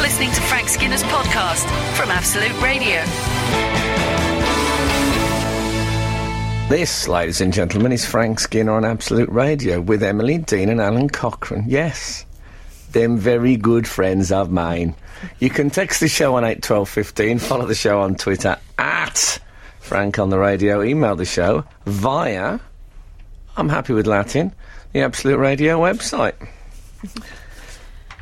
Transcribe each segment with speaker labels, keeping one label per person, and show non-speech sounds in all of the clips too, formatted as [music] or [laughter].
Speaker 1: listening to Frank Skinner's podcast from Absolute Radio.
Speaker 2: This, ladies and gentlemen, is Frank Skinner on Absolute Radio with Emily Dean and Alan Cochrane. Yes, them very good friends of mine. You can text the show on 81215, follow the show on Twitter at Frank on the Radio, email the show via I'm happy with Latin, the Absolute Radio website.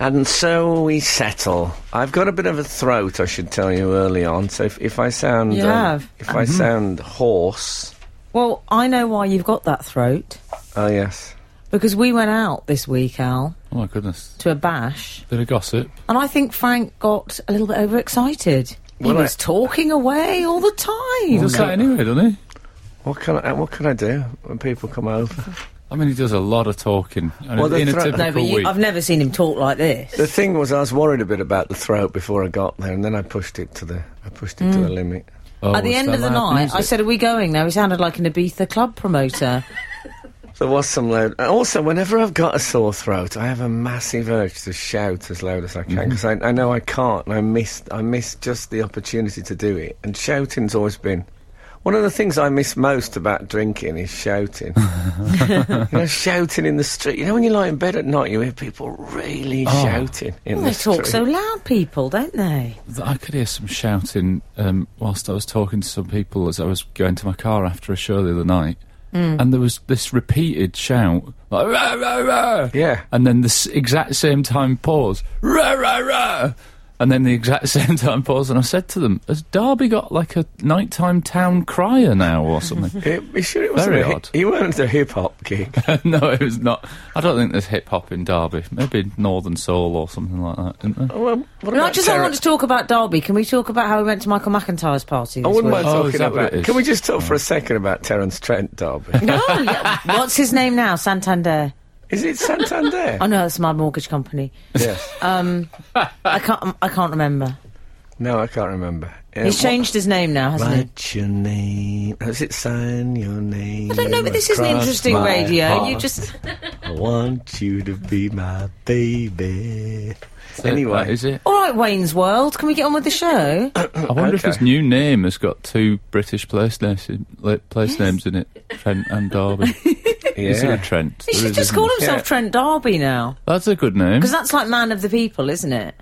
Speaker 2: And so we settle. I've got a bit of a throat, I should tell you early on. So if, if I sound
Speaker 3: You
Speaker 2: um,
Speaker 3: have? Mm-hmm.
Speaker 2: if I sound hoarse,
Speaker 3: Well, I know why you've got that throat.
Speaker 2: oh yes.
Speaker 3: Because we went out this week, Al,
Speaker 4: Oh my goodness.
Speaker 3: to a bash,
Speaker 4: Bit of gossip.
Speaker 3: and I think Frank got a little bit overexcited.
Speaker 2: Well,
Speaker 3: he was
Speaker 2: I-
Speaker 3: talking away all the time.
Speaker 4: He does that anyway, doesn't he?
Speaker 2: What can I what can I do when people come over?
Speaker 4: I mean, he does a lot of talking. And
Speaker 2: Well,
Speaker 4: in
Speaker 2: the
Speaker 4: a
Speaker 2: threat-
Speaker 4: typical
Speaker 3: no, but
Speaker 4: week.
Speaker 3: you, I've never seen him talk like this.
Speaker 2: The thing was, I was worried a bit about the throat before I got there, and then I pushed it to the I pushed it to
Speaker 3: Mm.
Speaker 2: the limit.
Speaker 4: Oh,
Speaker 3: At the
Speaker 4: it's
Speaker 3: end
Speaker 4: that
Speaker 3: of the
Speaker 4: loud
Speaker 3: night, I
Speaker 4: music.
Speaker 3: said, "Are we going now?" He sounded like an Ibiza club
Speaker 2: [laughs]
Speaker 3: promoter.
Speaker 2: There was some loud. and Also, whenever I've got a sore throat, I have a massive urge to shout as loud as I
Speaker 3: Mm-hmm.
Speaker 2: can because I, I know I can't. And I missed I missed just the opportunity to do it, and shouting's always been. One of the things I miss most about drinking is
Speaker 3: [laughs]
Speaker 2: shouting. you know, shouting in the street. You know, when you lie in bed at night, you hear people really shouting in
Speaker 3: Oh. Well,
Speaker 2: the
Speaker 3: they talk
Speaker 2: street.
Speaker 3: so loud, people, don't they?
Speaker 4: Th- I could hear some shouting um, whilst I was talking to some people as I was going to my car after a show the other night.
Speaker 3: Mm.
Speaker 4: And there was this repeated shout, like, rah, rah, rah.
Speaker 2: Yeah.
Speaker 4: And then the s- exact same time pause, rah, rah, rah. And then the exact [laughs] same time pause. And I said to them, Has Derby got like a nighttime town crier now or something?
Speaker 2: It, it sure it was
Speaker 4: Very
Speaker 2: a, hi-
Speaker 4: odd.
Speaker 2: He weren't a hip hop gig.
Speaker 4: [laughs] no, it was not. I don't think there's hip hop in Derby. Maybe Northern Soul or something like that, isn't there?
Speaker 2: [laughs] well, what
Speaker 3: No, I
Speaker 2: about
Speaker 3: just
Speaker 2: terror-
Speaker 3: don't want to talk about Derby. Can we talk about how we went to Michael McIntyre's party?
Speaker 2: I
Speaker 3: this
Speaker 2: wouldn't
Speaker 3: week?
Speaker 2: mind
Speaker 4: Oh, is
Speaker 2: talking
Speaker 4: Oh. that
Speaker 2: about.
Speaker 4: British?
Speaker 2: Can we just talk for a second about Terence Trent
Speaker 4: [laughs]
Speaker 2: Darby? [laughs]
Speaker 3: Oh, yeah. What's his name now? Santander.
Speaker 2: Is it
Speaker 4: [laughs]
Speaker 2: Santander?
Speaker 3: Oh no, it's my mortgage
Speaker 2: [laughs]
Speaker 3: company.
Speaker 2: yes.
Speaker 3: I can't. I can't remember.
Speaker 2: No, I can't remember. Uh,
Speaker 3: He's changed his name now,
Speaker 2: What?
Speaker 3: hasn't he?
Speaker 2: Write your name. Is it sign your name?
Speaker 3: I don't know, but this is an
Speaker 2: across
Speaker 3: interesting
Speaker 2: my
Speaker 3: radio. You
Speaker 2: heart?
Speaker 3: just
Speaker 2: I want you to be my baby.
Speaker 4: Is it-
Speaker 2: Anyway,
Speaker 4: is it?
Speaker 3: all right, Wayne's World. Can we get on with
Speaker 2: [coughs]
Speaker 3: the show?
Speaker 4: I wonder if
Speaker 2: Oh, Okay.
Speaker 4: his new name has got two British place, names in- la- place names in it, Trent
Speaker 2: [laughs]
Speaker 4: and Derby. Is there a
Speaker 2: yeah.
Speaker 4: Trent?
Speaker 3: He
Speaker 4: There
Speaker 3: should
Speaker 4: is,
Speaker 3: just
Speaker 4: isn't
Speaker 3: call
Speaker 4: there?
Speaker 3: himself
Speaker 2: Yeah.
Speaker 3: Trent Darby now,
Speaker 4: That's a good name.
Speaker 3: because that's like man of the people, isn't it?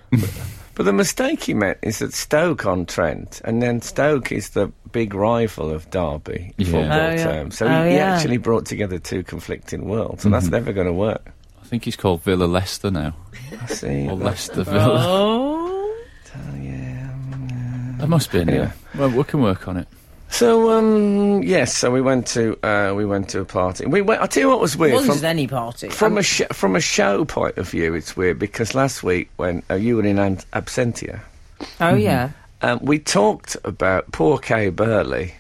Speaker 2: But the mistake he meant is that Stoke on Trent, and then Stoke is the big rival of Derby in
Speaker 4: Yeah.
Speaker 2: football
Speaker 3: Oh, yeah.
Speaker 2: terms. So
Speaker 3: Oh,
Speaker 2: he, he
Speaker 3: yeah.
Speaker 2: actually brought together two conflicting worlds, and that's never going to work.
Speaker 4: I think he's called Villa Leicester now,
Speaker 2: I see.
Speaker 4: or
Speaker 2: That's-
Speaker 4: Leicester Villa.
Speaker 3: Oh.
Speaker 2: yeah. Oh.
Speaker 4: There must be a name.
Speaker 2: Anyway.
Speaker 4: Well, we can work on it.
Speaker 2: So um, yes, so we went to uh, we went to a party. We went. I tell you what was weird.
Speaker 3: Wasn't
Speaker 2: from-
Speaker 3: just any party.
Speaker 2: From
Speaker 3: Um,
Speaker 2: a sh- from a show point of view, it's weird because last week when uh, you were in an- absentia,
Speaker 3: oh yeah.
Speaker 2: um, we talked about poor Kay Burley,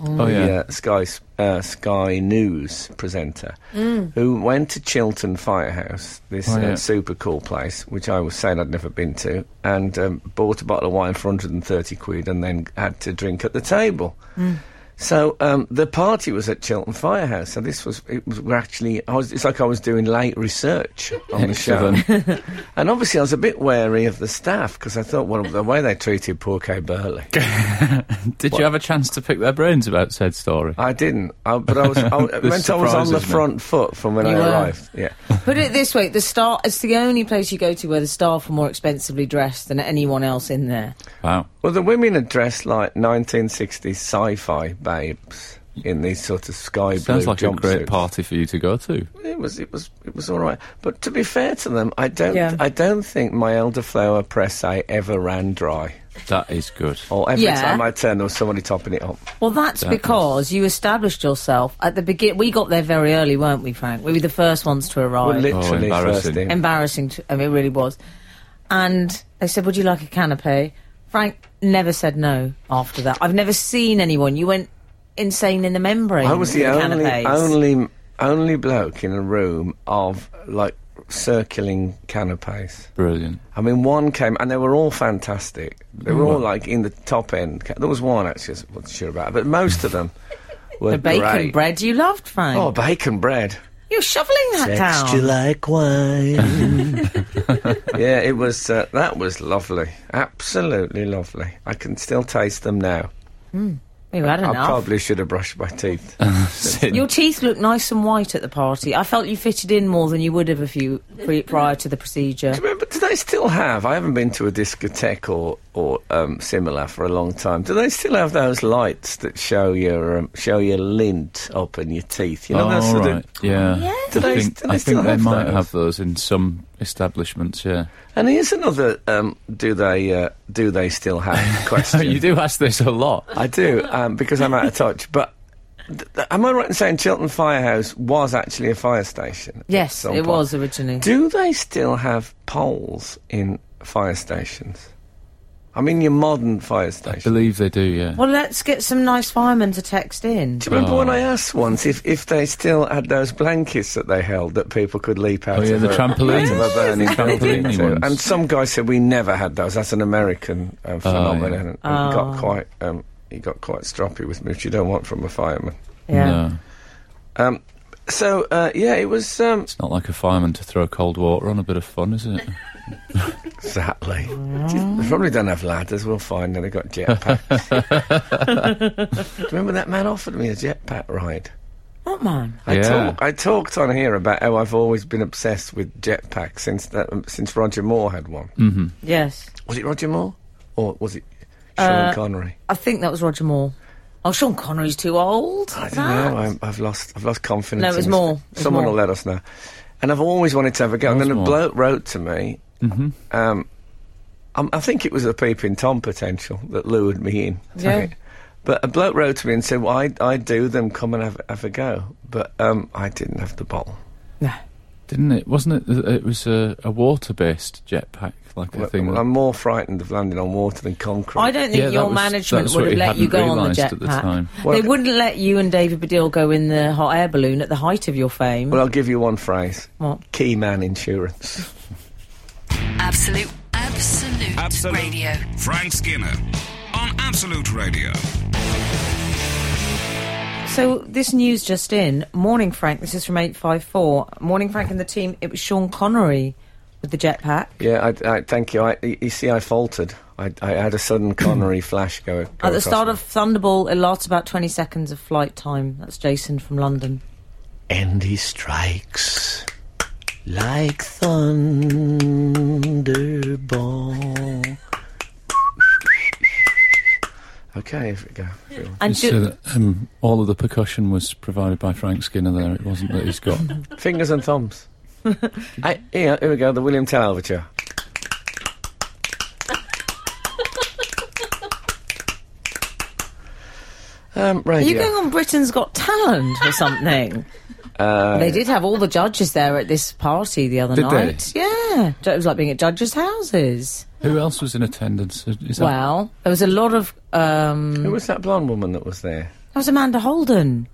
Speaker 4: Oh
Speaker 2: the
Speaker 4: yeah.
Speaker 2: uh, Sky s- uh, Sky News presenter, who went to Chiltern Firehouse, this
Speaker 4: Oh, yeah.
Speaker 2: uh, super cool place, which I was saying I'd never been to, and um, bought a bottle of wine for 130 quid, and then had to drink at the table. So um, the party was at Chiltern Firehouse. So this was it was we're actually I was, it's like I was doing late research on the show, and obviously I was a bit wary of the staff because I thought well the way they treated poor Kay
Speaker 4: [laughs]
Speaker 2: Burley.
Speaker 4: Did you have a chance to pick their brains about said story?
Speaker 2: I didn't, I, but I was
Speaker 4: [laughs]
Speaker 2: I, it
Speaker 4: This
Speaker 2: meant I was on the
Speaker 4: surprises me.
Speaker 2: front foot from when I
Speaker 3: You were.
Speaker 2: arrived. Yeah,
Speaker 3: Put it this way: the star. It's the only place you go to where the staff are more expensively dressed than anyone else in there.
Speaker 4: Wow.
Speaker 2: well the women are dressed like 1960s sci-fi babes in these sort of sky
Speaker 4: Sounds
Speaker 2: blue
Speaker 4: like a great
Speaker 2: jumpsuits.
Speaker 4: party for you to go to.
Speaker 2: It was it was it was all right. But to be fair to them, I don't
Speaker 3: Yeah.
Speaker 2: I don't think my elderflower presse ever ran dry.
Speaker 4: That is good.
Speaker 2: Or every
Speaker 3: Yeah.
Speaker 2: time I turned, there was somebody topping it up.
Speaker 3: Well, that's because you established yourself at the begin. We got there very early, weren't we, Frank? We were the first ones to
Speaker 2: Well,
Speaker 3: arrive.
Speaker 2: literally first
Speaker 4: Oh, embarrassing.
Speaker 2: in.
Speaker 3: Embarrassing. To, I mean, it really was. And they said, "Would you like a canapé?" Frank never said no. After that, I've never seen anyone. You went insane in the membrane.
Speaker 2: I was the
Speaker 3: with
Speaker 2: only
Speaker 3: canapés.
Speaker 2: only only bloke in a room of like circling canapes.
Speaker 4: Brilliant.
Speaker 2: I mean, one came, and they were all fantastic. They were all like in the top end. ca- There was one actually, I wasn't sure about, but most of them were
Speaker 3: the bacon
Speaker 2: great.
Speaker 3: bread you loved, Frank.
Speaker 2: Oh, bacon bread.
Speaker 3: You're shoveling that down.
Speaker 2: like wine. [laughs] yeah, it was. Uh, that was lovely. Absolutely lovely. I can still taste them now.
Speaker 3: We've had
Speaker 2: I
Speaker 3: enough.
Speaker 2: probably should have brushed my teeth.
Speaker 4: Sid,
Speaker 3: Your teeth look nice and white at the party. I felt you fitted in more than you would have if you pre- prior to the procedure.
Speaker 2: Remember, do they still have? I haven't been to a discotheque or or um, similar for a long time. Do they still have those lights that show your um, show your lint up and your teeth? You know,
Speaker 4: oh,
Speaker 2: those
Speaker 4: all
Speaker 2: sort
Speaker 4: right.
Speaker 2: of,
Speaker 4: Yeah.
Speaker 2: Do
Speaker 4: I
Speaker 2: they-
Speaker 4: think,
Speaker 2: do they
Speaker 4: I
Speaker 2: still
Speaker 4: think they
Speaker 2: have
Speaker 4: might
Speaker 2: those?
Speaker 4: have those in some establishments, yeah.
Speaker 2: And here's another: um, Do they uh, do they still
Speaker 4: [laughs]
Speaker 2: have question?
Speaker 4: You do ask this a lot.
Speaker 2: I do um, because I'm out of touch. But th- th- am I right in saying Chiltern Firehouse was actually a fire station? at
Speaker 3: Yes,
Speaker 2: some
Speaker 3: it
Speaker 2: point?
Speaker 3: was originally.
Speaker 2: Do they still have poles in fire stations? I mean, your modern fire
Speaker 4: I
Speaker 2: stations.
Speaker 4: believe they do, yeah.
Speaker 3: well, let's get some nice firemen to text in.
Speaker 2: Do you remember when
Speaker 4: Oh.
Speaker 2: I asked once if, if they still had those blankets that they held that people could leap out
Speaker 4: Oh, yeah,
Speaker 2: of
Speaker 4: the
Speaker 2: a-
Speaker 4: trampoline.
Speaker 2: out of a burning
Speaker 4: Yes, they
Speaker 2: building
Speaker 4: did.
Speaker 2: to?
Speaker 4: Trampoline
Speaker 2: And
Speaker 4: ones.
Speaker 2: some guy said we never had those. That's an American
Speaker 4: Oh,
Speaker 2: uh, phenomenon. And he
Speaker 3: Oh.
Speaker 2: got quite um, he got quite stroppy with me, which you don't want from a fireman.
Speaker 3: Yeah.
Speaker 4: No,
Speaker 2: Um, so uh, yeah, it was um,
Speaker 4: it's not like a fireman to throw cold water on a bit of fun,
Speaker 3: [laughs]
Speaker 4: is it?
Speaker 2: exactly. They probably don't have ladders. We'll find that they got
Speaker 4: [laughs]
Speaker 2: jetpacks. Do you remember that man offered me a jetpack ride?
Speaker 3: What man?
Speaker 2: I,
Speaker 4: Yeah.
Speaker 2: talk, I talked on here about how I've always been obsessed with jetpacks since that, um, since Roger Moore had one.
Speaker 4: Mm.
Speaker 3: Yes.
Speaker 2: Was it Roger Moore or was it Sean
Speaker 3: Uh,
Speaker 2: Connery?
Speaker 3: I think that was Roger Moore. Oh, Sean Connery's too old.
Speaker 2: I
Speaker 3: for
Speaker 2: don't know.
Speaker 3: that.
Speaker 2: I'm, I've lost. I've lost confidence.
Speaker 3: No, it was
Speaker 2: in-
Speaker 3: Moore. It was
Speaker 2: Someone
Speaker 3: Moore.
Speaker 2: will let us know. And I've always wanted to have a go. And
Speaker 4: was
Speaker 2: then a
Speaker 4: Moore. Mm-hmm.
Speaker 2: bloke wrote to me. Um, um, I think it was a peeping tom potential that lured me in. to
Speaker 3: Yeah.
Speaker 2: it. But a bloke wrote to me and said, "Well, I, I do them. Come and have, have a go." But um, I didn't have the bottle.
Speaker 3: No.
Speaker 4: Didn't it? Wasn't it? that It was a, a water-based jetpack, like a
Speaker 2: Well, um,
Speaker 4: thing. that-
Speaker 2: I'm more frightened of landing on water than concrete.
Speaker 3: I don't think
Speaker 4: Yeah, that
Speaker 3: your
Speaker 4: was-
Speaker 3: management
Speaker 4: that's
Speaker 3: would
Speaker 4: what
Speaker 3: have
Speaker 4: he
Speaker 3: let you
Speaker 4: hadn't
Speaker 3: go on the
Speaker 4: realised at
Speaker 3: jetpack.
Speaker 4: the time.
Speaker 2: Well-
Speaker 3: they wouldn't let you and David Baddiel go in the hot air balloon at the height of your fame.
Speaker 2: Well, I'll give you one phrase.
Speaker 3: What?
Speaker 2: Key man
Speaker 3: [laughs]
Speaker 2: insurance.
Speaker 1: Absolute, absolute,
Speaker 5: Absolute.
Speaker 1: radio.
Speaker 5: Frank Skinner on Absolute Radio.
Speaker 3: So this news just in. Morning, Frank. This is from eight five four. Morning, Frank and the team. It was Sean Connery with the jetpack.
Speaker 2: Yeah, I, I, thank you. I, y- you see, I faltered. I, I had a sudden
Speaker 3: [clears throat]
Speaker 2: Connery flash go. go
Speaker 3: At the
Speaker 2: across
Speaker 3: start
Speaker 2: me.
Speaker 3: of Thunderball, it lasts about twenty seconds of flight time. That's Jason from London.
Speaker 2: And he strikes like thunderball. [laughs] okay, here we go. Here we go.
Speaker 3: And
Speaker 4: Just
Speaker 3: ju-
Speaker 4: so that, um, all of the percussion was provided by Frank Skinner. There, it wasn't that he's
Speaker 3: [laughs]
Speaker 4: got.
Speaker 2: Fingers and thumbs. I, here, here we go. The William Tell Overture. um,
Speaker 3: are
Speaker 2: right.
Speaker 3: you going on Britain's Got Talent or
Speaker 4: [laughs]
Speaker 3: something? they did have all the judges there at this party the other
Speaker 4: Uh, Did they?
Speaker 3: night. Yeah, it was like being at judges' houses.
Speaker 4: Who else was in attendance? Is that-
Speaker 3: Well, there was a lot of. Um,
Speaker 2: Who was that blonde woman that was there?
Speaker 3: that was Amanda Holden.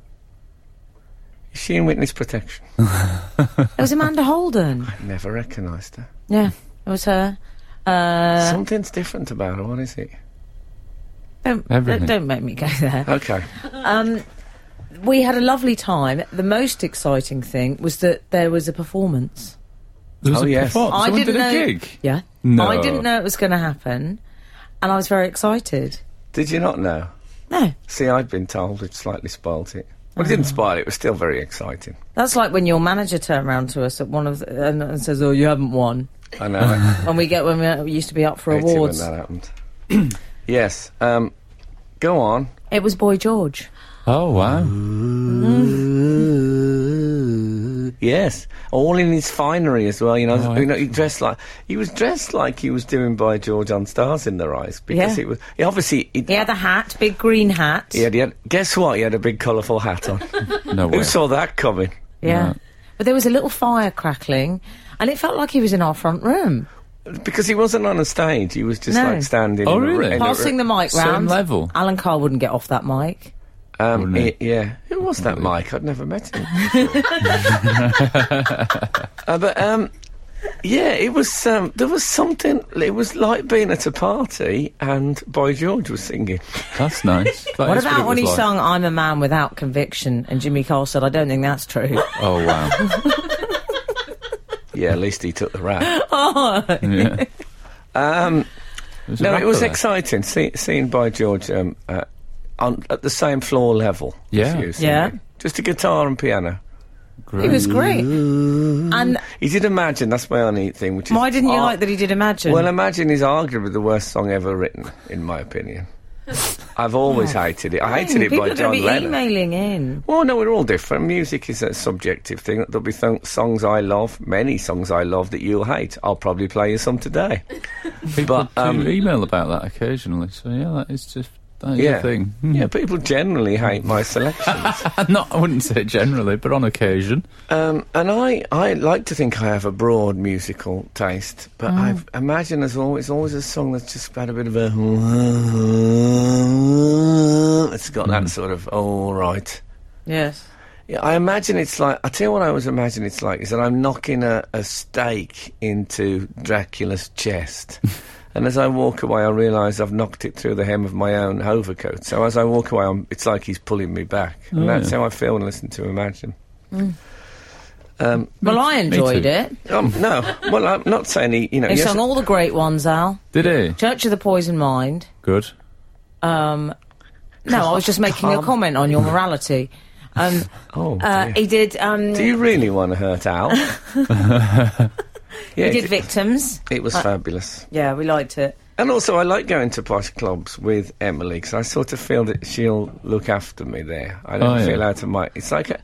Speaker 2: Is she in witness protection?
Speaker 3: It was Amanda Holden.
Speaker 4: [laughs]
Speaker 2: Never recognised her.
Speaker 3: Yeah, it was her. Uh,
Speaker 2: Something's different about her. What is it?
Speaker 3: Don't,
Speaker 4: Everything.
Speaker 3: don't, don't make me go there.
Speaker 2: Okay.
Speaker 3: We had a lovely time. The most exciting thing was that there was a performance.
Speaker 4: there was
Speaker 2: Oh,
Speaker 4: a
Speaker 2: yes.
Speaker 4: performance.
Speaker 3: I
Speaker 4: Someone
Speaker 3: didn't
Speaker 4: did a
Speaker 3: know.
Speaker 4: gig.
Speaker 3: Yeah.
Speaker 4: No.
Speaker 3: I didn't know it was going to happen, and I was very excited.
Speaker 2: Did you not know?
Speaker 3: No,
Speaker 2: See, I'd been told it slightly spoilt it. Well, it didn't
Speaker 3: Uh.
Speaker 2: spoil it. It was still very exciting.
Speaker 3: that's like when your manager turned round to us at one of the, and, and says, "Oh, you haven't won."
Speaker 2: I
Speaker 3: [laughs]
Speaker 2: know.
Speaker 3: And we get when we, uh, we used to be up
Speaker 2: [laughs]
Speaker 3: for
Speaker 2: hated when
Speaker 3: awards.
Speaker 2: that happened. [clears throat] yes. Um, go on.
Speaker 3: It was Boy George.
Speaker 4: Oh wow!
Speaker 3: Mm.
Speaker 2: [laughs] Yes, all in his finery as well. You know,
Speaker 4: Right.
Speaker 2: you know, he dressed like he was dressed like he was doing by George on Stars in Their Eyes because
Speaker 3: Yeah.
Speaker 2: it was he obviously he,
Speaker 3: He had the hat, big green hat.
Speaker 2: he had, he had guess what he had a big colourful hat
Speaker 3: [laughs]
Speaker 2: on.
Speaker 4: No way.
Speaker 2: Who saw that coming?
Speaker 3: Yeah.
Speaker 4: Right.
Speaker 3: But there was a little fire crackling, and it felt like he was in our front room,
Speaker 2: Because he wasn't on a stage. He was just
Speaker 3: No.
Speaker 2: like standing.
Speaker 4: Oh,
Speaker 2: in a ri-
Speaker 4: really?
Speaker 2: in a ri-
Speaker 3: passing the mic
Speaker 4: Same
Speaker 3: round.
Speaker 4: level.
Speaker 3: Alan Carr wouldn't get off that mic.
Speaker 2: Um,
Speaker 4: Wouldn't
Speaker 2: he- yeah. Who was
Speaker 4: [laughs]
Speaker 2: that, Mike? I'd never met him. uh, but um, Yeah, it was. Um, there was something. It was like being at a party, and Boy George was singing.
Speaker 4: That's nice. That
Speaker 3: What
Speaker 4: is
Speaker 3: about
Speaker 4: it
Speaker 3: when
Speaker 4: was
Speaker 3: he
Speaker 4: like.
Speaker 3: sung "I'm a Man Without Conviction" and Jimmy Cole said, "I don't think that's true." [laughs]
Speaker 2: [laughs]
Speaker 4: Oh wow.
Speaker 2: Yeah, at least he took the [gasps] rap.
Speaker 4: Yeah.
Speaker 2: Um,
Speaker 4: It was a
Speaker 2: no, it was
Speaker 4: rapper.
Speaker 2: exciting see, seeing Boy George um, uh, on at the same floor level. as
Speaker 4: Yeah.
Speaker 2: you singing.
Speaker 3: Yeah.
Speaker 2: just a guitar and piano.
Speaker 3: It was great. And
Speaker 2: He did Imagine. That's my only thing. Which is
Speaker 3: why didn't you
Speaker 2: ar-
Speaker 3: like that he did Imagine?
Speaker 2: Oh. Well, Imagine is arguably the worst song ever written, in my opinion.
Speaker 3: [laughs]
Speaker 2: I've always hated it. I hated it
Speaker 3: people
Speaker 2: by
Speaker 3: are going
Speaker 2: John
Speaker 3: to be
Speaker 2: Lennon.
Speaker 3: emailing in.
Speaker 2: Well, no, we're all different. Music is a subjective thing. There'll be th- songs I love, many songs I love that you'll hate. I'll probably play you some today.
Speaker 4: People
Speaker 2: But, um,
Speaker 4: do email about that occasionally. So yeah, that is just that is
Speaker 2: yeah,
Speaker 4: a thing. Hmm.
Speaker 2: yeah. People generally hate my [laughs] selections,
Speaker 4: [laughs] Not, I wouldn't say generally, but on occasion.
Speaker 2: um, and I, I like to think I have a broad musical taste. But
Speaker 4: Mm.
Speaker 2: I imagine there's always always a song that's just got a bit of a. It's got
Speaker 4: Mm.
Speaker 2: that sort of all right.
Speaker 3: Yes.
Speaker 2: Yeah, I imagine it's like. I tell you what, I always imagine it's like is that I'm knocking a, a stake into Dracula's
Speaker 4: [laughs]
Speaker 2: chest, and as I walk away, I realise I've knocked it through the hem of my own overcoat. So as I walk away, I'm, it's like he's pulling me back, and
Speaker 4: Oh,
Speaker 2: that's
Speaker 4: yeah.
Speaker 2: how I feel when I listen to Imagine.
Speaker 3: Well, I
Speaker 4: me
Speaker 3: enjoyed
Speaker 4: too.
Speaker 3: it.
Speaker 2: Um, no, well, I'm not saying he. You know,
Speaker 3: They
Speaker 2: yes,
Speaker 3: sung all the great ones, Al.
Speaker 4: Did he?
Speaker 3: Church of the Poison Mind.
Speaker 4: Good.
Speaker 3: Um, no, I was just making a
Speaker 2: Calm.
Speaker 3: comment on your morality.
Speaker 2: [laughs]
Speaker 3: Um,
Speaker 2: oh,
Speaker 3: uh,
Speaker 2: dear.
Speaker 3: he did. Um,
Speaker 2: do you really want to hurt
Speaker 3: [laughs]
Speaker 2: Al? yeah,
Speaker 3: he did uh,
Speaker 2: it-
Speaker 3: victims.
Speaker 2: it was fabulous.
Speaker 3: Yeah, we liked it.
Speaker 2: And also, I like going to posh clubs with Emily because I sort of feel that she'll look after me there. I don't
Speaker 4: Oh, yeah.
Speaker 2: feel out of my. It's like a,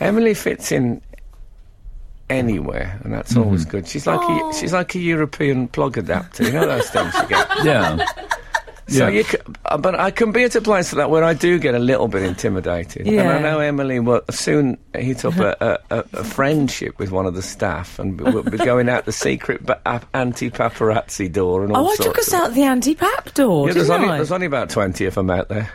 Speaker 2: Emily fits in anywhere, and that's
Speaker 4: Mm-hmm.
Speaker 2: always good. She's like a,
Speaker 3: Oh.
Speaker 2: she's like a European plug adapter. You know those things you get.
Speaker 4: Yeah.
Speaker 2: [laughs] So
Speaker 4: Yeah.
Speaker 2: you, c- uh, but I can be at a place like that where I do get a little bit intimidated. And
Speaker 3: Yeah.
Speaker 2: I know Emily will soon hit up a, a, a, a friendship with one of the staff, and we'll be going out the secret ba- anti paparazzi door and all
Speaker 3: Oh, I
Speaker 2: sorts
Speaker 3: took us
Speaker 2: of
Speaker 3: out the anti-pap door,
Speaker 2: yeah,
Speaker 3: didn't
Speaker 2: there's only,
Speaker 3: I?
Speaker 2: there's only about 20 if I'm out there.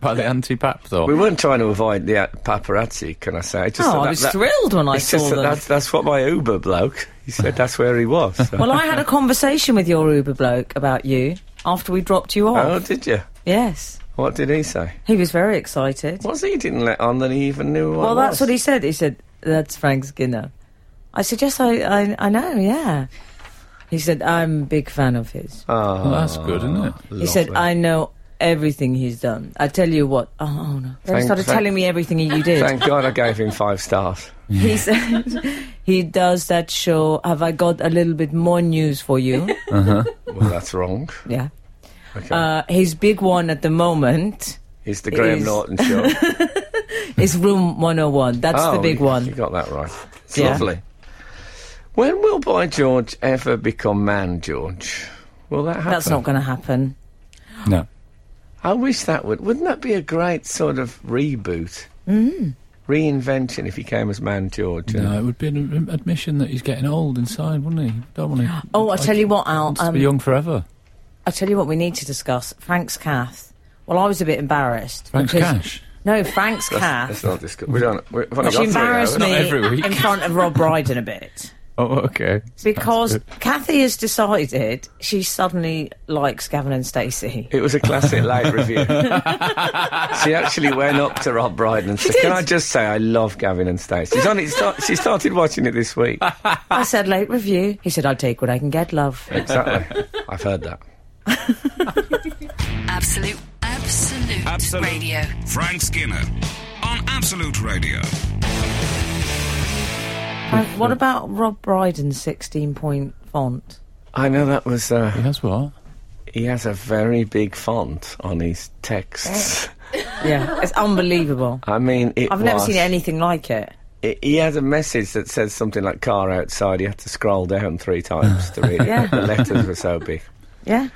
Speaker 4: By the anti-pap though.
Speaker 2: We weren't trying to avoid the uh, paparazzi, can I say? It's Just
Speaker 3: Oh,
Speaker 2: that-
Speaker 3: I was
Speaker 2: that-
Speaker 3: thrilled when I
Speaker 2: it's just
Speaker 3: saw
Speaker 2: that
Speaker 3: them.
Speaker 2: That's, that's what my Uber bloke, he said that's where he
Speaker 3: [laughs]
Speaker 2: was. so-
Speaker 3: Well, I had a conversation with your Uber bloke about you after we dropped you off.
Speaker 2: oh, did you?
Speaker 3: Yes,
Speaker 2: What did he say?
Speaker 3: he was very excited.
Speaker 2: Was he didn't let on that he even knew what
Speaker 3: Well, that's what he said. He said, "That's Frank Skinner." I said, "Yes, I, I, I know. Yeah." He said, "I'm a big fan of his."
Speaker 2: Oh,
Speaker 4: Well, that's good, isn't it?
Speaker 3: he said,
Speaker 2: lovely.
Speaker 3: "I know everything he's done. I tell you what." Oh, oh no! Then he
Speaker 2: Thank-
Speaker 3: started
Speaker 2: thank-
Speaker 3: telling me everything you did.
Speaker 2: Thank God I gave him five stars.
Speaker 3: He said, [laughs] "He does that show. Have I got a little bit more news
Speaker 2: [laughs]
Speaker 3: for you?"
Speaker 2: Well, that's wrong.
Speaker 3: yeah.
Speaker 2: Okay.
Speaker 3: Uh, his big one at the moment
Speaker 2: He's the Graham
Speaker 3: is-
Speaker 2: Norton
Speaker 3: [laughs]
Speaker 2: show. That's
Speaker 3: is Room 101. That's the big
Speaker 2: You
Speaker 3: one.
Speaker 2: got that right. It's
Speaker 3: Yeah.
Speaker 2: lovely. When will Boy George ever become Man George? Will that happen?
Speaker 3: That's not going to happen.
Speaker 4: No.
Speaker 2: I wish that would. Wouldn't that be a great sort of reboot? Mm. Reinvention if he came as Man George.
Speaker 4: No,
Speaker 2: and-
Speaker 4: it would be an ad- admission that he's getting old inside, wouldn't he? Don't want to.
Speaker 3: [gasps] Oh, I tell you what, Al.
Speaker 4: to be
Speaker 3: Um,
Speaker 4: young forever.
Speaker 3: I tell you what, we need to discuss Frank's Cath. Well, I was a bit embarrassed.
Speaker 4: Frank's
Speaker 3: because-
Speaker 4: cash.
Speaker 3: No, Frank's
Speaker 2: Let's
Speaker 3: Cath.
Speaker 2: not discuss. We don't. We've only got
Speaker 3: She
Speaker 2: three hours.
Speaker 3: embarrassed me
Speaker 4: every week.
Speaker 3: in front of Rob Brydon a bit
Speaker 4: Oh, okay.
Speaker 3: because
Speaker 4: That's
Speaker 3: Kathy has decided she suddenly likes Gavin and Stacey.
Speaker 2: It was a classic [laughs] late review. she actually went up to Rob Brydon and said, "Can I just say I love Gavin and Stacey?" She's on it. Start, she started watching it this [laughs] week.
Speaker 3: I said late review. He said I'll take what I can get, love.
Speaker 2: Exactly. I've heard that.
Speaker 1: Absolute, absolute,
Speaker 5: Absolute.
Speaker 1: radio.
Speaker 5: Frank Skinner on Absolute Radio.
Speaker 3: Uh, what about Rob Brydon's 16 point font?
Speaker 2: I know that was. Uh,
Speaker 4: He has what?
Speaker 2: he has a very big font on his texts.
Speaker 3: Yeah, it's unbelievable.
Speaker 2: I mean, it
Speaker 3: I've never
Speaker 2: was-
Speaker 3: seen anything like it.
Speaker 2: He- he had a message that said something like car outside. He had to scroll down three times to read it.
Speaker 3: [laughs] Yeah.
Speaker 2: The letters were so big.
Speaker 3: Yeah.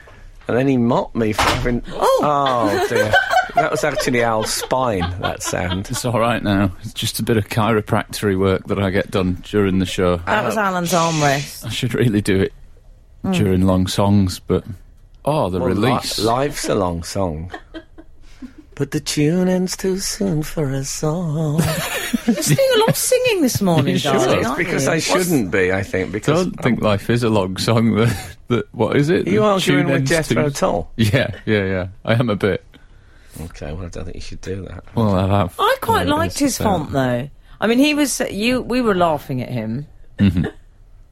Speaker 2: And then he mocked me for having.
Speaker 3: Oh.
Speaker 2: Oh,
Speaker 3: [laughs]
Speaker 2: dear. That was actually Al's spine, that sound.
Speaker 4: It's all right now. It's just a bit of chiropractic work that I get done during the show.
Speaker 3: That was Alan's armrest.
Speaker 2: [laughs]
Speaker 4: I should really do it
Speaker 3: Hmm.
Speaker 4: during long songs, but oh, the
Speaker 2: Well, li-
Speaker 4: release.
Speaker 2: life's a long [laughs] song. But the tune ends too soon for us all.
Speaker 3: Listening a lot of singing this morning,
Speaker 4: You sure?
Speaker 3: darling.
Speaker 2: It's
Speaker 3: aren't
Speaker 2: because
Speaker 3: you?
Speaker 2: I
Speaker 3: What's-
Speaker 2: shouldn't be, I think, because
Speaker 4: don't think life is a long song. [laughs] That, that what is
Speaker 2: Are um,
Speaker 4: it?
Speaker 2: you
Speaker 4: The
Speaker 2: arguing
Speaker 4: tune
Speaker 2: with
Speaker 4: ends
Speaker 2: Jethro
Speaker 4: too-
Speaker 2: Tull?
Speaker 4: [laughs] Yeah, yeah, yeah. I am a bit.
Speaker 2: Okay, well, I don't think you should do that.
Speaker 4: Well, I have. uh,
Speaker 3: I quite
Speaker 2: Yeah,
Speaker 3: liked
Speaker 2: it's
Speaker 3: his
Speaker 2: the same.
Speaker 3: font though. I mean, he was you. We were laughing at him,
Speaker 4: Mm-hmm.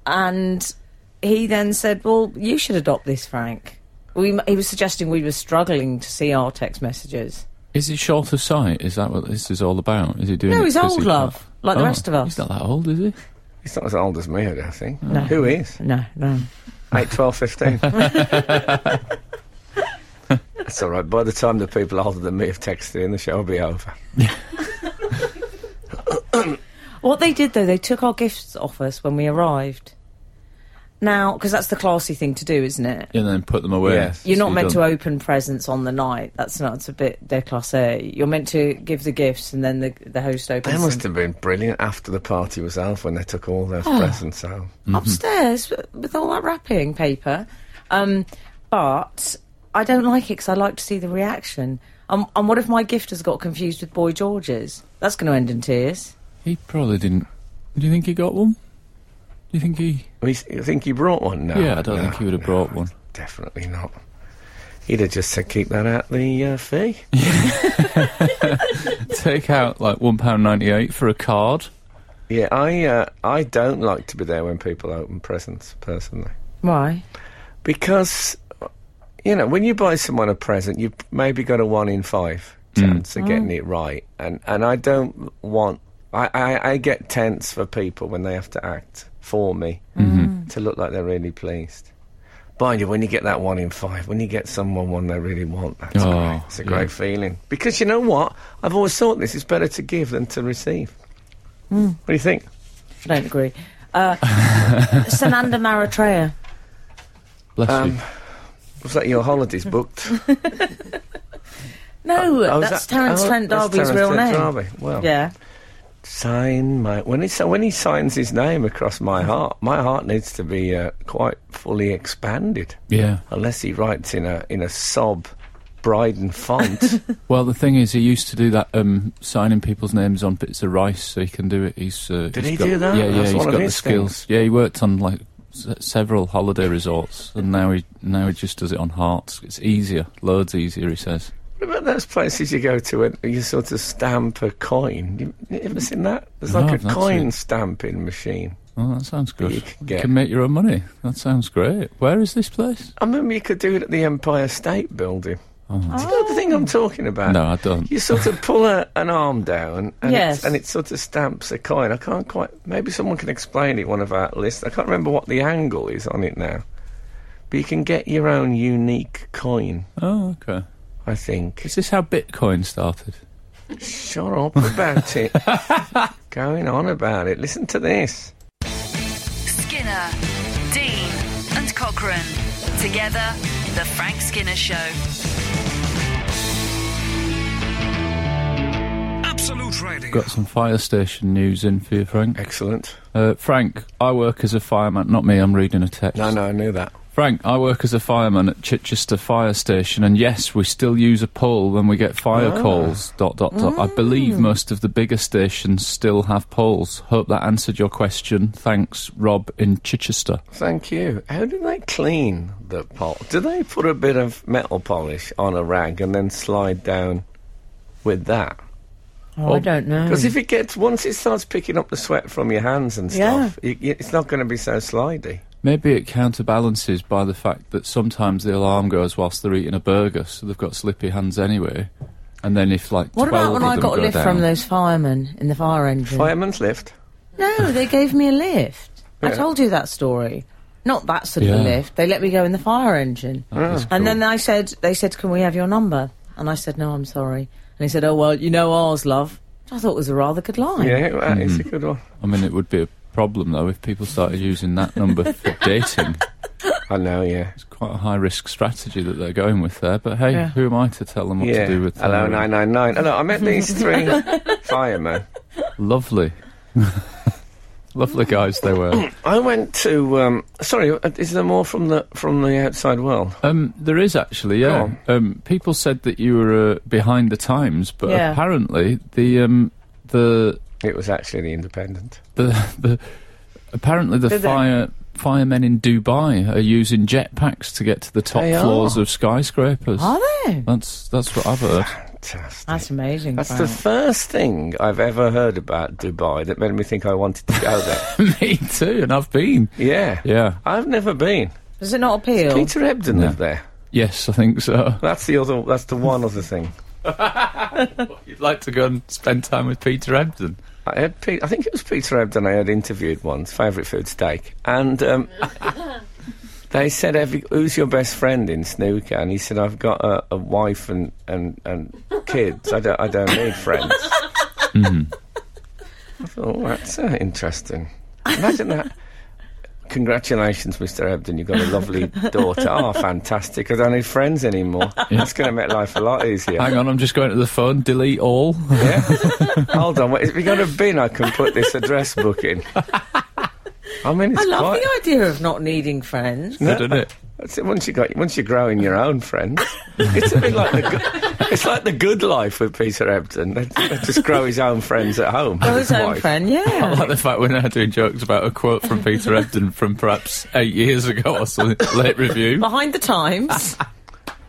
Speaker 3: and he then said, "Well, you should adopt this, Frank." We, m- he was suggesting we were struggling to see our text messages.
Speaker 4: Is it short of sight? Is that what this is all about? Is he doing?
Speaker 3: No,
Speaker 4: it
Speaker 3: he's
Speaker 4: 'cause
Speaker 3: old,
Speaker 4: can't-
Speaker 3: love, like the
Speaker 4: Oh,
Speaker 3: rest of us.
Speaker 4: He's not that old, is he?
Speaker 2: He's not as old as me, I don't think.
Speaker 3: No.
Speaker 2: Who is?
Speaker 3: No, no.
Speaker 2: 8, 12, [laughs] 15. That's all right. By the time the people older than me have texted in, the show will be over.
Speaker 3: What they did though, they took our gifts off us when we arrived. Now, because that's the classy thing to do, isn't it?
Speaker 4: And then put them away.
Speaker 2: Yes.
Speaker 3: You're not
Speaker 4: So
Speaker 3: meant
Speaker 4: don't-
Speaker 3: to open presents on the night. That's not. It's a bit déclassé. You're meant to give the gifts, and then the the host
Speaker 2: They
Speaker 3: opens. them.
Speaker 2: must have been brilliant after the party was over when they took all those presents home.
Speaker 3: Mm-hmm. upstairs w- with all that wrapping paper. Um, but I don't like it because I like to see the reaction. Um, and what if my gift has got confused with Boy George's? That's going to end in tears.
Speaker 4: He probably didn't. Do you think he got one? Do you think he?
Speaker 2: We s- You think he brought one? No.
Speaker 4: yeah, I don't
Speaker 2: no,
Speaker 4: think he would have
Speaker 2: no,
Speaker 4: brought one. [laughs]
Speaker 2: Definitely not. He'd have just said, keep that out the uh, fee.
Speaker 4: Take out like one pound ninety eight for a card.
Speaker 2: Yeah, I uh, I don't like to be there when people open presents personally
Speaker 3: Why?
Speaker 2: because you know when you buy someone a present, you've maybe got a one in five
Speaker 4: Hmm.
Speaker 2: chance of getting it right, and and I don't want I, I I get tense for people when they have to act for me
Speaker 4: Mm-hmm.
Speaker 2: to look like they're really pleased. Mind you, when you get that one in five, when you get someone one they really want, that's
Speaker 4: Oh,
Speaker 2: great. It's a great
Speaker 4: yeah.
Speaker 2: feeling because you know what? I've always thought this: it's better to give than to receive.
Speaker 4: Hmm.
Speaker 2: What do you think?
Speaker 3: I don't agree.
Speaker 2: [laughs]
Speaker 3: Uh, Sananda Maratreya.
Speaker 4: Bless
Speaker 2: Um,
Speaker 4: you.
Speaker 2: Was that your holidays booked?
Speaker 3: No,
Speaker 2: Oh, is
Speaker 3: that's
Speaker 2: that-
Speaker 3: Terence
Speaker 2: oh,
Speaker 3: Trent
Speaker 2: that's
Speaker 3: D'Arby's
Speaker 2: Terence
Speaker 3: real
Speaker 2: Trent
Speaker 3: name.
Speaker 2: D'Arby. Well,
Speaker 3: Yeah.
Speaker 2: sign my when he si- when he signs his name across
Speaker 4: Mm-hmm.
Speaker 2: my heart, my heart needs to be uh, quite fully expanded.
Speaker 4: yeah.
Speaker 2: Unless he writes in a in a sob, Bryden
Speaker 4: [laughs]
Speaker 2: font.
Speaker 4: Well, the thing is, he used to do that um, signing people's names on bits of rice, so he can do it. He's uh,
Speaker 2: Did
Speaker 4: he's
Speaker 2: he
Speaker 4: got-
Speaker 2: do that?
Speaker 4: Yeah, yeah,
Speaker 2: That's
Speaker 4: he's
Speaker 2: one of
Speaker 4: got the
Speaker 2: his
Speaker 4: skills.
Speaker 2: things.
Speaker 4: Yeah, he worked on like s- several holiday resorts, and now he now he just does it on hearts. It's easier, loads easier. He says.
Speaker 2: what about those places you go to where you sort of stamp a coin? You, you ever seen that? There's
Speaker 4: No,
Speaker 2: like
Speaker 4: I've
Speaker 2: a
Speaker 4: not
Speaker 2: coin
Speaker 4: seen it.
Speaker 2: stamping machine.
Speaker 4: Oh, that sounds good.
Speaker 2: You
Speaker 4: You
Speaker 2: can
Speaker 4: can,
Speaker 2: get-
Speaker 4: make your own money. That sounds great. Where is this place?
Speaker 2: I remember you could do it at the Empire State Building. Do you know the thing I'm talking about?
Speaker 4: No, I don't.
Speaker 2: You sort of pull a, an arm down, and,
Speaker 3: Yes.
Speaker 2: it, and it sort of stamps a coin. I can't quite. Maybe someone can explain it. One of our lists. I can't remember what the angle is on it now, but you can get your own unique coin.
Speaker 4: Oh, okay.
Speaker 2: I think.
Speaker 4: Is this how Bitcoin started?
Speaker 2: Shut up about [laughs] it. Going on about it. Listen to this.
Speaker 1: Skinner, Dean, and Cochrane. Together, The Frank Skinner Show.
Speaker 5: Absolute Radio.
Speaker 4: Got some fire station news in for you, Frank.
Speaker 2: Excellent.
Speaker 4: Uh, Frank, I work as a fireman. Not me. I'm reading a text.
Speaker 2: No, no, I knew that.
Speaker 4: Frank, I work as a fireman at Chichester Fire Station, and yes, we still use a pole when we get fire
Speaker 2: Ah.
Speaker 4: calls. Dot dot dot. I
Speaker 2: Mm.
Speaker 4: believe most of the bigger stations still have poles. Hope that answered your question. Thanks, Rob in Chichester.
Speaker 2: Thank you. How do they clean the pot? Do they put a bit of metal polish on a rag and then slide down with that?
Speaker 3: Oh, I don't
Speaker 4: Hmm.
Speaker 3: know.
Speaker 2: Because if it gets once it starts picking up the sweat from your hands and stuff, it, it's not going to be so slidey.
Speaker 4: Maybe it counterbalances by the fact that sometimes the alarm goes whilst they're eating a burger, so they've got slippy hands anyway. And then if like
Speaker 3: what
Speaker 4: 12
Speaker 3: about when
Speaker 4: of
Speaker 3: I
Speaker 4: them
Speaker 3: got a
Speaker 4: go
Speaker 3: lift
Speaker 4: down-
Speaker 3: from those firemen in the fire engine?
Speaker 2: Fireman's lift.
Speaker 3: No, they gave me a lift. I
Speaker 2: Yeah.
Speaker 3: told you that story. Not that sort of a
Speaker 4: Yeah.
Speaker 3: lift. They let me go in the fire engine.
Speaker 4: That
Speaker 2: Ah.
Speaker 4: is
Speaker 3: And
Speaker 4: cool.
Speaker 3: then I said, they said, can we have your number? And I said, no, I'm sorry. And he said, oh, well, you know ours, love. Which I thought was a rather good line.
Speaker 2: Yeah,
Speaker 4: Hmm.
Speaker 2: that is a good one.
Speaker 4: I mean, it would be a problem though if people started using that
Speaker 3: [laughs]
Speaker 4: number for dating.
Speaker 2: I know. Yeah.
Speaker 4: It's quite a high risk strategy that they're going with there. But hey,
Speaker 3: Yeah.
Speaker 4: who am I to tell them what
Speaker 2: yeah.
Speaker 4: to do with
Speaker 2: Hello,
Speaker 4: their-
Speaker 2: nine nine nine. Hello. I met these
Speaker 4: [laughs]
Speaker 2: three firemen.
Speaker 4: Lovely. [laughs] Lovely guys they were.
Speaker 2: I went to. Um, sorry, uh, is there more from the from the outside world?
Speaker 4: Um, there is actually, yeah. Um, people said that you were uh, behind the times, but
Speaker 3: Yeah.
Speaker 4: apparently the um, the
Speaker 2: It was actually the Independent.
Speaker 4: The [laughs] the apparently the
Speaker 3: Did they?
Speaker 4: fire firemen in Dubai are using jetpacks to get to the top
Speaker 2: They
Speaker 4: floors
Speaker 2: are.
Speaker 4: of skyscrapers.
Speaker 3: Are they?
Speaker 4: That's that's what I've heard.
Speaker 2: Fantastic.
Speaker 3: That's amazing.
Speaker 2: That's the
Speaker 3: Frank.
Speaker 2: first thing I've ever heard about Dubai that made me think I wanted to go there.
Speaker 4: [laughs] Me too, and I've been.
Speaker 2: yeah.
Speaker 4: Yeah.
Speaker 2: I've never been.
Speaker 3: Does it not appeal?
Speaker 2: Peter Ebden lived there.
Speaker 4: Yes, I think so.
Speaker 2: That's the other. That's the one other thing.
Speaker 4: You'd like to go and spend time with Peter Ebden.
Speaker 2: I had. Pe- I think it was Peter Ebden I had interviewed once. Favorite food steak, and um, [laughs] they said, every, "Who's your best friend in snooker?" And he said, "I've got a, a wife and, and, and kids. I don't. I don't need friends." I thought oh, that's uh, interesting. Imagine that. Congratulations, Mr. Ebden. You've got a lovely daughter. Oh, fantastic. I don't need friends anymore. That's going to make life a lot easier.
Speaker 4: Hang on, I'm just going to the phone. Delete all. [laughs]
Speaker 2: Yeah. [laughs] Hold on. Wait, if we got a bin, I can put this address book in. I mean, it's
Speaker 3: I love
Speaker 2: quite.
Speaker 3: the idea of not needing friends.
Speaker 4: Good, isn't it?
Speaker 2: That's it, once you got, once you're growing your own friends, it's a bit like the. Good, it's like the good life with Peter Ebden. They, they just grow his own friends at home.
Speaker 3: Oh,
Speaker 2: with
Speaker 3: his own
Speaker 2: wife.
Speaker 3: friend,
Speaker 4: [laughs] I
Speaker 3: yeah.
Speaker 4: like the fact we're now doing jokes about a quote from Peter Ebden from perhaps eight years ago or something. Late review.
Speaker 3: Behind the times.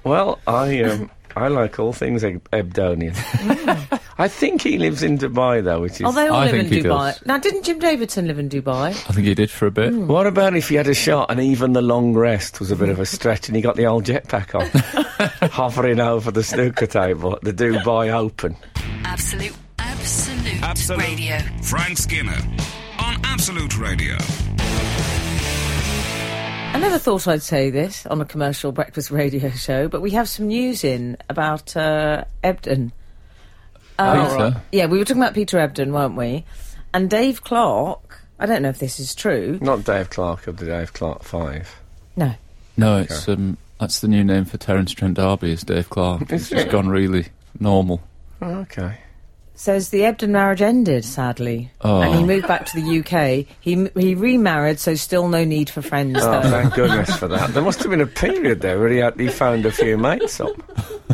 Speaker 2: Well, I um, I like all things Eb- Ebdonian.
Speaker 3: Mm.
Speaker 2: I think he lives in Dubai though, which is.
Speaker 3: Oh, they all
Speaker 4: I
Speaker 3: live in
Speaker 4: think he
Speaker 3: Dubai.
Speaker 4: does.
Speaker 3: Now, didn't Jim Davidson live in Dubai?
Speaker 4: I think he did for a bit.
Speaker 2: what about if he had a shot and even the long rest was a bit of a stretch and he got the old jetpack on,
Speaker 3: [laughs]
Speaker 2: hovering over the snooker table at the Dubai Open?
Speaker 1: Absolute, absolute,
Speaker 5: Absolute.
Speaker 1: radio.
Speaker 5: Frank Skinner on Absolute Radio.
Speaker 3: I never thought I'd say this on a commercial breakfast radio [laughs] show, but we have some news in about uh, Ebden.
Speaker 4: Peter.
Speaker 3: Yeah, we were talking about Peter Ebden, weren't we? And Dave Clark. I don't know if this is true.
Speaker 2: Not Dave Clark of the Dave Clark Five.
Speaker 3: No.
Speaker 4: No, it's um, that's the new name for Terence Trent D'Arby is Dave Clark.
Speaker 2: Is
Speaker 4: It's just
Speaker 2: it?
Speaker 4: gone really normal. [laughs]
Speaker 2: Oh, Okay.
Speaker 3: Says the Ebden marriage ended, sadly.
Speaker 4: Oh.
Speaker 3: And he moved back to the UK. He, m- he remarried, so still no need for friends,
Speaker 2: Oh,
Speaker 3: though.
Speaker 2: thank goodness for that. There must have been a period there where he, had, he found a few mates up.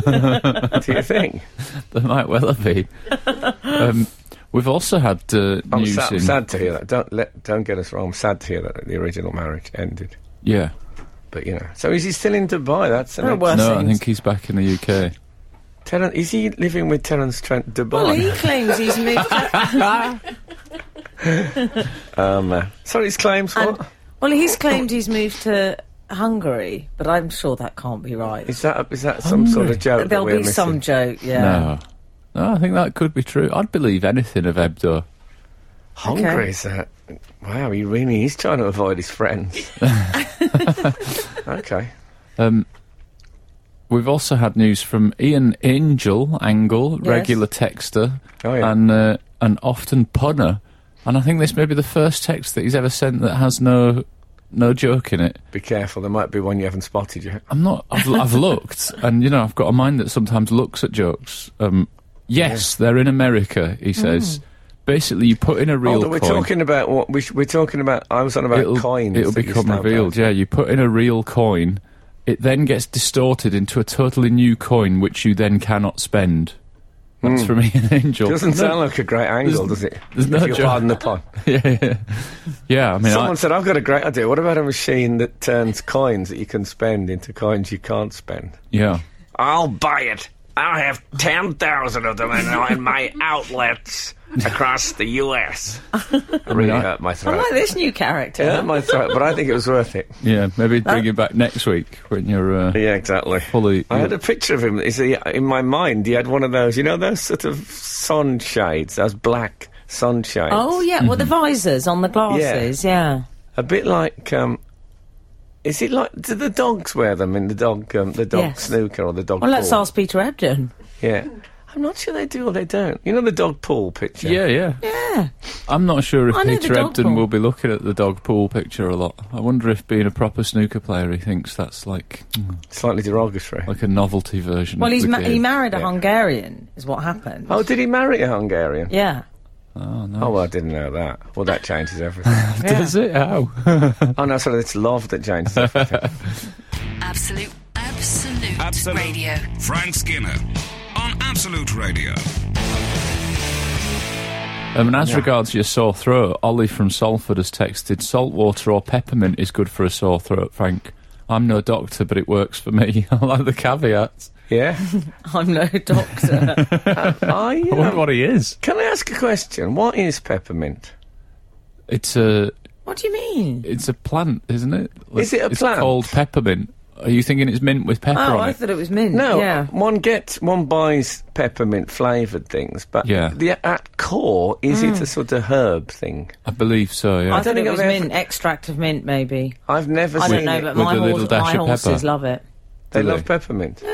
Speaker 2: Do you think?
Speaker 4: There might well
Speaker 2: [laughs]
Speaker 4: have been. um, we've also had uh,
Speaker 2: I'm
Speaker 4: news
Speaker 2: sa-
Speaker 4: in.
Speaker 2: sad to hear that. Don't let, don't get us wrong. I'm sad to hear that the original marriage ended.
Speaker 4: Yeah.
Speaker 2: But you know, so is he still in Dubai? That's an
Speaker 3: Oh,
Speaker 2: ex-
Speaker 3: well.
Speaker 4: No, I
Speaker 3: Blessings.
Speaker 4: think he's back in the UK.
Speaker 2: Terren- Is he living with Terence Trent Dubai?
Speaker 3: Well, [laughs] he claims he's moved.
Speaker 2: Um, uh, sorry, his claims.
Speaker 3: and-
Speaker 2: What
Speaker 3: well, he's claimed he's moved to Hungary, but I'm sure that can't be right.
Speaker 2: is that? Is that some sort of joke?
Speaker 3: There'll
Speaker 2: that we're
Speaker 3: be some
Speaker 2: missing?
Speaker 3: joke, yeah.
Speaker 4: No. No, Oh. I think that could be true. I'd believe anything of Ebdo.
Speaker 2: Hungry
Speaker 3: Okay.
Speaker 2: is that? Wow, he really is trying to avoid his
Speaker 4: [laughs]
Speaker 2: friends. [laughs] okay.
Speaker 4: Um, we've also had news from Ian Angel, Angle,
Speaker 3: Yes.
Speaker 4: regular texter,
Speaker 2: Oh, yeah.
Speaker 4: and uh, and often punner. And I think this may be the first text that he's ever sent that has no no joke in it.
Speaker 2: Be careful. There might be one you haven't spotted yet.
Speaker 4: I'm not. I've,
Speaker 2: [laughs]
Speaker 4: I've looked, and you know, I've got a mind that sometimes looks at jokes. Um, yes, they're in America. He says. Basically, you put in a real
Speaker 2: Although Oh, we're
Speaker 4: coin.
Speaker 2: talking about what we sh- we're talking about. I was on about
Speaker 4: it'll,
Speaker 2: coins.
Speaker 4: It'll
Speaker 2: that you
Speaker 4: become
Speaker 2: stamped
Speaker 4: revealed.
Speaker 2: out.
Speaker 4: Yeah, you put in a real coin. It then gets distorted into a totally new coin, which you then cannot spend. That's from Ian [laughs] Angel.
Speaker 2: Hmm. Doesn't
Speaker 4: No-
Speaker 2: sound like a great angle,
Speaker 4: there's-
Speaker 2: does it?
Speaker 4: there's no
Speaker 2: if you
Speaker 4: joke.
Speaker 2: pardon the pun.
Speaker 4: yeah, yeah, yeah. I mean,
Speaker 2: Someone
Speaker 4: I,
Speaker 2: said, "I've got a great idea. What about a machine that turns coins that you can spend into coins you can't spend?"
Speaker 4: yeah.
Speaker 6: I'll buy it. I'll have 10,000 of them in, in my outlets across the U.S.
Speaker 2: I really
Speaker 4: I-
Speaker 2: hurt my
Speaker 3: I
Speaker 2: throat.
Speaker 3: like this new character.
Speaker 2: It hurt my throat, but I think it was worth it.
Speaker 4: Yeah, maybe bring it back next week when you're uh,
Speaker 2: Yeah, exactly.
Speaker 4: fully.
Speaker 2: I had a picture of him. Is he, uh, in my mind, he had one of those, you know, those sort of sun shades, those black sun shades.
Speaker 3: Oh yeah, well the visors on the glasses, yeah.
Speaker 2: A bit like, um, is it like? Do the dogs wear them in the dog, um, the dog
Speaker 3: Yes.
Speaker 2: snooker or the dog?
Speaker 3: Well, let's
Speaker 2: pool?
Speaker 3: ask Peter Ebden.
Speaker 2: Yeah, I'm not sure they do or they don't. You know the dog pool picture.
Speaker 4: yeah, yeah,
Speaker 3: Yeah,
Speaker 4: I'm not sure if
Speaker 3: I know the
Speaker 4: Peter
Speaker 3: dog
Speaker 4: Ebden
Speaker 3: pool.
Speaker 4: will be looking at the dog pool picture a lot. I wonder if being a proper snooker player, he thinks that's like
Speaker 2: slightly derogatory.
Speaker 4: like a novelty version.
Speaker 3: Well,
Speaker 4: of
Speaker 3: he's
Speaker 4: the
Speaker 3: ma- he
Speaker 4: game.
Speaker 3: married a
Speaker 2: Yeah.
Speaker 3: Hungarian, is what happened.
Speaker 2: Oh, did he marry a Hungarian?
Speaker 3: yeah. [laughs]
Speaker 4: Oh no,
Speaker 2: Oh, well, I didn't know that. Well, that changes everything.
Speaker 4: [laughs]
Speaker 3: [laughs]
Speaker 4: does it? How?
Speaker 2: oh no, sorry, it's love that changes. everything.
Speaker 1: Absolute, absolute,
Speaker 5: Absolute.
Speaker 1: radio.
Speaker 5: Frank Skinner on Absolute Radio.
Speaker 4: Um, and as regards your sore throat, Ollie from Salford has texted salt water or peppermint is good for a sore throat, Frank. I'm no doctor, but it works for me. [laughs] I like the caveats.
Speaker 3: [laughs]
Speaker 2: Yeah.
Speaker 3: I'm no doctor.
Speaker 2: Are
Speaker 4: I
Speaker 2: you?
Speaker 4: wonder what he is.
Speaker 2: um, Can I ask a question? What is peppermint?
Speaker 4: It's a
Speaker 3: what do you mean?
Speaker 4: it's a plant, isn't it?
Speaker 2: Is it a
Speaker 4: it's
Speaker 2: plant?
Speaker 4: called peppermint. Are you thinking it's mint with pepper
Speaker 3: Oh,
Speaker 4: on
Speaker 3: I
Speaker 4: it?
Speaker 3: thought it was mint.
Speaker 2: No,
Speaker 3: Yeah.
Speaker 2: one gets one buys peppermint flavored things, but
Speaker 4: Yeah.
Speaker 2: the, at core is
Speaker 3: Mm.
Speaker 2: it a sort of herb thing?
Speaker 4: I believe so. Yeah.
Speaker 3: I thought
Speaker 2: think
Speaker 3: it
Speaker 2: I've
Speaker 3: was
Speaker 2: ever-
Speaker 3: mint, extract of mint, maybe.
Speaker 2: I've never
Speaker 3: I
Speaker 2: seen
Speaker 3: don't know,
Speaker 2: it.
Speaker 3: but
Speaker 4: With
Speaker 3: my,
Speaker 4: a little
Speaker 3: horse,
Speaker 4: dash
Speaker 3: my
Speaker 4: of
Speaker 3: horses
Speaker 4: pepper.
Speaker 3: love it.
Speaker 2: they
Speaker 4: do
Speaker 2: love
Speaker 4: they?
Speaker 2: peppermint.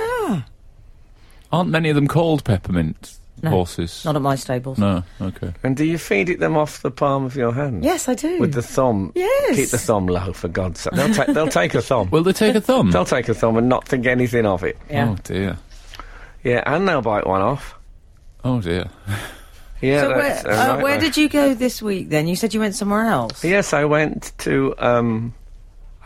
Speaker 4: Aren't many of them called peppermint horses?
Speaker 3: Not at my stables.
Speaker 4: no. Okay.
Speaker 2: And do you feed it them off the palm of your hand?
Speaker 3: Yes, I do.
Speaker 2: With the thumb.
Speaker 3: Yes.
Speaker 2: Keep the thumb low, for God's sake. They'll, ta- they'll take a
Speaker 3: [laughs]
Speaker 2: thumb.
Speaker 4: Will they take a thumb?
Speaker 2: They'll take a thumb and not think anything of it.
Speaker 3: yeah.
Speaker 4: Oh dear.
Speaker 2: Yeah, and they'll bite one off.
Speaker 4: Oh dear.
Speaker 2: Yeah.
Speaker 3: So
Speaker 2: that's
Speaker 3: where,
Speaker 2: a
Speaker 3: uh, where
Speaker 2: nightmare.
Speaker 3: did you go this week then? You said you went somewhere else.
Speaker 2: Yes, I went to um,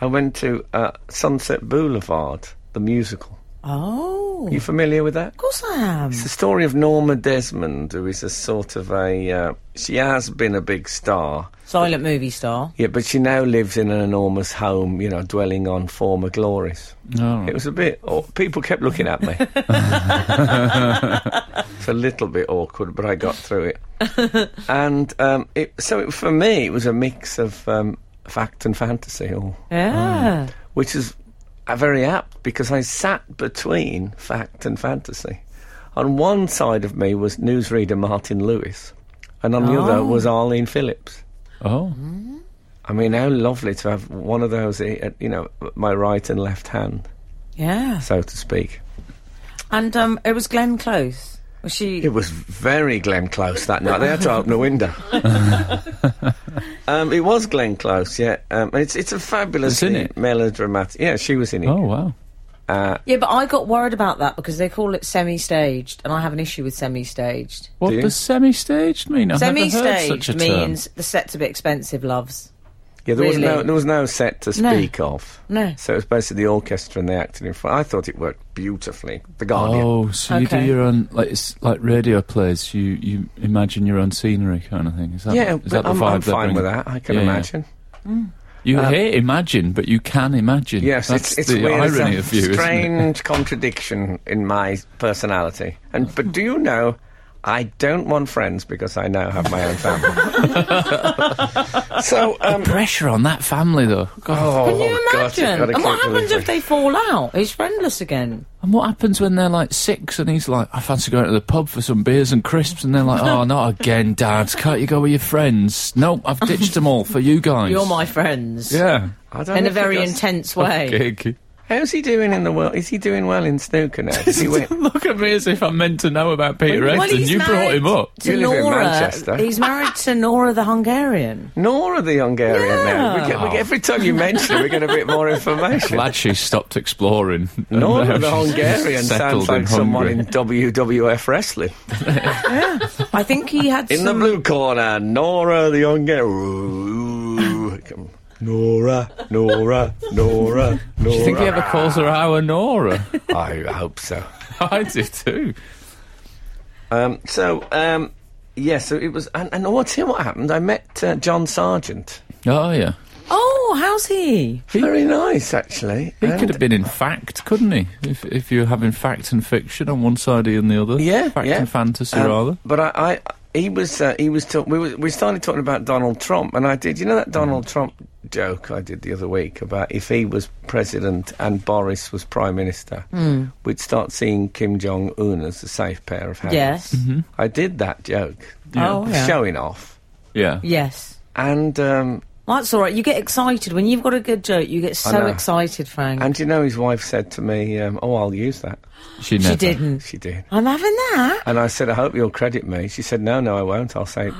Speaker 2: I went to uh, Sunset Boulevard, the musical.
Speaker 3: Oh,
Speaker 2: You
Speaker 3: of
Speaker 2: familiar with that?
Speaker 3: course I am.
Speaker 2: It's the story of Norma Desmond, who is a sort of a. Uh, she has been a big star,
Speaker 3: Silent movie
Speaker 4: Oh.
Speaker 3: star.
Speaker 2: yeah, but she now lives in an enormous home, you know, dwelling on former glories.
Speaker 4: No.
Speaker 2: It was a bit. aw people kept looking at me. it's a little bit awkward, but I got through it. And um, it, so it, for me, it was a mix of um, fact and fantasy, all,
Speaker 3: Yeah.
Speaker 2: which is uh, very apt because I sat between fact and fantasy. On one side of me was newsreader Martin Lewis, and on the other was Arlene Phillips.
Speaker 4: Oh.
Speaker 2: I mean, how lovely to have one of those, eh, at, you know, my right and left hand,
Speaker 3: Yeah.
Speaker 2: so to speak.
Speaker 3: And um, it was Glenn Close. Was she?
Speaker 2: It was very Glenn Close that night. They had to open a
Speaker 4: [laughs]
Speaker 2: window. um, it was Glenn Close, yeah. Um, it's it's a fabulous,
Speaker 4: It's in it.
Speaker 2: melodramatic. Yeah, she was in it.
Speaker 4: Oh wow.
Speaker 3: Yeah, but I got worried about that because they call it semi-staged, and I have an issue with semi-staged.
Speaker 4: What
Speaker 2: Do you?
Speaker 4: does semi-staged mean? I've never heard such a
Speaker 3: Semi-staged
Speaker 4: term.
Speaker 3: means the set's a bit expensive, loves.
Speaker 2: yeah, there was no
Speaker 3: really?
Speaker 2: there was no set to
Speaker 3: No.
Speaker 2: speak of.
Speaker 3: No.
Speaker 2: So it was basically the orchestra and they acted in front. I thought it worked beautifully. The Guardian.
Speaker 4: Oh, so you do
Speaker 3: Okay.
Speaker 4: your own like it's like radio plays. You you imagine your own scenery kind of thing. Is that
Speaker 2: yeah,
Speaker 4: is
Speaker 2: but
Speaker 4: that the
Speaker 2: I'm,
Speaker 4: vibe
Speaker 2: I'm
Speaker 4: they're
Speaker 2: fine with
Speaker 4: bringing?
Speaker 2: that. I can
Speaker 4: Yeah, yeah.
Speaker 2: imagine. Um,
Speaker 4: You hate imagine, but you can imagine.
Speaker 2: Yes,
Speaker 4: that's
Speaker 2: it's, it's
Speaker 4: the
Speaker 2: weird. It's
Speaker 4: irony
Speaker 2: a
Speaker 4: of you. Isn't it?
Speaker 2: strange contradiction in my personality. And but do you know? I don't want friends because I now have my own family. [laughs] so, um,
Speaker 4: Pressure on that family though. God.
Speaker 2: oh,
Speaker 3: Can you
Speaker 2: God, you've
Speaker 3: imagine?
Speaker 2: gotta
Speaker 3: and what
Speaker 2: keep
Speaker 3: happens if
Speaker 2: delivering.
Speaker 3: they fall out? He's friendless again.
Speaker 4: And what happens when they're like six and he's like, I fancy going to the pub for some beers and crisps, and they're
Speaker 2: [laughs]
Speaker 4: like, Oh, not again, Dad. Can't you go with your friends? Nope, I've ditched them all for you guys.
Speaker 3: You're my
Speaker 2: [laughs]
Speaker 3: friends.
Speaker 4: yeah.
Speaker 2: I don't
Speaker 3: In
Speaker 2: know
Speaker 3: a
Speaker 2: if he
Speaker 3: very
Speaker 2: does.
Speaker 3: intense way.
Speaker 4: Gig.
Speaker 2: How's he doing in the world? Is he doing well in snooker now?
Speaker 3: [laughs]
Speaker 2: Is he win-
Speaker 4: Look at me as if I'm meant to know about Peter
Speaker 3: Well,
Speaker 4: Edson.
Speaker 3: he's
Speaker 4: You brought
Speaker 3: married
Speaker 4: him up.
Speaker 3: To
Speaker 2: You live in
Speaker 3: Nora.
Speaker 2: Manchester.
Speaker 3: He's married to Nora the Hungarian.
Speaker 2: Nora the Hungarian now. We get, we get- every time you mention her, we get a bit more
Speaker 4: [laughs]
Speaker 2: information.
Speaker 4: Glad she
Speaker 2: [laughs]
Speaker 4: stopped exploring.
Speaker 2: Nora the
Speaker 4: Now [laughs] she's
Speaker 2: Hungarian
Speaker 4: settled
Speaker 2: sounds like
Speaker 4: in
Speaker 2: someone
Speaker 4: Hungary.
Speaker 2: in WWF wrestling.
Speaker 3: I think he
Speaker 2: [laughs]
Speaker 3: had
Speaker 2: In the
Speaker 3: some-
Speaker 2: blue corner, Nora the Hungarian. Nora, Nora, Nora, Nora.
Speaker 4: Do you think he ever calls her our Nora?
Speaker 2: I hope so.
Speaker 4: [laughs] I do too.
Speaker 2: Um, so, um, yeah, so it was. And, and I'll tell you what happened. I met uh, John Sargent.
Speaker 4: Oh yeah,
Speaker 3: Oh, how's he?
Speaker 2: Very nice, actually.
Speaker 4: he
Speaker 2: And-
Speaker 4: could have been in fact, couldn't he? If if you're having fact and fiction on one side and the other,
Speaker 2: Yeah,
Speaker 4: fact
Speaker 2: yeah.
Speaker 4: and fantasy
Speaker 2: Um,
Speaker 4: rather.
Speaker 2: But I, I he was, uh, he was. Talk- we were, we started talking about Donald Trump, and I did. You know that Donald
Speaker 4: Mm.
Speaker 2: Trump joke I did the other week about if he was president and Boris was prime minister,
Speaker 3: Mm.
Speaker 2: we'd start seeing Kim Jong Un as a safe pair of hands.
Speaker 3: Yes.
Speaker 4: Mm-hmm.
Speaker 2: I did that joke,
Speaker 3: Oh, yeah.
Speaker 2: showing off,
Speaker 4: Yeah,
Speaker 3: Yes.
Speaker 2: and um,
Speaker 3: Well, that's all right. You get excited when you've got a good joke. You get so
Speaker 2: know.
Speaker 3: excited, Frank.
Speaker 2: and you know his wife said to me, um, "Oh, I'll use that."
Speaker 4: she never.
Speaker 3: she didn't.
Speaker 2: She did,
Speaker 3: I'm having that.
Speaker 2: and I said, "I hope you'll credit me." She said, "No, no, I won't. I'll say,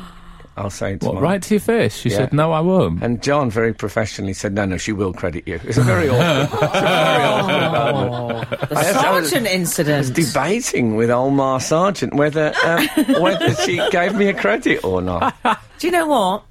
Speaker 2: I'll say it
Speaker 4: What,
Speaker 2: tomorrow."
Speaker 4: right to your face? She
Speaker 2: Yeah.
Speaker 4: said, "No, I won't."
Speaker 2: And John very professionally said, "No, no, she will credit you." It's a very awkward.
Speaker 4: [laughs]
Speaker 3: Oh, the sergeant incident.
Speaker 2: debating with Omar Sargent whether um, whether she gave me a credit or not.
Speaker 3: Do you know what?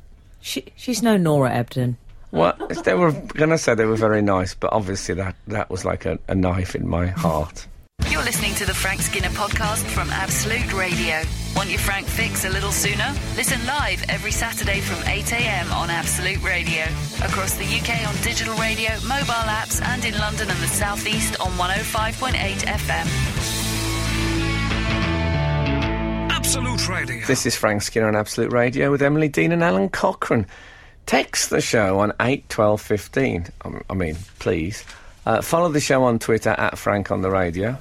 Speaker 3: She, she's no Nora
Speaker 4: Mm.
Speaker 3: Ebden.
Speaker 2: What they were going to say they were very nice, but obviously that that was like a, a knife in my heart.
Speaker 1: You're You're listening to the Frank Skinner podcast from Absolute Radio. Want your Frank fix a little sooner? Listen live every Saturday from 8 a.m. on Absolute Radio. Across the UK on digital radio, mobile apps, and in London and the South East on 105.8 FM.
Speaker 5: Absolute Radio.
Speaker 2: This is Frank Skinner on Absolute Radio with Emily Dean and Alan Cochrane. Text the show on eight twelve fifteen. Um, I mean, please. Uh, follow the show on Twitter at Frank on the Radio,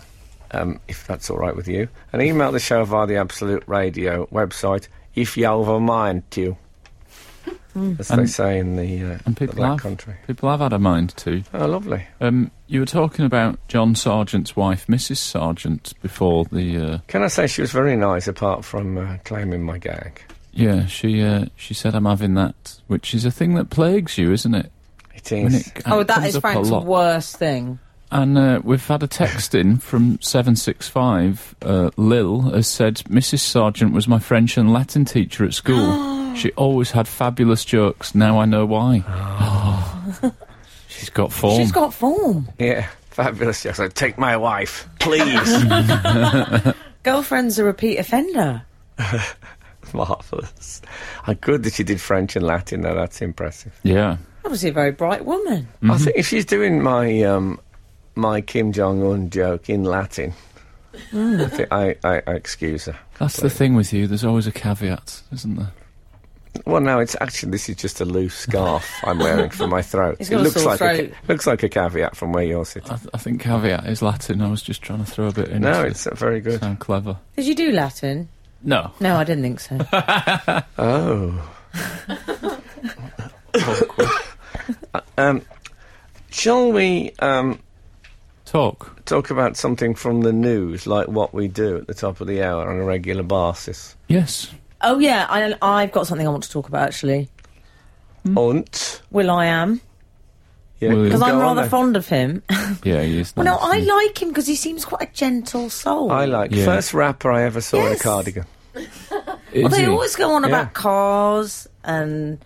Speaker 2: um, if that's all right with you. And email the show via the Absolute Radio website if you over mind you. As they
Speaker 4: And-
Speaker 2: say in the, uh,
Speaker 4: Hmm. And
Speaker 2: the
Speaker 4: people
Speaker 2: Black
Speaker 4: have
Speaker 2: Country.
Speaker 4: people have had a mind too.
Speaker 2: Oh, lovely.
Speaker 4: Um, you were talking about John Sargent's wife, Mrs. Sargent, before the. Uh,
Speaker 2: Can I say she was very nice apart from uh, claiming my gag?
Speaker 4: yeah, she uh, she said, "I'm having that," which is a thing that plagues you, isn't it?
Speaker 2: It
Speaker 4: When
Speaker 2: is.
Speaker 4: it c-
Speaker 3: Oh, that
Speaker 4: comes
Speaker 3: is
Speaker 4: up a
Speaker 3: Frank's
Speaker 4: lot.
Speaker 3: worst thing.
Speaker 4: And uh, we've had a text in from 765. Uh, Lil has said, Mrs. Sargent was my French and Latin teacher
Speaker 3: [gasps]
Speaker 4: at school. she always had fabulous jokes. Now I know why. [gasps] She's got form.
Speaker 3: She's got form.
Speaker 2: Yeah, fabulous. Yes, I take my wife, please.
Speaker 3: Girlfriend's a repeat offender.
Speaker 2: [laughs] Marvellous. How good that she did French and Latin, though. That's impressive.
Speaker 4: yeah.
Speaker 3: Obviously, a very bright woman.
Speaker 4: Mm.
Speaker 2: I think if she's doing my um, my Kim Jong Un joke in Latin, I, think I, I, I excuse her.
Speaker 4: That's the thing with you. There's always a caveat, isn't there?
Speaker 2: Well, no, it's actually this is just a loose scarf I'm wearing for my throat.
Speaker 3: He's
Speaker 2: it
Speaker 3: got a
Speaker 2: looks
Speaker 3: sore
Speaker 2: like A,
Speaker 3: throat.
Speaker 2: ca- looks like a caveat from where you're sitting.
Speaker 4: I, th- I think caveat is Latin. I was just trying to throw a bit in.
Speaker 2: no,
Speaker 4: to
Speaker 2: it's uh, very good.
Speaker 4: sound clever.
Speaker 3: Did you do Latin?
Speaker 4: No.
Speaker 3: No, I didn't think so.
Speaker 4: [laughs]
Speaker 2: Oh. [laughs] um, shall we um,
Speaker 4: Talk.
Speaker 2: talk about something from the news, like what we do at the top of the hour on a regular basis.
Speaker 4: Yes.
Speaker 3: oh yeah, I, I've got something I want to talk about actually.
Speaker 2: Unt.
Speaker 3: Will I am
Speaker 2: Yeah,
Speaker 4: Will you?
Speaker 3: Hmm. because
Speaker 2: go
Speaker 3: I'm
Speaker 2: on
Speaker 3: rather
Speaker 2: then.
Speaker 3: fond of him. [laughs]
Speaker 4: Yeah, he is.
Speaker 3: well, Oh, no,
Speaker 4: nice,
Speaker 3: I
Speaker 4: isn't he?
Speaker 3: like him because he seems quite a gentle soul.
Speaker 2: I like
Speaker 4: Yeah.
Speaker 2: first rapper I ever saw in a
Speaker 3: Yes.
Speaker 2: cardigan.
Speaker 4: Is
Speaker 3: They
Speaker 4: he?
Speaker 3: always go on
Speaker 2: Yeah.
Speaker 3: about cars and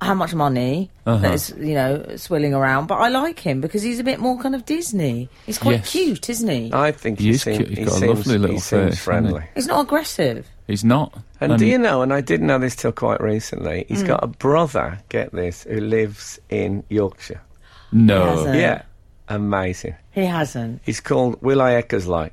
Speaker 3: how much money
Speaker 2: Uh-huh.
Speaker 3: that is, you know, swilling around. But I like him because he's a bit more kind of Disney. He's quite
Speaker 4: Yes.
Speaker 3: cute, isn't he?
Speaker 2: I think he,
Speaker 4: He's
Speaker 2: seem-
Speaker 4: cute. He's
Speaker 2: he
Speaker 4: got a
Speaker 2: seems,
Speaker 4: lovely little
Speaker 2: he seems
Speaker 4: face,
Speaker 2: friendly.
Speaker 4: hasn't
Speaker 3: he's not aggressive.
Speaker 4: He's not.
Speaker 2: And
Speaker 4: Um,
Speaker 2: do you know? And I didn't know this till quite recently.
Speaker 3: Mm.
Speaker 2: He's got a brother. Get this, who lives in Yorkshire.
Speaker 4: No.
Speaker 3: Hasn't.
Speaker 2: Oh. Yeah, amazing.
Speaker 3: He hasn't.
Speaker 2: He's called Will I Eckers like.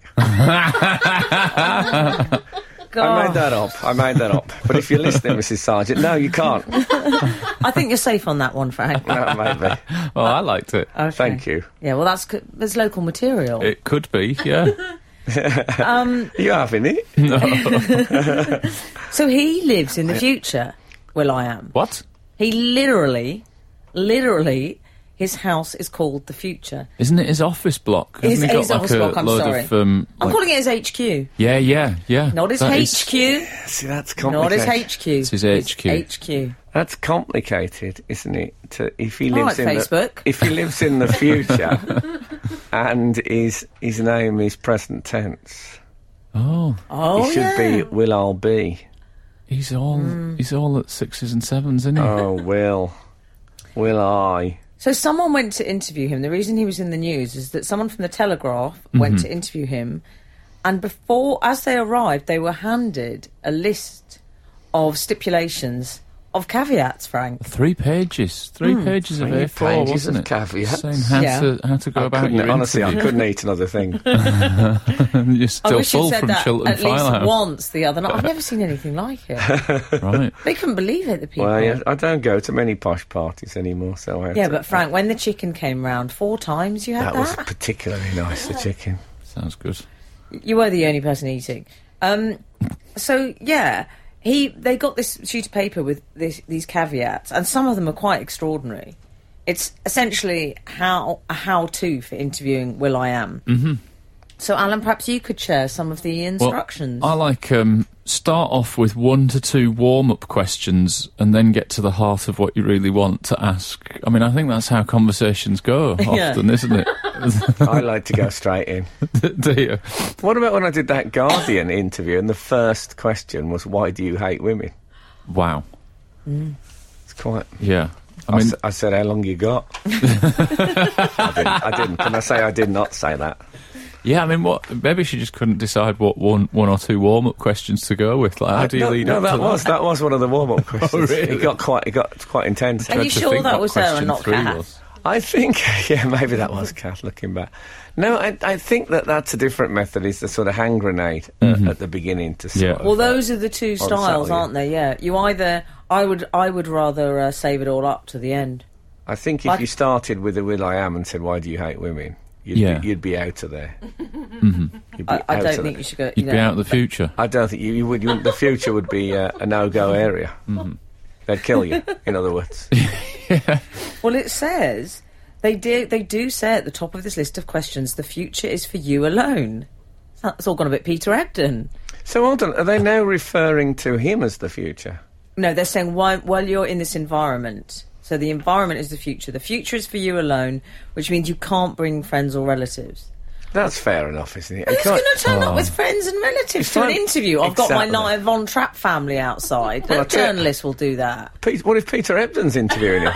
Speaker 2: I
Speaker 3: God,
Speaker 2: made that up. I made that up. But if you're
Speaker 3: [laughs]
Speaker 2: listening, Mrs. Sargent, no, you can't.
Speaker 3: I think you're safe on that one,
Speaker 2: [laughs]
Speaker 3: Frank.
Speaker 2: No, maybe.
Speaker 4: Well, Oh, I liked it.
Speaker 3: Okay.
Speaker 2: Thank you.
Speaker 3: Yeah, well, that's c- there's local material.
Speaker 4: It could be,
Speaker 3: [laughs]
Speaker 4: yeah.
Speaker 2: Are you having it?
Speaker 3: so he lives in the future. Will I am.
Speaker 4: what?
Speaker 3: He literally, literally, his house is called the future.
Speaker 4: Isn't it his office block?
Speaker 3: His-
Speaker 4: Hasn't he
Speaker 3: his
Speaker 4: got
Speaker 3: office
Speaker 4: like a
Speaker 3: block, I'm
Speaker 4: load
Speaker 3: sorry.
Speaker 4: of um,
Speaker 3: I'm
Speaker 4: like-
Speaker 3: calling it his HQ,
Speaker 4: Yeah, yeah, yeah.
Speaker 3: not his
Speaker 4: That is-
Speaker 3: HQ,
Speaker 2: See, that's
Speaker 3: not
Speaker 2: complicated.
Speaker 3: his HQ. It's
Speaker 4: his HQ.
Speaker 3: HQ.
Speaker 2: That's complicated, isn't it? To, if he
Speaker 3: I
Speaker 2: lives
Speaker 3: like
Speaker 2: in
Speaker 3: Facebook.
Speaker 2: The, if he lives in the
Speaker 3: [laughs]
Speaker 2: future, and his his name is present tense,
Speaker 4: oh,
Speaker 3: Oh,
Speaker 2: he should
Speaker 3: yeah.
Speaker 2: be will I'll be.
Speaker 4: he's all
Speaker 3: Hmm.
Speaker 4: he's all at sixes and sevens, isn't he?
Speaker 2: Oh, will, will I?
Speaker 3: So someone went to interview him. The reason he was in the news is that someone from the Telegraph went to interview him, and before, as they arrived, they were handed a list of stipulations of caveats. Frank,
Speaker 4: Three pages, three pages of
Speaker 2: Three
Speaker 4: A4,
Speaker 2: pages
Speaker 4: wasn't
Speaker 2: of
Speaker 4: it?
Speaker 2: caveats.
Speaker 4: Saying how
Speaker 3: Hmm. Yeah.
Speaker 4: to how to go
Speaker 2: I
Speaker 4: about
Speaker 2: couldn't-
Speaker 4: your
Speaker 2: honestly, I
Speaker 4: interview.
Speaker 2: couldn't eat another thing.
Speaker 4: [laughs] You're
Speaker 3: I
Speaker 4: still
Speaker 3: wish you'd
Speaker 4: full
Speaker 3: said
Speaker 4: from
Speaker 3: that
Speaker 4: Chiltern
Speaker 3: at least
Speaker 4: Filehouse,
Speaker 3: once the other night. I've never seen anything like it.
Speaker 4: right?
Speaker 3: They couldn't believe it. The people.
Speaker 2: well, yeah, I don't go to many posh parties anymore, so I had
Speaker 3: Yeah,
Speaker 2: to-
Speaker 3: but Frank, when the chicken came round four times, you had
Speaker 2: that
Speaker 3: that.
Speaker 2: was particularly nice. The chicken.
Speaker 4: Sounds good.
Speaker 3: You were the only person eating. Um, so yeah, he they got this sheet of paper with this, these caveats, and some of them are quite extraordinary. It's essentially how a how to for interviewing Will I Am. Mm-hmm. So Alan, perhaps you could share some of the
Speaker 4: Well,
Speaker 3: instructions.
Speaker 4: I like um, start off with one to two warm up questions and then get to the heart of what you really want to ask. I mean, I think that's how conversations go
Speaker 3: [laughs] Yeah.
Speaker 4: often, isn't it?
Speaker 2: I like to
Speaker 4: [laughs]
Speaker 2: go straight in.
Speaker 3: [laughs]
Speaker 4: Do you?
Speaker 2: What about when I did that Guardian interview and the first question was, "Why do you hate women?"
Speaker 4: Wow.
Speaker 2: It's quite.
Speaker 4: Yeah. I
Speaker 2: I,
Speaker 4: mean,
Speaker 2: s- I
Speaker 4: [laughs]
Speaker 2: said, "How long you got?" I, didn't, I didn't. Can I say I did not say that?
Speaker 4: Yeah, I mean, what? Maybe she just couldn't decide what one, one or two warm up questions to go with. Like, how do you
Speaker 2: no,
Speaker 4: lead
Speaker 2: no,
Speaker 4: up
Speaker 2: that
Speaker 4: to Oh,
Speaker 2: was that was one of the
Speaker 4: [laughs]
Speaker 2: warm-up questions.
Speaker 4: really?
Speaker 2: It got quite it got quite intense.
Speaker 3: Are you
Speaker 4: Tried to
Speaker 3: sure
Speaker 4: think
Speaker 3: that
Speaker 4: what
Speaker 3: was her and
Speaker 4: question
Speaker 3: not
Speaker 4: three
Speaker 3: Kath?
Speaker 4: was.
Speaker 2: I think, [laughs] yeah, maybe that was Kath looking back. No, I, I think that that's a different method, is the sort of hand grenade uh, at the beginning to sort
Speaker 4: Mm-hmm. Yeah.
Speaker 2: of,
Speaker 3: Well,
Speaker 2: uh,
Speaker 3: those are the two
Speaker 4: Oh,
Speaker 2: the
Speaker 3: styles,
Speaker 2: saddle,
Speaker 3: aren't they? Yeah. You either I would I would rather uh, save it all up to the end.
Speaker 2: I think if
Speaker 3: like-
Speaker 2: you started with the Will I Am and said, why do you hate women? You'd,
Speaker 4: Yeah. Mm-hmm.
Speaker 2: be, you'd be out of
Speaker 3: [laughs]
Speaker 2: there. You'd be
Speaker 3: I, I
Speaker 2: out of
Speaker 3: don't think
Speaker 2: there.
Speaker 3: you should go. You
Speaker 4: You'd
Speaker 3: know,
Speaker 4: be out of the future.
Speaker 2: I don't think you, you would. You, wouldn't- the future would be uh, a no-go area.
Speaker 4: Mm-hmm.
Speaker 2: They'd kill you, in other
Speaker 4: [laughs]
Speaker 2: words.
Speaker 3: Well, it says they do. They do say at the top of this list of questions, the future is for you alone. That's all gone a bit Peter Ebden.
Speaker 2: so, hold on. Are they now referring to him as the future?
Speaker 3: No, they're saying why, while you're in this environment. So the environment is the future. The future is for you alone, which means you can't bring friends or relatives.
Speaker 2: That's fair enough, isn't it? It
Speaker 3: Who's
Speaker 2: can't-
Speaker 3: going to turn up with friends and relatives
Speaker 2: It's
Speaker 3: to an
Speaker 2: fine.
Speaker 3: interview? I've got my
Speaker 2: Exactly.
Speaker 3: Naya Von Trapp family outside. No
Speaker 2: I'll tell you-
Speaker 3: journalist will do that.
Speaker 2: Pete, what if Peter Ebden's interviewing him?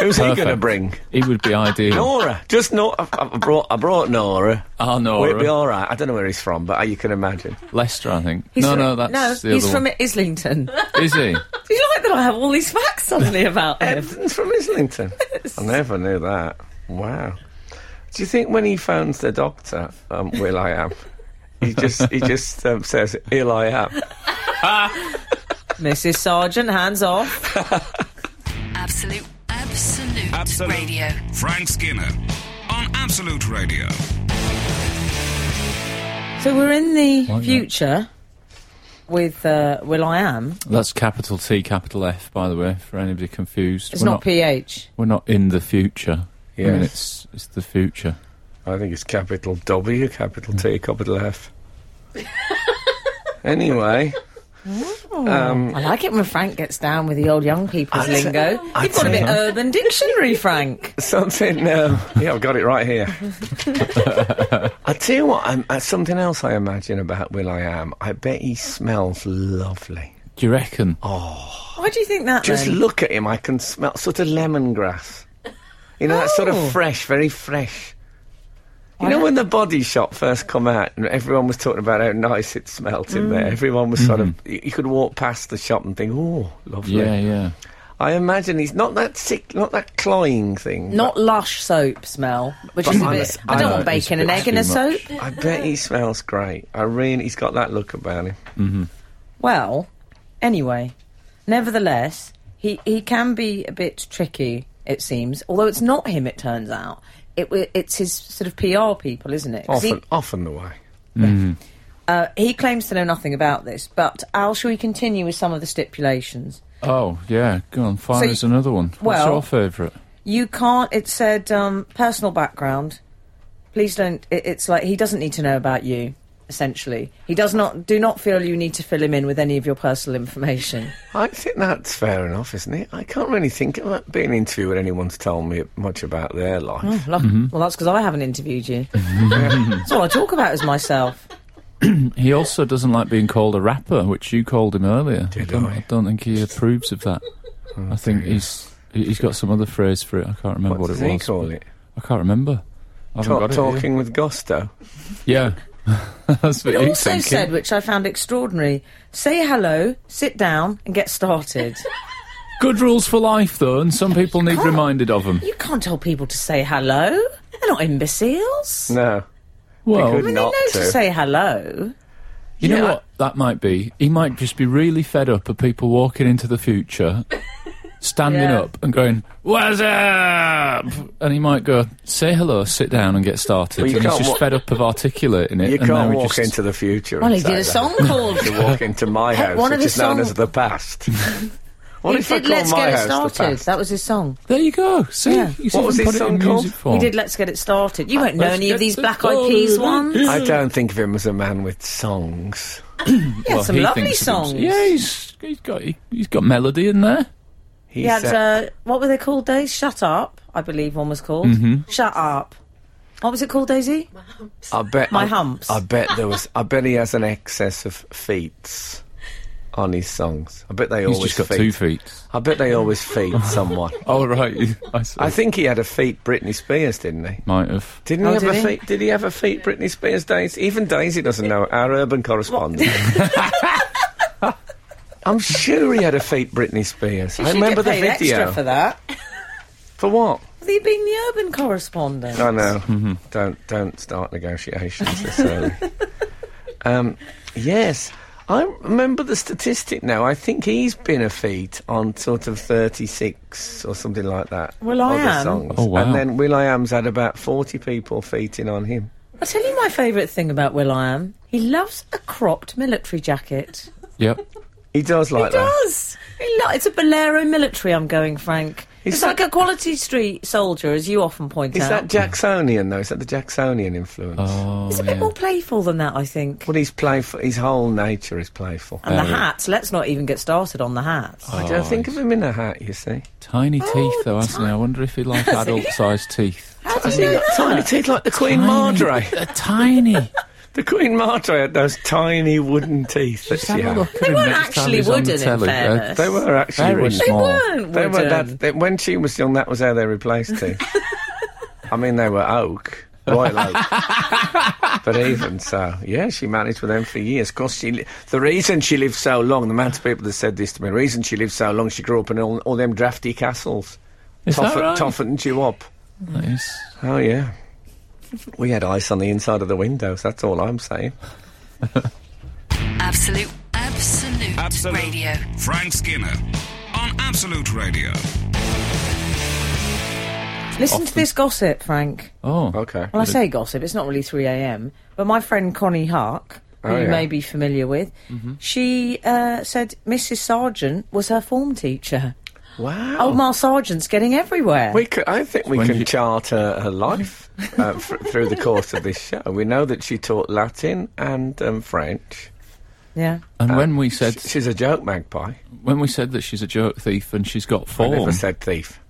Speaker 2: Who's he going to
Speaker 4: Perfect.
Speaker 2: bring?
Speaker 4: He would
Speaker 2: [laughs]
Speaker 4: be ideal.
Speaker 2: Nora, just no. I, I brought I brought Nora.
Speaker 4: Ah,
Speaker 2: Well, it'd be
Speaker 4: Nora.
Speaker 2: all right. I don't know where he's from, but uh, you can imagine.
Speaker 4: Leicester, I think.
Speaker 3: He's
Speaker 4: no,
Speaker 3: from-
Speaker 4: no, that's the
Speaker 3: he's
Speaker 4: other
Speaker 3: from
Speaker 4: one.
Speaker 3: Islington. [laughs] do
Speaker 4: Is he?
Speaker 3: you like that I have all these facts
Speaker 2: [laughs]
Speaker 3: suddenly about him?
Speaker 2: Ebden's from Islington. I never knew that. Wow. Do you think when he phones the doctor, um, Will I am? He just he just um, says, "Ill I am."
Speaker 3: Mrs. Sargent, hands off.
Speaker 1: Absolute, absolute,
Speaker 5: Absolute.
Speaker 1: radio.
Speaker 5: Frank Skinner on Absolute Radio.
Speaker 3: So we're in the
Speaker 4: Why not?
Speaker 3: future with uh, Will I Am.
Speaker 4: That's capital T, capital F, by the way, for anybody confused.
Speaker 3: It's
Speaker 4: we're
Speaker 3: not, PH.
Speaker 4: We're not in the future. I mean,
Speaker 2: Yes.
Speaker 4: it's, it's the future.
Speaker 2: I think it's capital W, capital T, capital F. anyway, um,
Speaker 3: I like it when Frank gets down with the old young people's
Speaker 2: I'd say-
Speaker 3: lingo.
Speaker 2: I'd
Speaker 3: You've got a
Speaker 2: say-
Speaker 3: bit urban dictionary, Frank.
Speaker 2: Something. Um, yeah, I've got it right here. I tell you what. I'm, uh, something else I imagine about Will I Am. I bet he smells lovely.
Speaker 4: Do you reckon?
Speaker 2: Oh,
Speaker 3: Why do you think that?
Speaker 2: Just
Speaker 3: then?
Speaker 2: look at him. I can smell sort of lemongrass. You know, that sort
Speaker 3: Oh.
Speaker 2: of fresh, very fresh. You know when the body shop first come out and everyone was talking about how nice it smelt in there. Everyone was sort of you, you could walk past the shop and think, "Oh, lovely."
Speaker 4: Yeah, yeah.
Speaker 2: I imagine he's not that sick, not that cloying thing.
Speaker 3: Not lush soap smell, which is a
Speaker 2: I'm-
Speaker 3: bit. I
Speaker 2: I
Speaker 3: don't
Speaker 2: know,
Speaker 3: want
Speaker 4: it's
Speaker 3: bacon
Speaker 4: a
Speaker 3: and
Speaker 4: bit
Speaker 3: egg in a
Speaker 4: too
Speaker 3: soap.
Speaker 4: much.
Speaker 2: I bet he smells great. I really, he's got that look about him.
Speaker 3: Well, anyway, nevertheless, he he can be a bit tricky. It seems, although it's not him. It turns out it w- it's his sort of PR people, isn't it? 'Cause
Speaker 2: Often,
Speaker 3: he-
Speaker 2: often the way.
Speaker 3: Uh, he claims to know nothing about this, but Al, shall we continue with some of the stipulations?
Speaker 4: Oh, yeah. Go on, fire
Speaker 3: So
Speaker 4: us
Speaker 3: you-
Speaker 4: another one. What's
Speaker 3: well-
Speaker 4: your favourite?
Speaker 3: You can't, it said um, personal background. Please don't, it, it's like he doesn't need to know about you, essentially. He does not, do not feel you need to fill him in with any of your personal information. [laughs]
Speaker 2: I think that's fair enough, isn't it? I can't really think of being interviewed where anyone's told me much about their life.
Speaker 3: Lo- Well, that's because I haven't interviewed you. that's all I talk about is myself.
Speaker 4: He also doesn't like being called a rapper, which you called him earlier.
Speaker 2: Did
Speaker 4: don't,
Speaker 2: I? Oh,
Speaker 4: don't think he approves of that. I think he's he's got some other phrase for it. I can't remember
Speaker 2: What
Speaker 4: what,
Speaker 2: does
Speaker 4: it was.
Speaker 2: he call
Speaker 4: but-
Speaker 2: it?
Speaker 4: I can't remember. I haven't
Speaker 2: Ta-
Speaker 4: got it here.
Speaker 2: talking with gusto.
Speaker 4: Yeah. [laughs] That's what
Speaker 3: It
Speaker 4: he's
Speaker 3: also
Speaker 4: thinking.
Speaker 3: said, which I found extraordinary say hello, sit down, and get started.
Speaker 4: Good rules for life, though, and some people need
Speaker 3: can't-
Speaker 4: reminded of them.
Speaker 3: you can't tell people to say hello, they're not imbeciles.
Speaker 2: No,
Speaker 4: Well,
Speaker 2: good.
Speaker 3: They know
Speaker 2: not
Speaker 3: to
Speaker 2: to.
Speaker 3: say hello.
Speaker 4: you know
Speaker 2: Yeah.
Speaker 4: what that might be? He might just be really fed up of people walking into
Speaker 2: [laughs]
Speaker 4: the future, standing
Speaker 3: Yeah.
Speaker 4: up and going, What's up? And he might go, Say hello, sit down, and get started.
Speaker 2: Well, you
Speaker 4: and he's
Speaker 2: can't
Speaker 4: just
Speaker 2: wa-
Speaker 4: fed up of articulating it.
Speaker 2: you
Speaker 4: and now
Speaker 2: can't
Speaker 4: he
Speaker 2: walk
Speaker 4: just-
Speaker 2: into the future.
Speaker 3: Well,
Speaker 2: and
Speaker 3: he
Speaker 2: say
Speaker 3: did a
Speaker 2: that.
Speaker 3: song
Speaker 2: [laughs]
Speaker 3: called
Speaker 2: You walk into my
Speaker 3: Hey,
Speaker 2: house,
Speaker 3: [laughs] one of
Speaker 2: which
Speaker 3: his
Speaker 2: is known
Speaker 3: songs-
Speaker 2: as the
Speaker 3: [laughs]
Speaker 2: past. what
Speaker 3: He
Speaker 2: if I
Speaker 3: did
Speaker 2: call
Speaker 3: Let's
Speaker 2: my
Speaker 3: Get It
Speaker 2: house the
Speaker 3: Started.
Speaker 2: past?
Speaker 3: That was his song.
Speaker 4: There you go. See,
Speaker 3: Yeah.
Speaker 4: you
Speaker 2: What was
Speaker 4: even
Speaker 2: his
Speaker 4: put it in
Speaker 2: song called?
Speaker 4: music form.
Speaker 3: He did Let's Get It Started. You won't know
Speaker 4: Let's
Speaker 3: any of
Speaker 4: get
Speaker 3: these
Speaker 4: it
Speaker 3: Black Eyed Peas
Speaker 4: started.
Speaker 3: ones.
Speaker 2: I don't think of him as a man with songs.
Speaker 3: He had
Speaker 4: Well,
Speaker 3: some
Speaker 4: he
Speaker 3: lovely
Speaker 4: thinks of himself-
Speaker 3: songs.
Speaker 4: Yeah, he's, he's got he, he's got melody in there.
Speaker 2: He
Speaker 3: He had,
Speaker 2: said-
Speaker 3: uh, what were they called, Daisy? Shut Up, I believe one was called. Shut Up. What was it called, Daisy?
Speaker 2: Mm-hmm. I bet
Speaker 3: My
Speaker 2: I,
Speaker 3: humps. [laughs]
Speaker 2: I bet there was. I bet he has an excess of feats. on his songs. I bet they
Speaker 4: He's
Speaker 2: always
Speaker 4: just got
Speaker 2: feat.
Speaker 4: two feet.
Speaker 2: I bet they always feed
Speaker 4: [laughs]
Speaker 2: someone.
Speaker 4: Oh right, I, see.
Speaker 2: I think he had a feat Britney Spears, didn't he?
Speaker 4: might have.
Speaker 2: Didn't
Speaker 3: Oh,
Speaker 2: he have
Speaker 3: did
Speaker 2: a
Speaker 3: he?
Speaker 2: feat? Did he have a feat Britney Spears? Daisy, even Daisy doesn't know. Our urban
Speaker 3: [laughs]
Speaker 2: correspondent. I'm sure he had a feat Britney Spears. I
Speaker 3: should
Speaker 2: remember
Speaker 3: get
Speaker 2: the
Speaker 3: paid
Speaker 2: video.
Speaker 3: extra for that.
Speaker 2: For what?
Speaker 3: With you being the urban correspondent.
Speaker 2: I
Speaker 3: [laughs]
Speaker 2: know.
Speaker 3: Mm-hmm.
Speaker 2: Don't don't start negotiations this early. [laughs] um, yes, I remember the statistic now. I think he's been a feat on sort of thirty six or something like that.
Speaker 3: Will I
Speaker 2: other
Speaker 3: Am?
Speaker 2: Songs.
Speaker 4: Oh, wow.
Speaker 2: And then Will I Am's had about forty people feating on him.
Speaker 3: I'll tell you my favourite thing about Will I Am. He loves a cropped military jacket.
Speaker 4: Yep.
Speaker 2: He does like
Speaker 3: He
Speaker 2: that.
Speaker 3: does. He lo- it's a Bolero military I'm going, Frank.
Speaker 2: Is
Speaker 3: it's
Speaker 2: that-
Speaker 3: like a quality street soldier, as you often point
Speaker 2: Is
Speaker 3: out.
Speaker 2: that Jacksonian though? Is that the Jacksonian influence?
Speaker 4: Oh,
Speaker 3: it's a bit
Speaker 4: yeah.
Speaker 3: more playful than that, I think.
Speaker 2: Well, he's playful. His whole nature is playful.
Speaker 3: and the
Speaker 4: Uh,
Speaker 3: hats, let's not even get started on the hats.
Speaker 2: I don't think of him in a hat. You see,
Speaker 4: Tiny teeth, though,
Speaker 3: Oh, ti-
Speaker 4: hasn't he? I wonder if he
Speaker 3: [laughs]
Speaker 4: likes adult-sized teeth.
Speaker 3: How do
Speaker 2: Has
Speaker 3: you
Speaker 2: he
Speaker 3: know
Speaker 2: got
Speaker 3: that?
Speaker 2: tiny teeth like the Queen
Speaker 4: Tiny. [laughs]
Speaker 2: Marjorie?
Speaker 4: They're
Speaker 3: [laughs]
Speaker 4: tiny.
Speaker 2: The Queen Marjorie had those tiny wooden teeth that
Speaker 4: Just have
Speaker 2: she
Speaker 4: a
Speaker 2: had.
Speaker 4: look at him
Speaker 3: weren't
Speaker 4: next time
Speaker 3: actually
Speaker 4: he's on the
Speaker 3: wooden, in
Speaker 4: telly. Uh, They're
Speaker 3: fairness.
Speaker 2: They were actually
Speaker 4: Very
Speaker 2: wooden.
Speaker 4: small.
Speaker 3: Weren't
Speaker 2: They were,
Speaker 3: wooden.
Speaker 4: um,
Speaker 2: that, that- when she was young, that was how they replaced
Speaker 4: [laughs]
Speaker 2: teeth. I mean, they were oak, royal oak.
Speaker 4: [laughs]
Speaker 2: but even so, yeah, she managed with them for years. Of course, she, li- the reason she lived so long, the amount of people that said this to me, the reason she lived so long, she grew up in all, all them drafty castles.
Speaker 4: Is that
Speaker 2: Toffet,
Speaker 4: right?
Speaker 2: Toffeted you up.
Speaker 4: That is.
Speaker 2: Oh, yeah. We had ice on the inside of the windows, that's all I'm saying.
Speaker 1: Absolute, absolute,
Speaker 5: Absolute.
Speaker 1: radio.
Speaker 5: Frank Skinner on Absolute Radio.
Speaker 3: Listen to
Speaker 4: Often-
Speaker 3: this gossip, Frank.
Speaker 4: Oh,
Speaker 2: Okay.
Speaker 3: Well, I say gossip, it's not really 3 a.m., but my friend Connie Hark,
Speaker 2: Oh,
Speaker 3: who you
Speaker 2: yeah. Mm-hmm.
Speaker 3: may be familiar with, she uh, said Mrs. Sargent was her form teacher.
Speaker 2: Wow.
Speaker 3: Omar Sargent's getting everywhere.
Speaker 2: We could, I think we
Speaker 4: When
Speaker 2: can
Speaker 4: you-
Speaker 2: chart her, her
Speaker 4: [laughs]
Speaker 2: life uh, f- through the course of this show. We know that she taught Latin and um, French.
Speaker 3: yeah.
Speaker 4: and when
Speaker 3: Uh,
Speaker 4: we said
Speaker 2: Sh- She's a joke magpie.
Speaker 4: when we said that she's a joke thief and she's got
Speaker 2: I never
Speaker 4: form,
Speaker 2: said thief.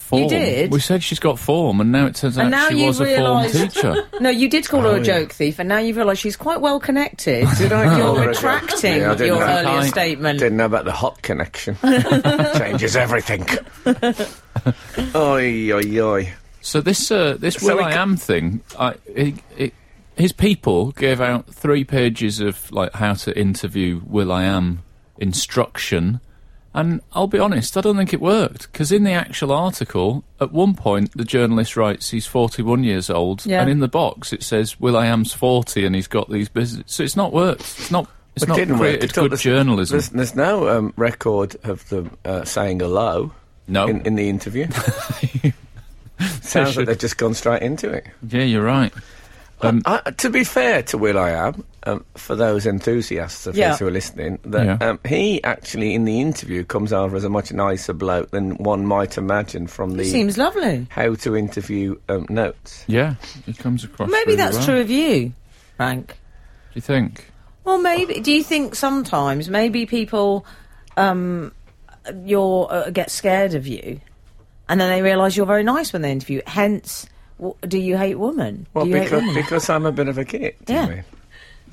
Speaker 4: form,
Speaker 3: did?
Speaker 4: we said she's got form, and now it turns
Speaker 3: And now
Speaker 4: out she
Speaker 3: you
Speaker 4: was a form
Speaker 3: realise- [laughs]
Speaker 4: teacher.
Speaker 3: No, you did call her a
Speaker 2: Oh, yeah.
Speaker 3: joke thief, and now you've realised she's quite well
Speaker 2: [laughs]
Speaker 3: connected.
Speaker 2: Did I call her a
Speaker 3: You're
Speaker 2: joke
Speaker 3: retracting
Speaker 2: thief? Yeah, I didn't
Speaker 3: your
Speaker 2: know.
Speaker 3: earlier
Speaker 4: I-
Speaker 3: statement.
Speaker 2: Didn't know about the hot connection. Changes
Speaker 4: [laughs]
Speaker 2: everything. oi, oi, oi.
Speaker 4: So this uh, this
Speaker 2: So
Speaker 4: Will
Speaker 2: we
Speaker 4: I
Speaker 2: c-
Speaker 4: Am thing, I, it, it, his people gave out three pages of like how to interview Will I Am instruction, and I'll be honest, I don't think it worked because in the actual article, at one point the journalist writes he's forty one years old,
Speaker 3: Yeah.
Speaker 4: and in the box it says Will I Am's forty and he's got these business. So it's not worked. It's not. It's
Speaker 2: It
Speaker 4: not
Speaker 2: didn't work.
Speaker 4: created
Speaker 2: It's all-
Speaker 4: good
Speaker 2: there's-
Speaker 4: journalism.
Speaker 2: There's, there's no um, record of them uh, saying hello
Speaker 4: No.
Speaker 2: in, in the
Speaker 4: [laughs]
Speaker 2: interview. Sounds like
Speaker 4: should-
Speaker 2: they've just gone straight into it.
Speaker 4: yeah, you're right. Um,
Speaker 2: I, to be fair to Will I Am, um, for those enthusiasts of
Speaker 3: Yeah.
Speaker 2: his who are listening, that
Speaker 4: Yeah.
Speaker 2: um, he actually in the interview comes over as a much nicer bloke than one might imagine from the
Speaker 3: She seems lovely.
Speaker 2: how to interview um, notes.
Speaker 4: yeah, it comes across.
Speaker 3: Maybe
Speaker 4: really
Speaker 3: that's
Speaker 4: well.
Speaker 3: true
Speaker 4: Do
Speaker 3: of you, Frank.
Speaker 4: you think?
Speaker 3: Well, maybe. Do you think sometimes maybe people, um, you're uh, get scared of you, and then they realise you're very nice when they interview. Hence, w- do you hate women?
Speaker 2: Well,
Speaker 3: do you hate
Speaker 2: because,
Speaker 3: women?
Speaker 2: because I'm a bit of a git. do you
Speaker 3: Yeah.
Speaker 2: mean?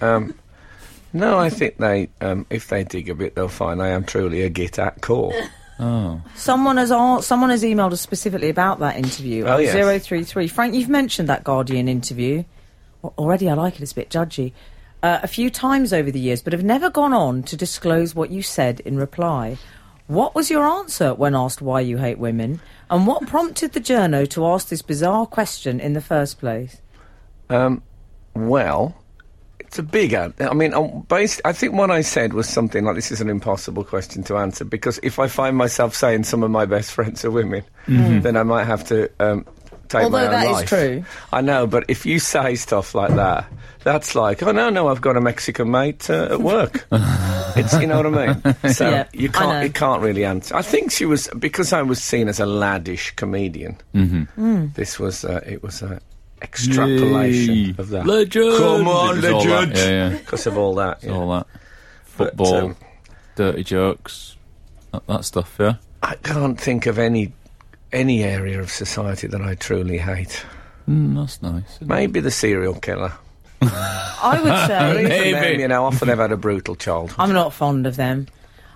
Speaker 2: Um, no, I think they um, if they dig a bit, they'll find I am truly a git at core.
Speaker 4: Oh.
Speaker 3: Someone has all, someone has emailed us specifically about that interview.
Speaker 2: Oh, yes.
Speaker 3: Zero three three. Frank, you've mentioned that Guardian interview. Al- Already, I like it. It's a bit judgy. Uh, a few times over the years, but have never gone on to disclose what you said in reply. What was your answer when asked why you hate women, and what prompted the journo to ask this bizarre question in the first place?
Speaker 2: Um, well, it's a big ad. I mean, um, based, I think what I said was something like this is an impossible question to answer because if I find myself saying some of my best [laughs] friends are women, then I might have to um, take my
Speaker 3: Although
Speaker 2: own
Speaker 3: that is
Speaker 2: life.
Speaker 3: true.
Speaker 2: I know, but if you say stuff like that, that's like, oh no, no, I've got a Mexican mate uh, at work. it's you know what I mean. So
Speaker 3: Yeah,
Speaker 2: you
Speaker 3: I
Speaker 2: can't
Speaker 3: know.
Speaker 2: you can't really answer. I think she was because I was seen as a laddish comedian. This was uh, it was a extrapolation
Speaker 4: Yay.
Speaker 2: of that.
Speaker 4: Legend!
Speaker 2: Come on,
Speaker 4: It was all that,
Speaker 2: legend!
Speaker 4: yeah, yeah.
Speaker 2: Because of all that. yeah.
Speaker 4: all that
Speaker 2: But,
Speaker 4: football,
Speaker 2: um,
Speaker 4: dirty jokes, that, that stuff. Yeah,
Speaker 2: I can't think of any any area of society that I truly hate.
Speaker 4: mm, that's nice. isn't it?
Speaker 2: Maybe the serial killer.
Speaker 3: I
Speaker 2: [laughs]
Speaker 3: would say
Speaker 2: Even
Speaker 4: Maybe.
Speaker 2: them, you know, often they've had a brutal childhood.
Speaker 3: I'm not fond of them.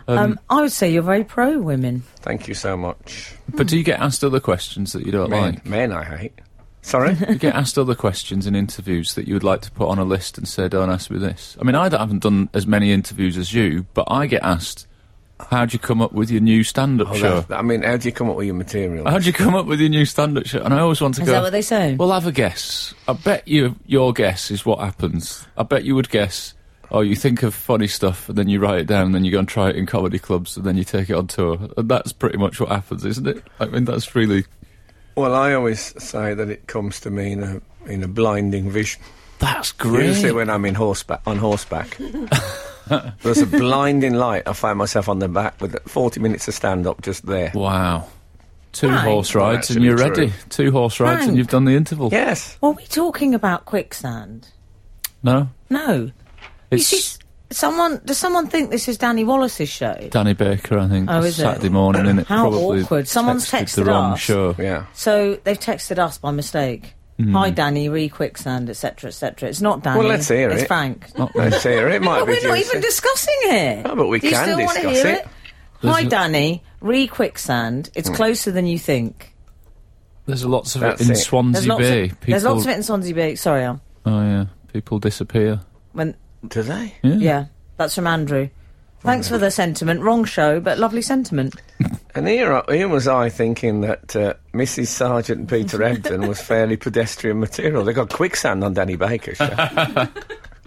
Speaker 3: um, I would say you're very pro women.
Speaker 2: Thank you so much.
Speaker 4: But do you get asked other questions that you don't
Speaker 2: Men,
Speaker 4: like?
Speaker 2: men I hate.
Speaker 4: [laughs]
Speaker 2: Sorry?
Speaker 4: You get asked other questions in interviews that you would like to put on a list and say, "Don't ask me this." I mean, I don't- haven't done as many interviews as you, but I get asked, "How'd you come up with your new stand-up
Speaker 2: Well,
Speaker 4: show?"
Speaker 2: Oh, that- I mean, how do you come up with your material?
Speaker 4: How'd you come up with your new stand-up show? And I always want to
Speaker 3: Is
Speaker 4: go.
Speaker 3: that what they say?
Speaker 4: Well, have a guess. I bet you your guess is what happens. I bet you would guess. Oh, you think of funny stuff and then you write it down, and then you go and try it in comedy clubs, and then you take it on tour. And that's pretty much what happens, isn't it? I mean, that's really
Speaker 2: Well, I always say that it comes to me in a in a blinding vision.
Speaker 4: that's
Speaker 2: Usually, when I'm in horseback on horseback, [laughs] there's a blinding light. I find myself on the back with 40 minutes of stand up just there.
Speaker 4: Wow, two
Speaker 3: Right.
Speaker 4: horse
Speaker 2: Well,
Speaker 4: rides and
Speaker 2: actually
Speaker 4: you're
Speaker 2: true.
Speaker 4: ready. Two horse rides and
Speaker 3: Right.
Speaker 4: you've done the interval.
Speaker 2: Yes,
Speaker 3: Were we talking about quicksand?
Speaker 4: No,
Speaker 3: No. You
Speaker 4: it's
Speaker 3: see, s- someone does someone think this is Danny Wallace's show?
Speaker 4: Danny Baker, I think.
Speaker 3: Oh, is it?
Speaker 4: Saturday morning, and it
Speaker 3: How
Speaker 4: probably
Speaker 3: awkward. Someone's
Speaker 4: the
Speaker 3: texted
Speaker 4: wrong
Speaker 3: us.
Speaker 4: show.
Speaker 2: yeah.
Speaker 3: So they've texted us by mistake. Hi, Danny. Re quicksand, etc., etc. It's not Danny.
Speaker 2: Hmm. Well, let's hear
Speaker 3: It's
Speaker 2: it.
Speaker 3: Frank. [laughs]
Speaker 2: Let's hear it. It might
Speaker 3: But
Speaker 2: be
Speaker 3: we're not
Speaker 2: juicy.
Speaker 3: even discussing it.
Speaker 2: Oh, but we
Speaker 3: Do you
Speaker 2: can
Speaker 3: still want to
Speaker 2: discuss
Speaker 3: hear
Speaker 2: it. Hmm.
Speaker 3: it. Hi,
Speaker 4: There's a-
Speaker 3: Danny. Re quicksand. It's closer than you think.
Speaker 4: There's lots of
Speaker 2: That's
Speaker 4: it in
Speaker 2: it.
Speaker 3: There's
Speaker 4: Swansea
Speaker 3: lots,
Speaker 4: Bay.
Speaker 3: of,
Speaker 4: People,
Speaker 3: there's lots of it in Swansea Bay. Sorry, Al.
Speaker 4: Oh yeah, people disappear.
Speaker 3: When
Speaker 2: Do they?
Speaker 3: yeah, that's from Andrew. Thanks for the sentiment. Wrong show, but lovely sentiment.
Speaker 2: And here, I- here was I thinking that uh, Mrs. Sargent and Peter Ebden was fairly pedestrian material. They got quicksand on Danny Baker's show. [laughs]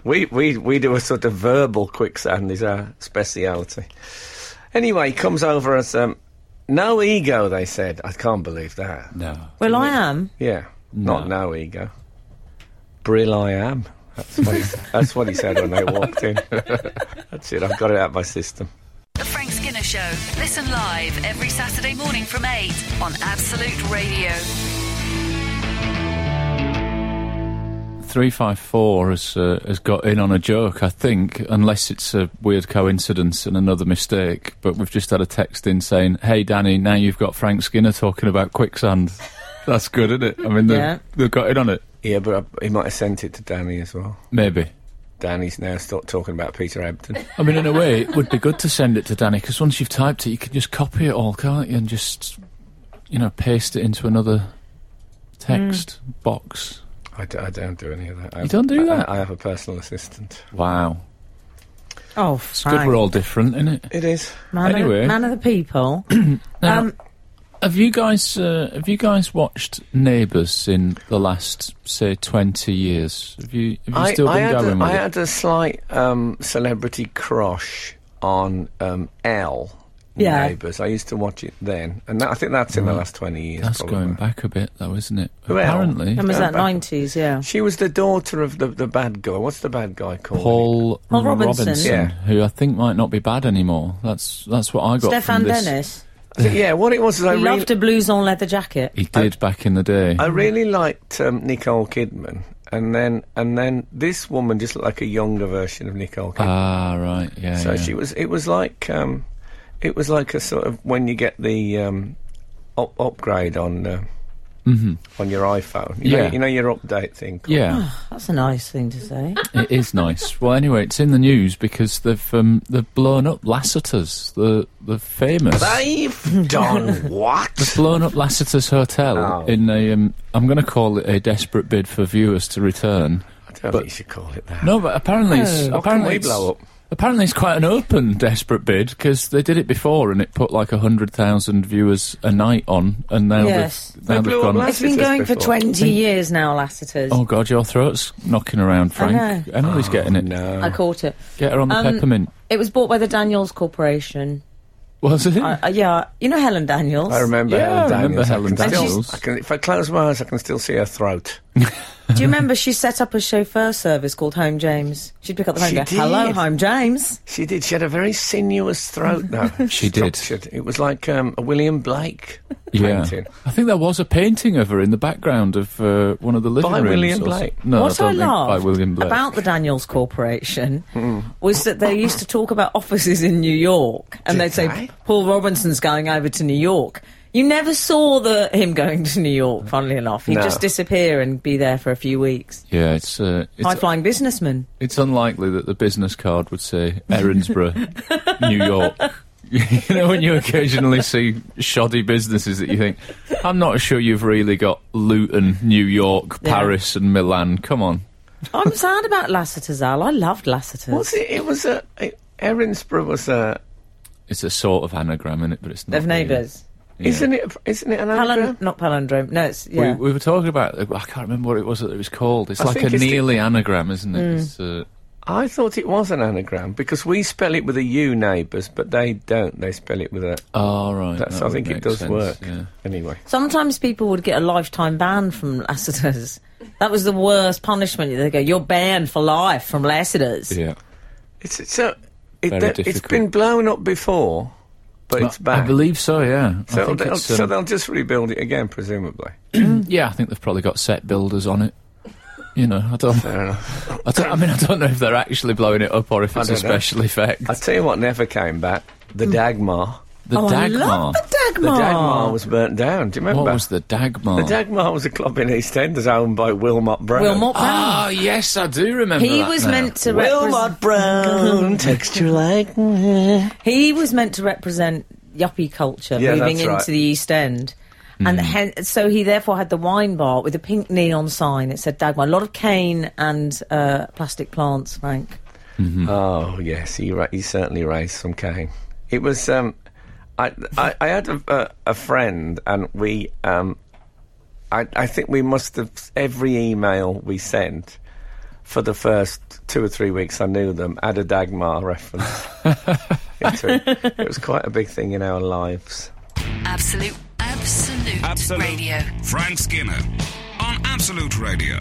Speaker 2: we, we, we do a sort of verbal quicksand, is our speciality. Anyway, he comes over as um, no ego, they said. I can't believe that.
Speaker 4: No.
Speaker 3: Well, I am.
Speaker 2: Yeah, not no ego. Brill I am. That's what, he, that's what he said when they walked
Speaker 4: [laughs]
Speaker 2: in. that's it, I've got it out of my system.
Speaker 1: The Frank Skinner Show. Listen live every Saturday morning from 8 on Absolute Radio.
Speaker 4: Three five four has uh, has got in on a joke, I think, unless it's a weird coincidence and another mistake. But we've just had a text in saying, "Hey Danny, now you've got Frank Skinner talking about quicksand." [laughs] That's good, isn't it? I mean, they've,
Speaker 3: Yeah.
Speaker 4: they've got in on it.
Speaker 2: Yeah, but I, he might have sent it to Danny as well.
Speaker 4: Maybe.
Speaker 2: Danny's now start talking about Peter Ebden.
Speaker 4: I mean, in a way, it would be good to send it to Danny because once you've typed it, you can just copy it all, can't you? And just you know, paste it into another text
Speaker 3: Hmm.
Speaker 4: box.
Speaker 2: I, d- I don't do any of that. I have-
Speaker 4: don't do
Speaker 2: I-
Speaker 4: that?
Speaker 2: I, I have a personal assistant.
Speaker 4: Wow,
Speaker 3: Oh,
Speaker 4: it's good. We're all different, isn't it?
Speaker 2: It is.
Speaker 3: man, of
Speaker 4: Anyway.
Speaker 3: the, man of the people.
Speaker 4: Now,
Speaker 3: Um,
Speaker 4: have you guys uh, have you guys watched Neighbours in the last say twenty years? Have you have you
Speaker 2: I,
Speaker 4: still
Speaker 2: I
Speaker 4: been
Speaker 2: had,
Speaker 4: going
Speaker 2: a,
Speaker 4: with
Speaker 2: I
Speaker 4: it?
Speaker 2: had a slight um, celebrity crush on um, L.
Speaker 3: Yeah.
Speaker 2: Neighbours. I used to watch it then, and that, I think that's in the last twenty years.
Speaker 4: That's
Speaker 2: probably.
Speaker 4: going back a bit, though, isn't it?
Speaker 2: Well,
Speaker 4: Apparently,
Speaker 3: when was
Speaker 2: Going
Speaker 3: that?
Speaker 2: back.
Speaker 3: Nineties, yeah.
Speaker 2: She was the daughter of the, the bad guy. What's the bad guy called?
Speaker 4: Paul,
Speaker 3: Paul Robinson.
Speaker 2: Yeah.
Speaker 4: who I think might not be bad anymore. That's that's what I got.
Speaker 3: Stefan
Speaker 4: from this.
Speaker 3: Dennis.
Speaker 2: Is it- Yeah, what it was is I
Speaker 3: He
Speaker 2: really,
Speaker 3: loved a blouson leather jacket.
Speaker 4: He did back in the day.
Speaker 2: I really liked um, Nicole Kidman, and then and then this woman just looked like a younger version of Nicole Kidman.
Speaker 4: ah, right, yeah.
Speaker 2: So
Speaker 4: yeah.
Speaker 2: she was. It was like. Um, it was like a sort of when you get the um, up- upgrade on uh, on your iPhone. You
Speaker 4: Mm-hmm. Yeah.
Speaker 2: know, you know your update thing. called-
Speaker 4: yeah.
Speaker 3: That's a nice thing to say.
Speaker 2: [laughs]
Speaker 4: It is nice. Well, anyway, it's in the news because they've um, they've blown up Lassiter's, the the famous. [laughs]
Speaker 2: They've done
Speaker 4: They've
Speaker 2: what?
Speaker 4: blown up Lassiter's Hotel
Speaker 2: Oh.
Speaker 4: in a. Um, I'm going to call it a desperate bid for viewers to return.
Speaker 2: I don't think you should call it that.
Speaker 4: No, but apparently, it's,
Speaker 2: What can
Speaker 4: apparently
Speaker 2: we
Speaker 4: it's-
Speaker 2: blow up?
Speaker 4: Apparently, it's quite an open desperate bid because they did it before and it put like hundred thousand viewers a night on, and now
Speaker 3: Yes.
Speaker 4: they've now
Speaker 2: They
Speaker 4: they've
Speaker 2: blew up
Speaker 4: gone.
Speaker 2: Lassiter's.
Speaker 3: It's been
Speaker 2: Lassiter's
Speaker 3: going for
Speaker 2: before.
Speaker 3: 20 years now, Lassiter's.
Speaker 4: Oh God, your throat's knocking around, Frank.
Speaker 3: know.
Speaker 4: Emily's getting it.
Speaker 3: I
Speaker 2: Oh, No.
Speaker 3: caught it.
Speaker 4: Get her on the
Speaker 3: Um,
Speaker 4: peppermint.
Speaker 3: It was bought by the Daniels Corporation.
Speaker 4: Was it?
Speaker 3: Uh, uh, yeah, you know Helen Daniels.
Speaker 2: I remember
Speaker 4: Yeah, I
Speaker 2: Helen
Speaker 4: remember
Speaker 2: Daniels.
Speaker 4: Helen
Speaker 2: can still-
Speaker 4: Daniels.
Speaker 2: I can, if I close my eyes, I can still see her throat.
Speaker 3: Do you remember she set up a chauffeur service called Home James? She'd pick up the phone
Speaker 2: She
Speaker 3: and go, "Hello,
Speaker 2: did.
Speaker 3: Home James."
Speaker 2: She did. She had a very sinuous throat, though.
Speaker 4: [laughs] She did.
Speaker 2: Structured. It was like um, a William Blake painting.
Speaker 4: I think there was a painting of her in the background of uh, one of the living
Speaker 2: By
Speaker 4: rooms.
Speaker 2: William
Speaker 4: or
Speaker 2: Blake?
Speaker 4: so- No,
Speaker 3: what
Speaker 4: Oh, I
Speaker 3: I
Speaker 4: don't think by
Speaker 3: loved
Speaker 4: William Hmm. Blake.
Speaker 3: about the Daniels
Speaker 4: [laughs]
Speaker 3: Corporation was that they used to talk about offices in New York, and
Speaker 2: Did
Speaker 3: they'd say
Speaker 2: they?
Speaker 3: Paul Robinson's going over to New York. You never saw the him going to New York, funnily enough. He'd
Speaker 2: No.
Speaker 3: just disappear and be there for a few weeks.
Speaker 4: Yeah, it's uh,
Speaker 3: High
Speaker 4: it's,
Speaker 3: flying businessman.
Speaker 4: it's unlikely that the business card would say Erinsborough, New York. [laughs] you know, when you occasionally see shoddy businesses that you think, I'm not sure you've really got Luton, New York,
Speaker 3: Yeah.
Speaker 4: Paris, and Milan. Come on.
Speaker 3: I'm
Speaker 4: [laughs]
Speaker 3: sad about Lassiter's Al. I loved Lassiter's.
Speaker 2: Was it? It was a. It, Erinsborough was a.
Speaker 4: It's a sort of anagram in it, but it's not.
Speaker 3: Of
Speaker 4: really.
Speaker 3: neighbours.
Speaker 4: Yeah.
Speaker 2: Isn't it? Isn't it an
Speaker 3: Palin-
Speaker 2: anagram?
Speaker 3: not palindrome. No, it's
Speaker 4: We,
Speaker 3: yeah.
Speaker 4: we were talking about. I can't remember what it was that it was called. It's
Speaker 2: I
Speaker 4: like
Speaker 2: think
Speaker 4: a
Speaker 2: it's the-
Speaker 4: nearly anagram, isn't
Speaker 3: Mm.
Speaker 4: it? It's, uh,
Speaker 2: I thought it was an anagram because we spell it with a U, neighbours, but they don't. They spell it with a.
Speaker 4: oh right.
Speaker 2: That's.
Speaker 4: that
Speaker 2: I
Speaker 4: would
Speaker 2: think it
Speaker 4: make
Speaker 2: does
Speaker 4: sense,
Speaker 2: work.
Speaker 4: yeah.
Speaker 2: Anyway.
Speaker 3: Sometimes people would get a lifetime ban from Lassiter's. That was the worst punishment. They go, "You're banned for life from Lassiter's."
Speaker 4: Yeah.
Speaker 2: It's it's so. It,
Speaker 4: Very
Speaker 2: that- it's
Speaker 4: difficult.
Speaker 2: been blown up before, but it's
Speaker 4: I
Speaker 2: back.
Speaker 4: believe so. Yeah. I
Speaker 2: So
Speaker 4: think
Speaker 2: they'll,
Speaker 4: it's, um,
Speaker 2: so they'll just rebuild it again, presumably.
Speaker 4: yeah, I think they've probably got set builders on it. You know, I don't. I, don't I mean, I don't know if they're actually blowing it up or if it's a
Speaker 2: don't know.
Speaker 4: special effect.
Speaker 2: I tell you what, never came back. The
Speaker 4: Hmm.
Speaker 2: Dagmar.
Speaker 4: the
Speaker 3: Oh, I
Speaker 4: Dagmar.
Speaker 3: love the
Speaker 2: The
Speaker 3: Dagmar.
Speaker 2: Dagmar was burnt down. Do you remember?
Speaker 4: what was the Dagmar?
Speaker 2: The Dagmar was a club in EastEnders owned by Wilmot Brown.
Speaker 3: Wilmot Brown.
Speaker 4: Ah, yes, I do remember.
Speaker 3: he
Speaker 4: that
Speaker 3: was
Speaker 4: now.
Speaker 3: meant to represent.
Speaker 2: Wilmot
Speaker 4: [laughs]
Speaker 2: Brown, texture like. me.
Speaker 3: He was meant to represent yuppie culture
Speaker 2: Yeah,
Speaker 3: moving
Speaker 2: that's
Speaker 3: into
Speaker 2: right.
Speaker 3: the East End. And hen- so he therefore had the wine bar with a pink neon sign. It said Dagmar. A lot of cane and uh, plastic plants, Frank.
Speaker 2: Oh yes, he ra- he certainly raised some cane. It was um, I I, I had a, a, a friend and we um, I I think we must have every email we sent for the first two or three weeks I knew them had a Dagmar
Speaker 4: [laughs]
Speaker 2: reference. into it. it was quite a big thing in our lives.
Speaker 1: Absolute, absolute,
Speaker 5: Absolute.
Speaker 1: radio.
Speaker 5: Frank Skinner on Absolute Radio.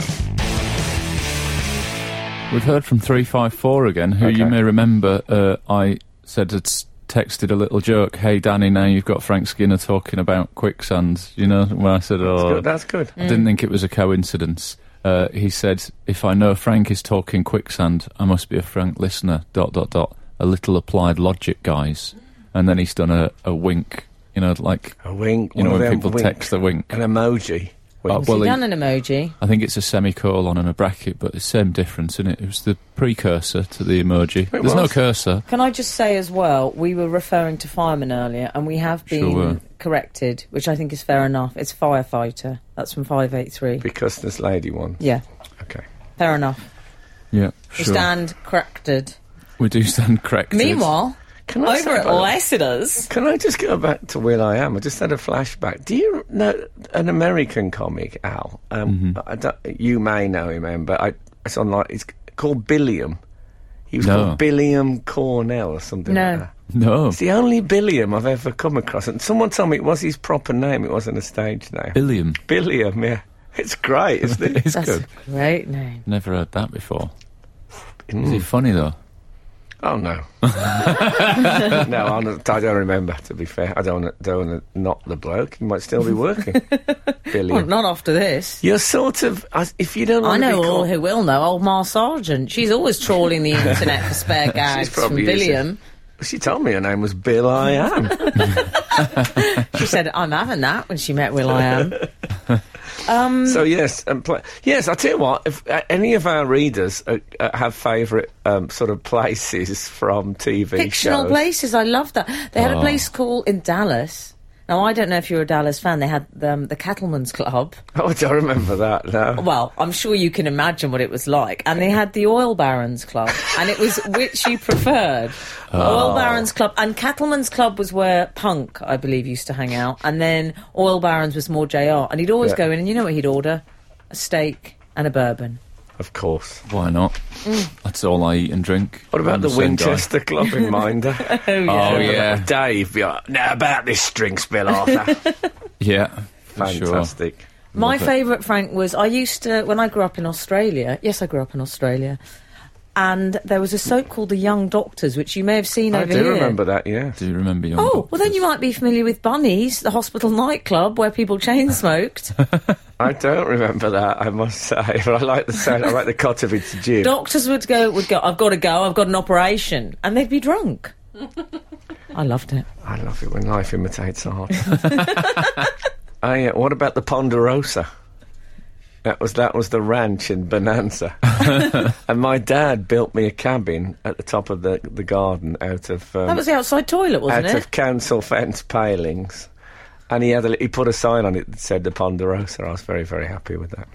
Speaker 4: We've heard from 354 again, who
Speaker 2: Okay.
Speaker 4: you may remember uh, I said had s- texted a little joke, hey Danny, now you've got Frank Skinner talking about quicksand, you know, when I said,
Speaker 2: That's
Speaker 4: oh,
Speaker 2: good. That's good.
Speaker 4: I didn't think it was a coincidence. Uh, he said, if I know Frank is talking quicksand, I must be a Frank listener, dot, dot, dot, a little applied logic, guys. And then he's done a, a wink, you know, like,
Speaker 2: A wink.
Speaker 4: you
Speaker 2: one
Speaker 4: know,
Speaker 2: of
Speaker 4: when
Speaker 2: them
Speaker 4: people
Speaker 2: wink-
Speaker 4: text the wink.
Speaker 2: an emoji.
Speaker 4: Oh,
Speaker 2: Wink.
Speaker 4: well,
Speaker 3: he
Speaker 4: he-
Speaker 3: done an emoji.
Speaker 4: I think it's a semicolon and a bracket, but the same difference, isn't it? It was the precursor to the emoji. There's no
Speaker 2: was.
Speaker 4: cursor.
Speaker 3: Can I just say as well, we were referring to firemen earlier, and we have been
Speaker 4: Sure were.
Speaker 3: corrected, which I think is fair enough. It's firefighter. That's from 583.
Speaker 2: because this lady won.
Speaker 3: Yeah,
Speaker 2: Okay.
Speaker 3: fair enough.
Speaker 4: Yeah,
Speaker 3: We
Speaker 4: sure.
Speaker 3: stand corrected.
Speaker 4: We do stand corrected.
Speaker 3: Meanwhile,
Speaker 2: Can I
Speaker 3: over
Speaker 2: say
Speaker 3: at
Speaker 2: by the-
Speaker 3: Lassiter's,
Speaker 2: Can I just go back to Will I Am? I just had a flashback. Do you know an American comic, Al?
Speaker 4: Mm-hmm.
Speaker 2: Um, I don't- you may know him, Em, but I, it's online. It's called Billiam. He was
Speaker 4: No.
Speaker 2: called Billiam Cornell or something
Speaker 3: No.
Speaker 2: like that.
Speaker 4: no,
Speaker 2: It's the only Billiam I've ever come across. And someone told me it was his proper name, it wasn't a stage name.
Speaker 4: Billiam.
Speaker 2: Billiam, yeah. It's great, isn't it?
Speaker 4: [laughs] It's
Speaker 3: that's
Speaker 4: good.
Speaker 3: a great name.
Speaker 4: Never heard that before. Is
Speaker 2: Mm.
Speaker 4: he funny though?
Speaker 2: Oh
Speaker 4: [laughs]
Speaker 2: no. no, I'm not, I don't remember. To be fair, I don't. wanna- Don't want to knock the bloke. He might still be
Speaker 3: [laughs]
Speaker 2: working. Billiam.
Speaker 3: Well, not after this.
Speaker 2: You're sort of as- if you don't.
Speaker 3: I
Speaker 2: wanna be
Speaker 3: know all
Speaker 2: called-
Speaker 3: who will know. Old Ma Sargent. She's always trawling
Speaker 2: [laughs]
Speaker 3: the internet for spare gags from
Speaker 2: probably using-
Speaker 3: Billiam.
Speaker 2: She told me her name was Bill. I am.
Speaker 3: [laughs] She said, "I'm having that" when she met Will. I
Speaker 2: [laughs]
Speaker 3: am.
Speaker 2: so yes, and pla yes. I tell you what. If uh, any of our readers uh, uh, have favourite um, sort of places from TV
Speaker 3: fictional
Speaker 2: shows,
Speaker 3: places. I love that. They had a
Speaker 2: Ah.
Speaker 4: Oh.
Speaker 3: place called in Dallas. Now I don't know if you're a Dallas fan. They had um, the Cattlemen's Club.
Speaker 2: oh, I don't remember that.
Speaker 3: [laughs]
Speaker 2: No.
Speaker 3: Well, I'm sure you can imagine what it was like. And they had the Oil Barons Club, and it was which
Speaker 2: [laughs]
Speaker 3: you preferred.
Speaker 2: Oh.
Speaker 3: Oil Barons Club and Cattlemen's Club was where Punk, I believe, used to hang out. And then Oil Barons was more Jr. And he'd always
Speaker 2: Yeah.
Speaker 3: go in, and you know what he'd order? A steak and a bourbon.
Speaker 2: Of course.
Speaker 4: Why not? That's all I eat and drink.
Speaker 2: What about
Speaker 4: I'm
Speaker 2: the
Speaker 4: same guy.
Speaker 2: Winchester
Speaker 3: [laughs]
Speaker 2: Club in Minder?
Speaker 3: Oh yeah.
Speaker 4: Oh yeah,
Speaker 2: Dave, you're, now about this string spill,
Speaker 3: [laughs]
Speaker 2: Arthur.
Speaker 4: yeah. for sure.
Speaker 2: Fantastic.
Speaker 3: My
Speaker 4: Love it.
Speaker 3: favourite, Frank, was I used to, when I grew up in Australia, yes, I grew up in Australia, and there was a soap called The Young Doctors, which you may have seen
Speaker 2: I
Speaker 3: over
Speaker 2: do
Speaker 3: here.
Speaker 2: remember that. Yeah.
Speaker 4: Do you remember your?
Speaker 3: Oh, well, then you might be familiar with Bunnies, the hospital nightclub where people chain [laughs] smoked.
Speaker 2: I don't remember that. I must [laughs] say, but I like the sound. I like the cut of its jib.
Speaker 3: [laughs] Doctors would go, would go, I've got to go, I've got an operation, and they'd be drunk. I loved it.
Speaker 2: I love it when life imitates art. [laughs] I, uh, what about the Ponderosa? That was that was the ranch in
Speaker 3: [laughs]
Speaker 2: Bonanza, and my dad built me a cabin at the top of the, the garden out of um,
Speaker 3: That was eh? the outside toilet, wasn't
Speaker 2: out
Speaker 3: it?
Speaker 2: of council fence palings, and he had a, he put a sign on it that said the Ponderosa. I was very very happy with that.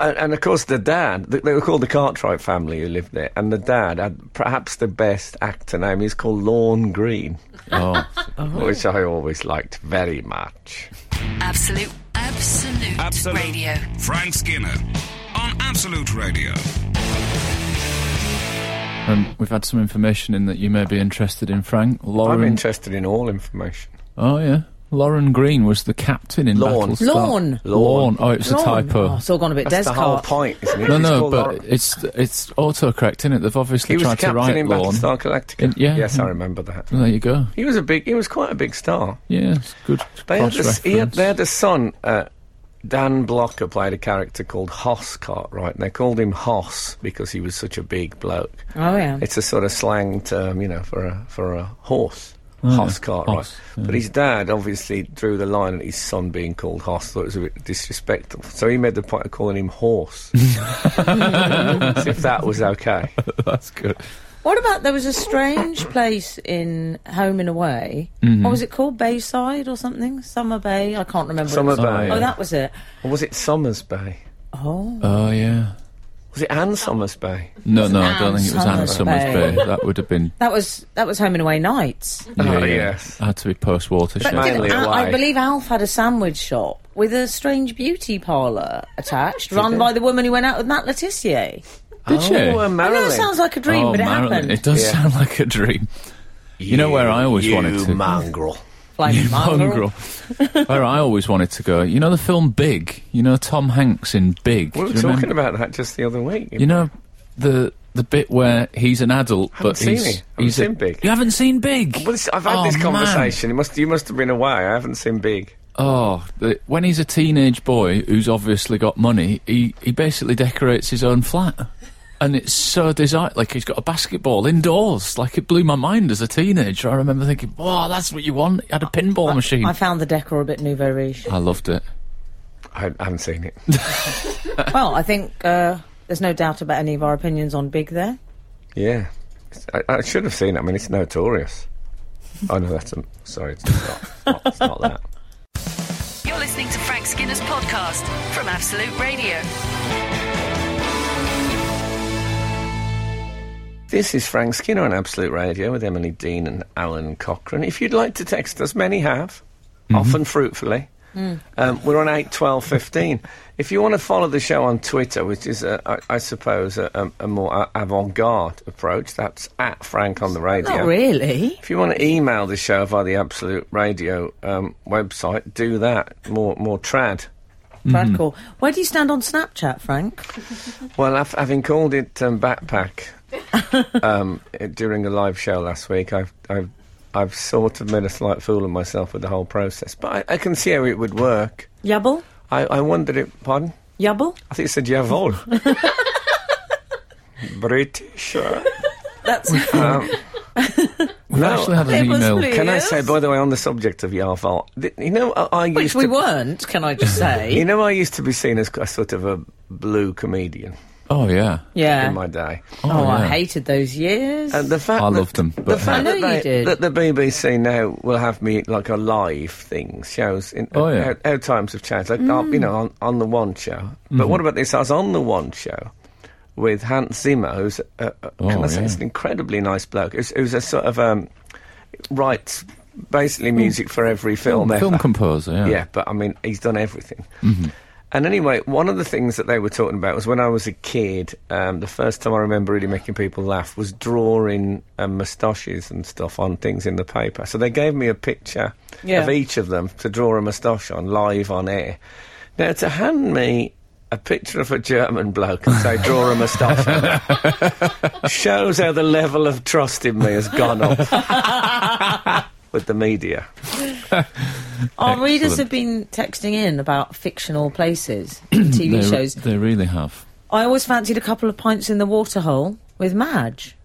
Speaker 2: And, and of course, the dad th- they were called the Cartwright family who lived there, and the dad had perhaps the best actor name. He's called Lorne Green,
Speaker 4: Oh,
Speaker 2: which I always liked very much.
Speaker 1: Absolute, absolute,
Speaker 5: Absolute.
Speaker 1: radio.
Speaker 5: Frank Skinner on Absolute Radio.
Speaker 4: um, we've had some information in that you may be interested in, Frank. Lauren.
Speaker 2: I'm interested in all information.
Speaker 4: oh yeah, Lauren Green was the captain in
Speaker 2: Lorne.
Speaker 4: Battlestar.
Speaker 3: Lorne.
Speaker 4: Lorne. Oh, it was
Speaker 3: Go
Speaker 4: a
Speaker 3: on.
Speaker 4: typo.
Speaker 3: Oh, it's all gone a bit
Speaker 2: That's the whole
Speaker 3: Descartes.
Speaker 2: point, isn't it?
Speaker 4: no,
Speaker 2: It's
Speaker 4: no,
Speaker 2: called
Speaker 4: but
Speaker 2: Lauren.
Speaker 4: it's it's autocorrect, isn't it? They've obviously
Speaker 2: he was
Speaker 4: tried to
Speaker 2: captain
Speaker 4: write
Speaker 2: in
Speaker 4: Lorne.
Speaker 2: Battlestar Galactica.
Speaker 4: In- yeah. Mm.
Speaker 2: Yes, I remember that.
Speaker 4: Well, there you go.
Speaker 2: He was a big. He was quite a big star.
Speaker 4: Yeah, it's good.
Speaker 2: They had,
Speaker 4: cross
Speaker 2: this, he had,
Speaker 4: reference.
Speaker 2: they had a son, uh, Dan Blocker, played a character called Hoss Cartwright, and they called him Hoss because he was such a big bloke.
Speaker 3: Oh yeah.
Speaker 2: It's a sort of slang term, you know, for a, for a horse.
Speaker 4: yeah,
Speaker 2: Hoss Cartwright.
Speaker 4: Hoss, Mm. yeah.
Speaker 2: But his dad obviously drew the line at his son being called Hoss, thought it was a bit disrespectful. So he made the point of calling him
Speaker 4: [laughs]
Speaker 2: Horse. As if that was okay.
Speaker 4: That's good.
Speaker 3: What about there was a strange place in Home and Away? What was it called? Bayside or something? Summer Bay? I can't remember. what it
Speaker 2: Summer
Speaker 3: was.
Speaker 2: Bay.
Speaker 4: Oh, yeah.
Speaker 3: Oh, that was it.
Speaker 2: Or was it Somers Bay?
Speaker 3: Oh,
Speaker 4: Oh yeah.
Speaker 2: Was it Anne Somers Bay?
Speaker 4: No, no, I don't think it was
Speaker 3: Anne
Speaker 4: Anne Summers
Speaker 3: Summers
Speaker 4: Bay. That would have been.
Speaker 3: that was that was Home and Away nights.
Speaker 2: Oh, yes.
Speaker 4: Had to be post watershed.
Speaker 2: But did-
Speaker 3: Didn't-
Speaker 2: Mainly
Speaker 3: Al- I
Speaker 2: away.
Speaker 3: believe Alf had a sandwich shop with a strange beauty parlour attached, run by the woman who went out with Matt Letitia.
Speaker 4: Did she?
Speaker 2: Oh, uh,
Speaker 3: I know
Speaker 2: Marilyn.
Speaker 3: it sounds like a um, dream,
Speaker 4: oh,
Speaker 3: but it
Speaker 4: Marilyn,
Speaker 3: happened.
Speaker 4: it does
Speaker 2: Yeah.
Speaker 4: sound like a dream. You, know where I always wanted to.
Speaker 2: mongrel.
Speaker 4: [laughs]
Speaker 3: Flaming
Speaker 4: Mongrel.
Speaker 3: mongrel.
Speaker 4: where I always wanted to go. You know the film Big. You know Tom Hanks in Big.
Speaker 2: We were
Speaker 4: Do you
Speaker 2: talking
Speaker 4: remember?
Speaker 2: about that just the other week.
Speaker 4: You know the the bit where he's an adult,
Speaker 2: Haven't
Speaker 4: but
Speaker 2: seen
Speaker 4: he's
Speaker 2: it. Haven't
Speaker 4: he's a-
Speaker 2: seen Big.
Speaker 4: You haven't seen Big.
Speaker 2: Well, this, I've had
Speaker 4: Oh,
Speaker 2: this
Speaker 4: man.
Speaker 2: conversation. It must, you must have been away. I haven't seen Big.
Speaker 4: Oh, the, when he's a teenage boy who's obviously got money, he, he basically decorates his own flat. And it's so designed, like he's got a basketball indoors. Like it blew my mind as a teenager. I remember thinking, wow, that's what you want. He had a pinball machine.
Speaker 3: I
Speaker 4: I
Speaker 3: found the decor a bit nouveau riche.
Speaker 4: loved it.
Speaker 2: I I haven't seen it.
Speaker 3: well, I think uh, there's no doubt about any of our opinions on Big there.
Speaker 2: yeah, It's- I, I should have seen it. I mean, it's notorious. oh no, that's a, sorry. It's not, it's not, it's not that.
Speaker 1: You're listening to Frank Skinner's podcast from Absolute Radio.
Speaker 2: This is Frank Skinner on Absolute Radio with Emily Dean and Alan Cochrane. If you'd like to text us, many have, often fruitfully.
Speaker 3: Mm.
Speaker 2: Um, we're on eight twelve fifteen. If you want to follow the show on Twitter, which is, uh, I, I suppose, a, a, a more uh, avant garde approach, that's at Frank on the Radio.
Speaker 3: Not really.
Speaker 2: If you want to email the show via the Absolute Radio um, website, do that. More, more trad.
Speaker 4: Mm-hmm.
Speaker 3: Brad Call. Where do you stand on Snapchat, Frank?
Speaker 2: Well, af- having called it um,
Speaker 3: [laughs]
Speaker 2: backpack um, i- during a live show last week, I've, I've, I've sort of made a slight fool of myself with the whole process. But I, I can see how it would work.
Speaker 3: Yabble?
Speaker 2: I, I wondered it. Pardon?
Speaker 3: Yabble?
Speaker 2: I think it said
Speaker 3: [laughs]
Speaker 2: Javol. British. uh,
Speaker 3: [laughs] That's
Speaker 2: Um,
Speaker 4: I
Speaker 2: no.
Speaker 4: actually had an
Speaker 3: It was
Speaker 4: email.
Speaker 3: blue.
Speaker 2: Can I say,
Speaker 3: Yes.
Speaker 2: by the way, on the subject of Yarval, th- you know, I, I used
Speaker 3: which we
Speaker 2: to
Speaker 3: weren't, can
Speaker 2: [laughs]
Speaker 3: I just
Speaker 2: You
Speaker 3: say?
Speaker 2: know, I used to be seen as a sort of a blue comedian
Speaker 4: Oh, yeah.
Speaker 3: yeah.
Speaker 2: in my day.
Speaker 3: oh, I
Speaker 4: yeah.
Speaker 3: hated those years.
Speaker 2: And the fact
Speaker 4: I
Speaker 2: that-
Speaker 4: loved them,
Speaker 2: The
Speaker 4: but-
Speaker 2: fact
Speaker 3: I
Speaker 2: that,
Speaker 3: know you
Speaker 2: they-
Speaker 3: did.
Speaker 2: that the BBC now will have me like a live thing shows. In,
Speaker 4: Oh, yeah.
Speaker 2: how, how times have changed. Like uh,
Speaker 3: Mm.
Speaker 2: you know, on, on the One Show. But
Speaker 4: Mm-hmm.
Speaker 2: what about this? I was on the One Show with Hans Zimmer, who's uh, uh, can
Speaker 4: Oh,
Speaker 2: I say,
Speaker 4: yeah.
Speaker 2: he's an incredibly nice bloke. Who's, who's a sort of um, writes
Speaker 3: Mm.
Speaker 2: basically music for every film.
Speaker 4: Film
Speaker 2: ever.
Speaker 4: composer, yeah.
Speaker 2: Yeah, but I mean, he's done everything. And anyway, one of the things that they were talking about was when I was a kid, um, the first time I remember really making people laugh was drawing um, moustaches and stuff on things in the paper. So they gave me a picture
Speaker 3: Yeah.
Speaker 2: of each of them to draw a moustache on live on air. Now, to hand me a picture of a German bloke and say, draw a moustache on that," shows how the level of trust in me has gone up with the media.
Speaker 3: Our readers
Speaker 4: Excellent.
Speaker 3: have been texting in about fictional
Speaker 4: [clears throat]
Speaker 3: places, [clears throat] TV
Speaker 4: They,
Speaker 3: shows.
Speaker 4: they really have.
Speaker 3: I always fancied a couple of pints in the waterhole with Madge.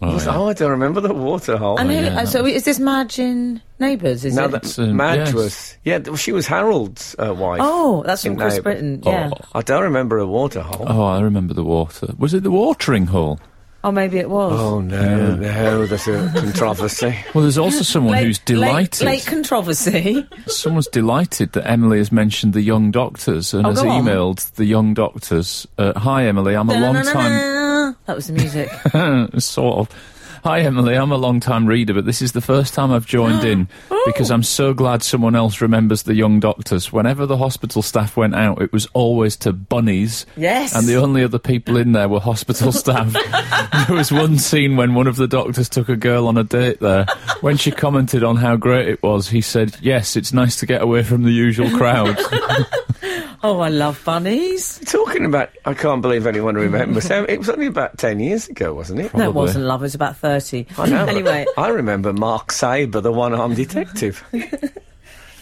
Speaker 4: Oh,
Speaker 2: Was-
Speaker 4: yeah.
Speaker 2: Oh, I don't remember the water hole.
Speaker 3: And who,
Speaker 4: Oh, yeah,
Speaker 3: uh, so is this Madge in Neighbours? Is
Speaker 2: now
Speaker 3: it?
Speaker 2: that
Speaker 4: It's, um,
Speaker 2: Madge
Speaker 4: yes.
Speaker 2: was, yeah, th- she was Harold's uh, wife.
Speaker 3: oh, that's from
Speaker 2: in
Speaker 3: Chris
Speaker 2: Neighbours.
Speaker 3: Britton. Yeah.
Speaker 4: Oh.
Speaker 2: I don't remember a water hole.
Speaker 4: Oh, I remember the water. Was it the watering hole?
Speaker 3: Oh, maybe it was.
Speaker 2: Oh no, no, there's a
Speaker 4: [laughs]
Speaker 2: controversy.
Speaker 4: Well,
Speaker 3: [gasps]
Speaker 4: there's also someone
Speaker 3: Late-
Speaker 4: who's
Speaker 3: late-
Speaker 4: delighted.
Speaker 3: Late, controversy.
Speaker 4: Someone's delighted that Emily has mentioned the young doctors and
Speaker 3: Oh,
Speaker 4: has
Speaker 3: go on.
Speaker 4: emailed the young doctors. Uh, Hi, Emily. I'm [laughs] a long time.
Speaker 3: Na-na-na-na. That was the
Speaker 4: [laughs]
Speaker 3: music.
Speaker 4: sort of. Hi, Emily. I'm a long time reader, but this is the first time I've
Speaker 3: [gasps]
Speaker 4: joined in
Speaker 3: Oh.
Speaker 4: because I'm so glad someone else remembers the young doctors. Whenever the hospital staff went out, it was always to bunnies.
Speaker 3: Yes.
Speaker 4: And the only other people in there were hospital
Speaker 3: [laughs]
Speaker 4: staff. there was one scene when one of the doctors took a girl on a date there. When she commented on how great it was, he said, Yes, it's nice to get away from the usual
Speaker 3: [laughs]
Speaker 4: crowd.
Speaker 3: oh, I love bunnies.
Speaker 2: Talking about, I can't believe anyone remembers. Um, it was only about ten years ago, wasn't it?
Speaker 3: No, it
Speaker 4: Probably.
Speaker 3: wasn't love. It was about 30.
Speaker 2: I know.
Speaker 3: [laughs] anyway,
Speaker 2: I remember Mark Saber, the
Speaker 3: [laughs]
Speaker 2: one-armed detective.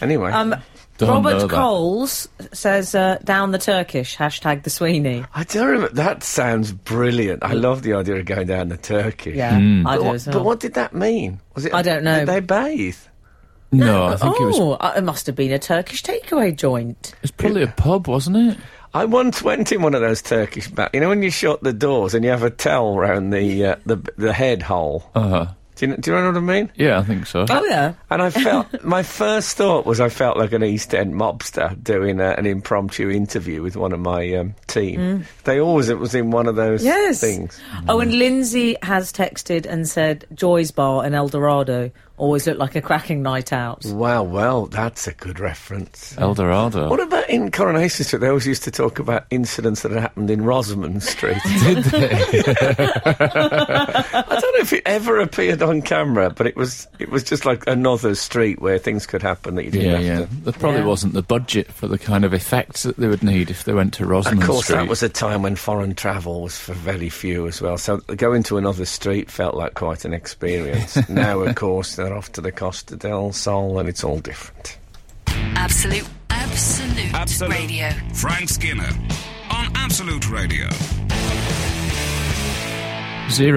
Speaker 2: anyway,
Speaker 3: um,
Speaker 4: [laughs] Don't know
Speaker 3: Robert
Speaker 4: that.
Speaker 3: Coles says, uh, down the Turkish, hashtag the Sweeney.
Speaker 2: I do remember. That sounds brilliant. I love the idea of going down the Turkey.
Speaker 3: Yeah, I
Speaker 4: Hmm.
Speaker 2: But
Speaker 3: do
Speaker 2: what,
Speaker 3: as well.
Speaker 2: but what did that mean? Was it?
Speaker 3: I don't know.
Speaker 2: Did they bathe?
Speaker 4: No, I think
Speaker 3: oh,
Speaker 4: it was. It
Speaker 3: uh, it must have been a Turkish takeaway joint.
Speaker 4: was probably a pub, wasn't it?
Speaker 2: I once went in one of those Turkish baths. You know when you shut the doors and you have a towel round the uh, the the head hole.
Speaker 4: Uh huh.
Speaker 2: Do you, kn- do you know what I mean?
Speaker 4: Yeah, I think so.
Speaker 3: Oh, yeah.
Speaker 2: And I felt my first thought was I felt like an East End mobster doing uh an impromptu interview with one of my um, team. They always it was in one of those
Speaker 3: Yes.
Speaker 2: things.
Speaker 3: Oh, and Lindsay has texted and said Joy's Bar in El Dorado always looked like a cracking night out.
Speaker 2: Wow, well, that's a good reference.
Speaker 4: El Dorado.
Speaker 2: What about in Coronation Street? They always used to talk about incidents that had happened in Rosamond Street.
Speaker 4: [laughs] did they?
Speaker 2: I don't know if it ever appeared on camera, but it was it was just like another street where things could happen that you didn't
Speaker 4: yeah,
Speaker 2: have
Speaker 4: yeah.
Speaker 2: to.
Speaker 4: There probably
Speaker 3: Yeah.
Speaker 4: wasn't the budget for the kind of effects that they would need if they went to
Speaker 2: Of
Speaker 4: Rosamond
Speaker 2: course,
Speaker 4: Street.
Speaker 2: that was a time when foreign travel was for very few as well. So going to another street felt like quite an experience.
Speaker 4: [laughs]
Speaker 2: now, of course, they're off to the Costa del Sol, and it's all different.
Speaker 1: Absolute, absolute,
Speaker 5: Absolute.
Speaker 1: radio.
Speaker 5: Frank Skinner on Absolute Radio.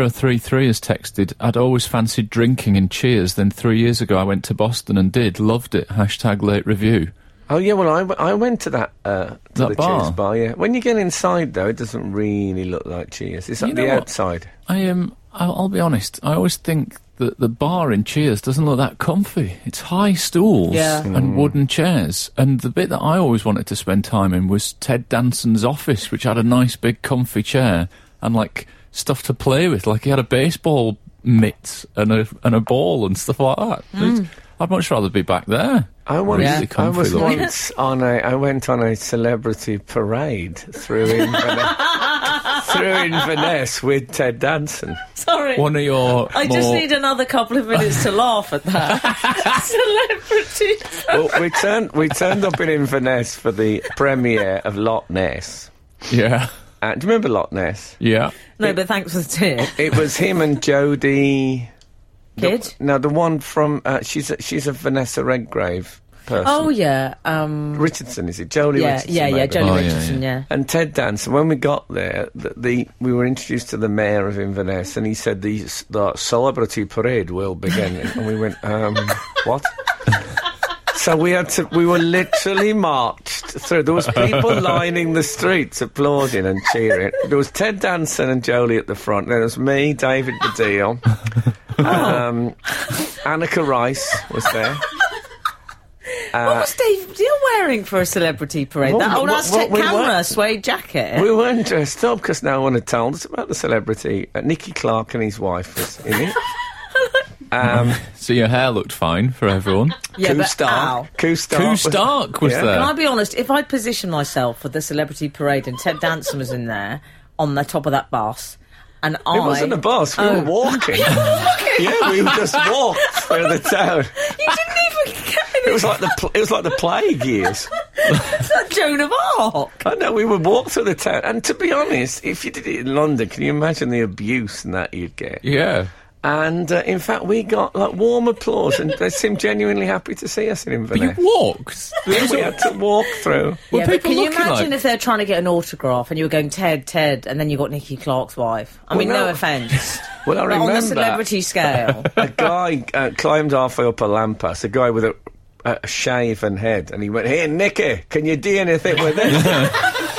Speaker 4: 033 has texted, I'd always fancied drinking in Cheers, then three years ago I went to Boston and did, loved it, hashtag late review.
Speaker 2: Oh yeah, well, I, w- I went to that uh, to
Speaker 4: That
Speaker 2: the
Speaker 4: bar?
Speaker 2: Cheers bar. Yeah, when you get inside though, it doesn't really look like Cheers. It's like
Speaker 4: know
Speaker 2: the
Speaker 4: what?
Speaker 2: outside.
Speaker 4: I am, I'll, I'll be honest, I always think that the bar in Cheers doesn't look that comfy. It's high stools
Speaker 3: Yeah.
Speaker 4: and wooden chairs. And the bit that I always wanted to spend time in was Ted Danson's office, which had a nice big comfy chair and like stuff to play with. Like he had a baseball mitt and a, and a ball and stuff like that.
Speaker 3: Mm.
Speaker 4: I'd much rather be back there.
Speaker 2: I once,
Speaker 4: Really
Speaker 2: I
Speaker 4: comfy
Speaker 2: was
Speaker 4: looking. [laughs]
Speaker 2: once on a, I went on a celebrity parade through
Speaker 4: [laughs]
Speaker 2: Inverness, through Inverness with Ted Danson.
Speaker 3: Sorry.
Speaker 4: One of your
Speaker 3: [laughs] I just
Speaker 4: more-
Speaker 3: need another couple of minutes to laugh at that.
Speaker 2: [laughs]
Speaker 3: [laughs] Celebrity.
Speaker 2: Well, we turned, we turned up in Inverness for the premiere of Loch Ness.
Speaker 4: [laughs] yeah
Speaker 2: Uh, do you remember Loch Ness?
Speaker 4: yeah
Speaker 3: No, but thanks for the tip,
Speaker 2: It was him and Jodie.
Speaker 3: kid.
Speaker 2: No, the one from uh, she's a, she's a Vanessa Redgrave person.
Speaker 3: Oh, yeah. Um,
Speaker 2: Richardson is it? Jodie
Speaker 3: yeah,
Speaker 2: Richardson.
Speaker 3: yeah, yeah.
Speaker 2: maybe.
Speaker 3: Johnny
Speaker 4: Oh, yeah,
Speaker 3: Richardson, yeah.
Speaker 2: And Ted Danson, when we got there, the, the we were introduced to the mayor of Inverness, and he said the, s- the celebrity parade will
Speaker 3: [laughs]
Speaker 2: begin, and we went, um, what? so we had to, we were literally marched through. There was
Speaker 3: [laughs]
Speaker 2: people lining the streets, applauding and cheering. There was Ted Danson and Jolie at the front. There was me, David
Speaker 3: [laughs]
Speaker 2: Baddiel,
Speaker 3: Oh.
Speaker 2: um, Annika Rice was there.
Speaker 3: what was Dave Deal wearing for a celebrity parade?
Speaker 2: Uh, What
Speaker 3: that
Speaker 2: we-
Speaker 3: old
Speaker 2: what- what
Speaker 3: Aztec
Speaker 2: we
Speaker 3: camera
Speaker 2: were-
Speaker 3: suede jacket.
Speaker 2: We weren't uh, dressed up because no one had told us about the celebrity. Uh, Nicky Clark and his wife was in it. Um,
Speaker 4: so your hair looked fine
Speaker 3: [laughs]
Speaker 4: for everyone
Speaker 3: [laughs] yeah,
Speaker 2: Koo
Speaker 3: but ow.
Speaker 2: Stark. Koo Stark.
Speaker 4: Koo
Speaker 2: was-
Speaker 4: Stark was
Speaker 2: Yeah.
Speaker 4: there
Speaker 3: Can I be honest? If I'd positioned myself for the celebrity parade and Ted Danson was in there on the top of that bus, and I
Speaker 2: It wasn't a bus. We
Speaker 3: Oh.
Speaker 2: were
Speaker 3: [laughs]
Speaker 2: walking. yeah, we just walked through the
Speaker 3: [laughs]
Speaker 2: town.
Speaker 3: you didn't even get
Speaker 2: It was like the pl- it was like the plague years.
Speaker 3: that Joan of Arc.
Speaker 2: I know we would walk through the town. And to be honest, if you did it in London, can you imagine the abuse and that you'd get?
Speaker 4: yeah
Speaker 2: And uh, in fact, we got like warm applause, and they seemed genuinely happy to see us in
Speaker 4: But you
Speaker 2: Inverness.
Speaker 4: walked. There was
Speaker 2: we
Speaker 4: a-
Speaker 2: had to walk through.
Speaker 4: were
Speaker 3: yeah, but
Speaker 4: people
Speaker 3: can you
Speaker 4: looking
Speaker 3: imagine
Speaker 4: like-
Speaker 3: if they're trying to get an autograph and you were going Ted, Ted, and then you got Nicky Clark's wife? I mean, no,
Speaker 2: no.
Speaker 3: offence, [laughs]
Speaker 2: Well, I
Speaker 3: but on the
Speaker 2: remember
Speaker 3: celebrity scale,
Speaker 2: a guy uh, climbed halfway up a lamppost. A guy with a, a shaven head, and he went, "Here, Nicky, can you do anything with this?"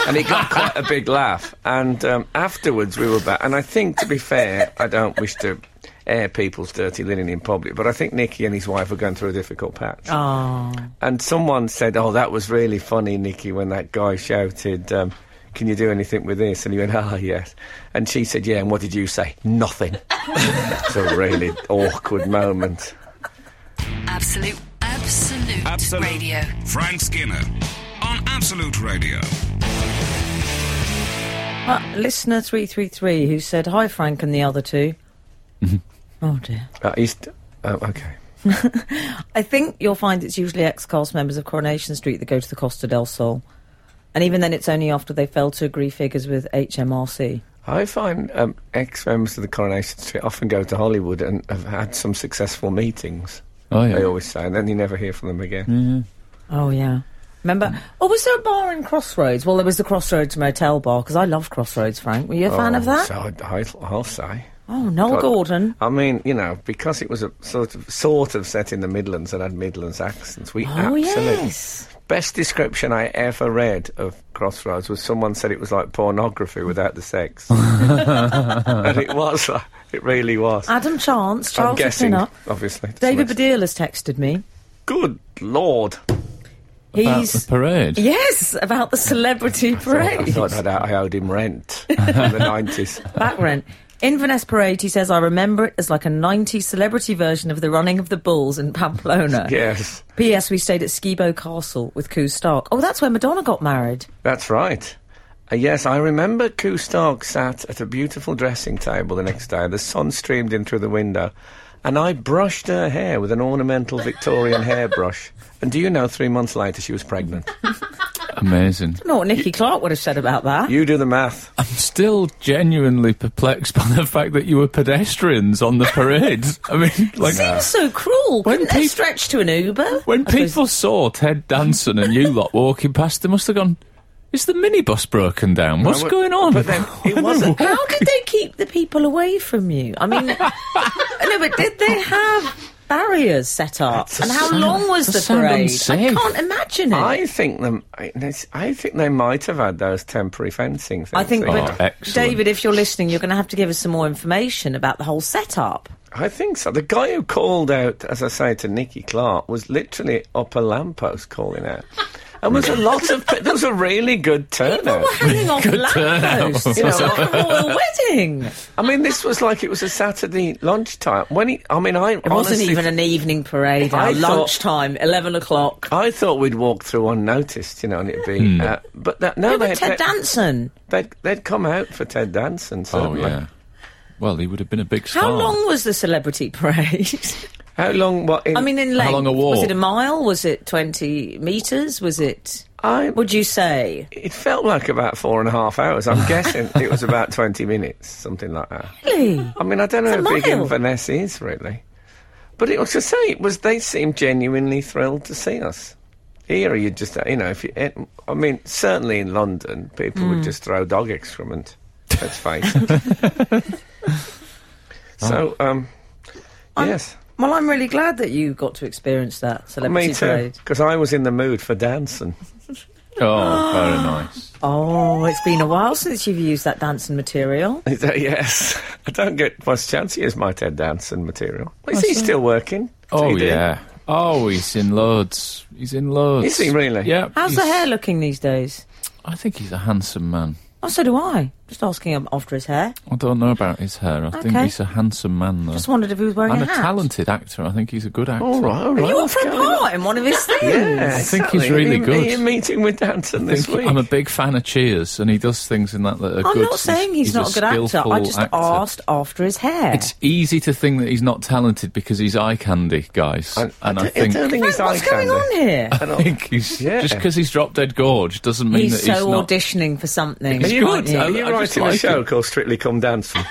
Speaker 2: and he got quite a big laugh. And um, afterwards, we were back. And I think, to be fair, I don't wish to air people's dirty linen in public, but I think Nicky and his wife were going through a difficult patch.
Speaker 3: oh,
Speaker 2: And someone said, "Oh, that was really funny, Nikki, when that guy shouted." Um, can you do anything with this? And he went, ah, yes. And she said, yeah. And what did you say? Nothing. it's a really awkward moment.
Speaker 1: Absolute, absolute,
Speaker 5: Absolute.
Speaker 1: radio.
Speaker 5: Frank Skinner on Absolute Radio.
Speaker 3: [laughs] Uh, listener three three three who said hi, Frank, and the other [laughs] two. oh dear.
Speaker 2: Uh, he's- oh, okay.
Speaker 3: I think you'll find it's usually ex-cast members of Coronation Street that go to the Costa del Sol, and even then, it's only after they fail to agree figures with HMRC.
Speaker 2: I find um, ex members of the Coronation Street often go to Hollywood and have had some successful meetings.
Speaker 4: Oh, yeah.
Speaker 2: They always say, and then you never hear from them again.
Speaker 3: Oh yeah. Remember? Oh, was there a bar in Crossroads? Well, there was the Crossroads Motel bar because I love Crossroads. Frank, were you a fan
Speaker 2: Oh,
Speaker 3: of that?
Speaker 2: So I, I, I'll say.
Speaker 3: oh, Noel
Speaker 2: God.
Speaker 3: Gordon.
Speaker 2: I mean, you know, because it was a sort of sort of set in the Midlands and had Midlands accents. We
Speaker 3: Oh
Speaker 2: absolutely
Speaker 3: yes.
Speaker 2: best description I ever read of Crossroads was someone said it was like pornography without the sex, [laughs] and it was. Like, it really was.
Speaker 3: Adam Chance,
Speaker 2: I'm
Speaker 3: Charles
Speaker 2: guessing,
Speaker 3: Pinner.
Speaker 2: obviously. to
Speaker 3: David
Speaker 2: some
Speaker 3: Baddiel has texted me.
Speaker 2: extent. Good lord!
Speaker 4: About the
Speaker 3: He's [laughs]
Speaker 4: parade.
Speaker 3: yes about the celebrity
Speaker 2: I
Speaker 3: parade.
Speaker 2: thought I'd, I owed him rent in
Speaker 3: [laughs]
Speaker 2: the nineties.
Speaker 3: Back rent. Inverness Parade, he says, I remember it as like a 90s celebrity version of the running of the bulls in Pamplona.
Speaker 2: Yes,
Speaker 3: P.S. We stayed at Skibo Castle with Coo Stark. Oh, that's where Madonna got married.
Speaker 2: that's right. Uh, yes, I remember Koo Stark sat at a beautiful dressing table the next day. The sun streamed in through the window, and I brushed her hair with an ornamental Victorian hairbrush. And do you know, three months later, she was pregnant.
Speaker 4: Amazing.
Speaker 3: I don't know what Nicky Clark would have said about that.
Speaker 2: You do the math.
Speaker 4: I'm still genuinely perplexed by the fact that you were pedestrians on the parade.
Speaker 3: [laughs]
Speaker 4: I mean, like.
Speaker 3: Seems so cruel.
Speaker 4: When
Speaker 3: Couldn't they
Speaker 4: peop-
Speaker 3: stretch to an Uber?
Speaker 4: When
Speaker 3: I suppose-
Speaker 4: people saw Ted Danson and you lot walking past, they must have gone, Is the minibus broken down? What's
Speaker 2: Well,
Speaker 4: going on?
Speaker 2: But
Speaker 3: [laughs]
Speaker 4: [laughs]
Speaker 2: then it wasn't.
Speaker 3: How did they keep the people away from you? I
Speaker 4: [laughs]
Speaker 3: mean, no, but did they have barriers set up?
Speaker 2: a
Speaker 3: And how
Speaker 4: sound-
Speaker 3: long was
Speaker 4: it's a
Speaker 3: the
Speaker 4: sound
Speaker 3: parade? I
Speaker 4: unsafe.
Speaker 3: can't imagine it.
Speaker 2: I think them. I I think they might have had those temporary fencing things.
Speaker 3: I think,
Speaker 2: They-
Speaker 4: Oh,
Speaker 3: but
Speaker 4: excellent.
Speaker 3: David, if you're listening, you're going to have to give us some more information about the whole setup.
Speaker 2: I think so. The guy who called out, as I say, to Nicky Clark was literally up a lamppost calling out, and was a lot of. pe- There was a really good
Speaker 3: People
Speaker 2: turnout.
Speaker 3: were hanging off lampposts. It was like a
Speaker 4: [laughs]
Speaker 3: royal wedding. It
Speaker 2: I mean, this was like it was a Saturday lunchtime. When he, I mean, I
Speaker 3: wasn't
Speaker 2: honestly,
Speaker 3: even an evening parade.
Speaker 2: I
Speaker 3: Our
Speaker 2: thought-
Speaker 3: lunchtime, eleven o'clock.
Speaker 2: I thought we'd walk through unnoticed, you know, and it'd be.
Speaker 4: Hmm.
Speaker 2: Uh, but that, no,
Speaker 3: Yeah,
Speaker 2: they,
Speaker 3: but Ted
Speaker 2: they,
Speaker 3: Danson.
Speaker 2: would they'd come out for Ted Danson.
Speaker 4: oh,
Speaker 2: certainly.
Speaker 4: yeah. Well, he would have been a big star.
Speaker 3: How long was the celebrity parade?
Speaker 4: [laughs]
Speaker 2: How long? What? In,
Speaker 3: I mean, in length.
Speaker 4: long a walk?
Speaker 3: Was it a mile? Was it twenty meters? Was it?
Speaker 2: I
Speaker 3: Would you say?
Speaker 2: It felt like about four and a half hours.
Speaker 3: [laughs]
Speaker 2: I'm guessing it was about 20 minutes, something like that.
Speaker 3: Really?
Speaker 2: I mean, I don't know
Speaker 3: It's a
Speaker 2: how big
Speaker 3: mile.
Speaker 2: Inverness is, really. But it was to say, it was they seemed genuinely thrilled to see us. Here, you just, uh, you know, if you, it, I mean, certainly in London, people
Speaker 3: Hmm.
Speaker 2: would just throw dog excrement. Let's face it.
Speaker 3: [laughs]
Speaker 2: so,
Speaker 4: Oh.
Speaker 2: um, yes.
Speaker 3: Well, I'm really glad that you got to experience that celebrity
Speaker 2: Me too,
Speaker 3: parade.
Speaker 2: because I was in the mood for dancing. [laughs]
Speaker 3: Ah.
Speaker 4: Oh, very nice.
Speaker 3: Oh, it's been a while since you've used that dancing material.
Speaker 2: Is that- yes, I don't get much chance. He is my Ted Danson material. Well, is he still working?
Speaker 4: Oh,
Speaker 2: TD?
Speaker 4: yeah. Oh, he's in loads. He's in loads.
Speaker 2: Is he really?
Speaker 4: Yeah.
Speaker 3: How's the
Speaker 4: he's-
Speaker 3: hair looking these days?
Speaker 4: I think he's a handsome man.
Speaker 3: Oh, so do I. Just asking him after his hair.
Speaker 4: I don't know about his hair. I think
Speaker 3: Okay.
Speaker 4: he's a handsome man, though.
Speaker 3: Just wondered if he was wearing
Speaker 4: and
Speaker 3: a
Speaker 4: a
Speaker 3: hat.
Speaker 4: talented actor. I think he's a good actor.
Speaker 2: All right, all right.
Speaker 3: You were for a part in one of his things.
Speaker 2: Yeah,
Speaker 4: I think he's
Speaker 2: exactly.
Speaker 4: really
Speaker 2: Me-
Speaker 4: good.
Speaker 2: me meeting with Danson
Speaker 4: I
Speaker 2: this
Speaker 4: think-
Speaker 2: week.
Speaker 4: I'm a big fan of Cheers, and he does things in that that are
Speaker 3: I'm
Speaker 4: good.
Speaker 3: not saying he's, not a good actor. I
Speaker 4: skillful
Speaker 3: just asked after his hair.
Speaker 4: It's easy to think that he's not talented because he's eye candy, guys.
Speaker 2: I- I
Speaker 4: and I,
Speaker 2: don't- I
Speaker 4: think, [laughs]
Speaker 2: don't think
Speaker 3: Frank,
Speaker 2: he's eye
Speaker 3: what's going
Speaker 2: candy.
Speaker 3: on here?
Speaker 2: I
Speaker 4: I
Speaker 2: don't-
Speaker 4: think he's
Speaker 2: Yeah.
Speaker 4: just because he's drop dead gorge doesn't mean
Speaker 3: He's
Speaker 4: that he's
Speaker 3: so
Speaker 4: not.
Speaker 3: auditioning for something.
Speaker 4: Are you
Speaker 3: aren't
Speaker 4: good?
Speaker 3: you?
Speaker 2: Are you
Speaker 4: I just
Speaker 2: writing a
Speaker 3: [laughs]
Speaker 4: like
Speaker 2: show
Speaker 4: it.
Speaker 2: called Strictly Come Dancing?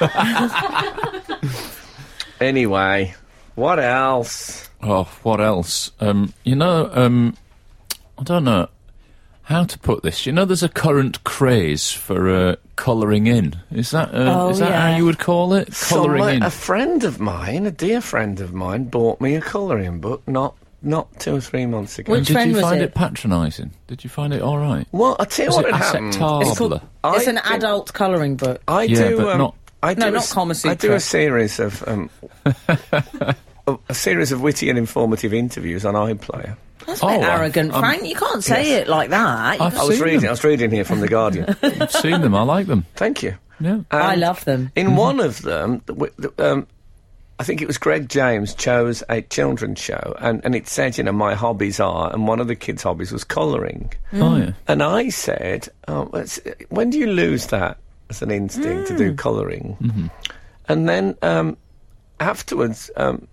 Speaker 2: Anyway, what else?
Speaker 4: Oh, what else? Um, you know, um, I don't know how to put this. You know, there's a current craze for uh, colouring in. Is that uh,
Speaker 3: Oh,
Speaker 4: is that
Speaker 3: yeah.
Speaker 4: how you would call it? Colouring
Speaker 2: Someone-
Speaker 4: in.
Speaker 2: A friend of mine, a dear friend of mine, bought me a colouring book not not two or three months ago.
Speaker 3: Which
Speaker 4: Did
Speaker 3: friend
Speaker 4: you
Speaker 3: was
Speaker 4: find
Speaker 3: it?
Speaker 4: it, patronising? Did you find it all right?
Speaker 2: well, I tell you
Speaker 4: Was
Speaker 2: what
Speaker 4: it
Speaker 2: had happened.
Speaker 4: Acceptable?
Speaker 3: It's called.
Speaker 2: I
Speaker 3: it's an
Speaker 2: think-
Speaker 3: adult colouring book.
Speaker 2: I
Speaker 4: Yeah,
Speaker 2: do.
Speaker 4: but
Speaker 2: um,
Speaker 4: not-
Speaker 2: I do
Speaker 3: No,
Speaker 2: a
Speaker 3: not
Speaker 2: s-
Speaker 3: Kama
Speaker 2: I do
Speaker 3: Sutra.
Speaker 2: a series of um,
Speaker 4: [laughs]
Speaker 2: a, a series of witty and informative interviews on iPlayer.
Speaker 3: That's
Speaker 4: Oh,
Speaker 3: a bit
Speaker 4: I-
Speaker 3: arrogant,
Speaker 4: I'm-
Speaker 3: Frank. You can't say it like that. You
Speaker 4: I've
Speaker 2: I
Speaker 3: can't-
Speaker 2: was
Speaker 4: seen
Speaker 2: reading.
Speaker 4: them.
Speaker 2: I was reading here from the
Speaker 4: [laughs]
Speaker 2: Guardian.
Speaker 4: I've seen them. I
Speaker 3: [laughs]
Speaker 4: like them.
Speaker 2: Thank you.
Speaker 4: Yeah. Mm-hmm.
Speaker 3: I
Speaker 2: And
Speaker 3: love them.
Speaker 2: In one of them, the wi- the, um, I think it was Greg James chose a children's show, and, and it said, you know, my hobbies are, and one of the kids' hobbies was colouring.
Speaker 3: Mm.
Speaker 4: Oh yeah.
Speaker 2: And I said, oh, that's- when do you lose that as an instinct to
Speaker 3: Hmm.
Speaker 2: do colouring?
Speaker 3: Mm-hmm.
Speaker 2: And then um, afterwards, um,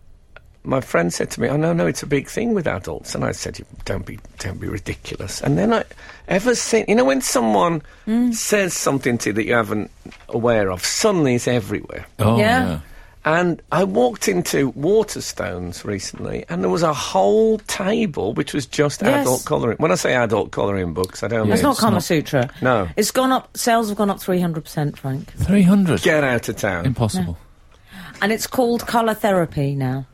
Speaker 2: my friend said to me, "Oh no, no, it's a big thing with adults." And I said, "Don't be, don't be ridiculous." And then I, ever since, you know, when someone
Speaker 3: Hmm.
Speaker 2: says something to you that you haven't aware of, suddenly it's everywhere.
Speaker 4: Oh
Speaker 3: Yeah.
Speaker 4: yeah.
Speaker 2: And I walked into Waterstones recently, and there was a whole table which was just
Speaker 3: Yes.
Speaker 2: adult colouring. When I say adult colouring books, I don't
Speaker 3: That's
Speaker 2: mean
Speaker 3: not Kama Sutra.
Speaker 2: No.
Speaker 3: It's gone up, sales have gone up 300%, Frank.
Speaker 4: Three hundred.
Speaker 2: get out of town.
Speaker 4: Impossible.
Speaker 3: And it's called colour therapy now.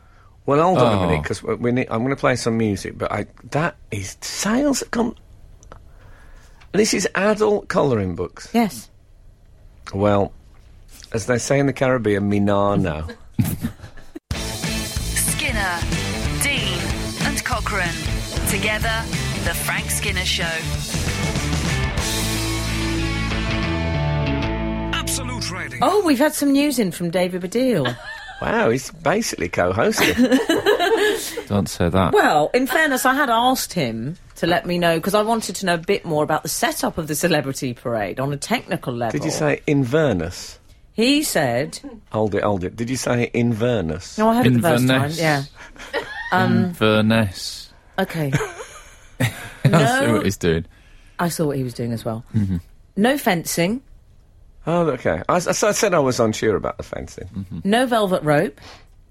Speaker 2: Well, hold on
Speaker 4: Oh.
Speaker 2: a minute because we we need. I'm going to play some music, but I that is sales have gone. This is adult colouring books.
Speaker 3: Yes.
Speaker 2: Well, as they say in the Caribbean, me nah know.
Speaker 1: Skinner, Dean, and Cochrane. Together, The Frank Skinner Show.
Speaker 5: Absolute Radio.
Speaker 3: Oh, we've had some news in from David Baddiel.
Speaker 2: wow, he's basically co-hosting.
Speaker 4: Don't say that.
Speaker 3: [laughs] well, in fairness, I had asked him to let me know because I wanted to know a bit more about the setup of the celebrity parade on a technical level.
Speaker 2: Did you say Inverness?
Speaker 3: He said.
Speaker 2: Hold it, hold it. Did you say Inverness?
Speaker 3: No, I had it the first time.
Speaker 4: Inverness.
Speaker 3: Yeah.
Speaker 4: Mm. Inverness. [laughs]
Speaker 2: [laughs]
Speaker 3: Okay.
Speaker 4: I see
Speaker 3: no,
Speaker 4: what he's doing.
Speaker 3: I saw what he was doing as well.
Speaker 2: Mm-hmm.
Speaker 3: No fencing,
Speaker 2: Oh, okay. I, s- I said I was unsure about the fencing.
Speaker 3: no velvet rope.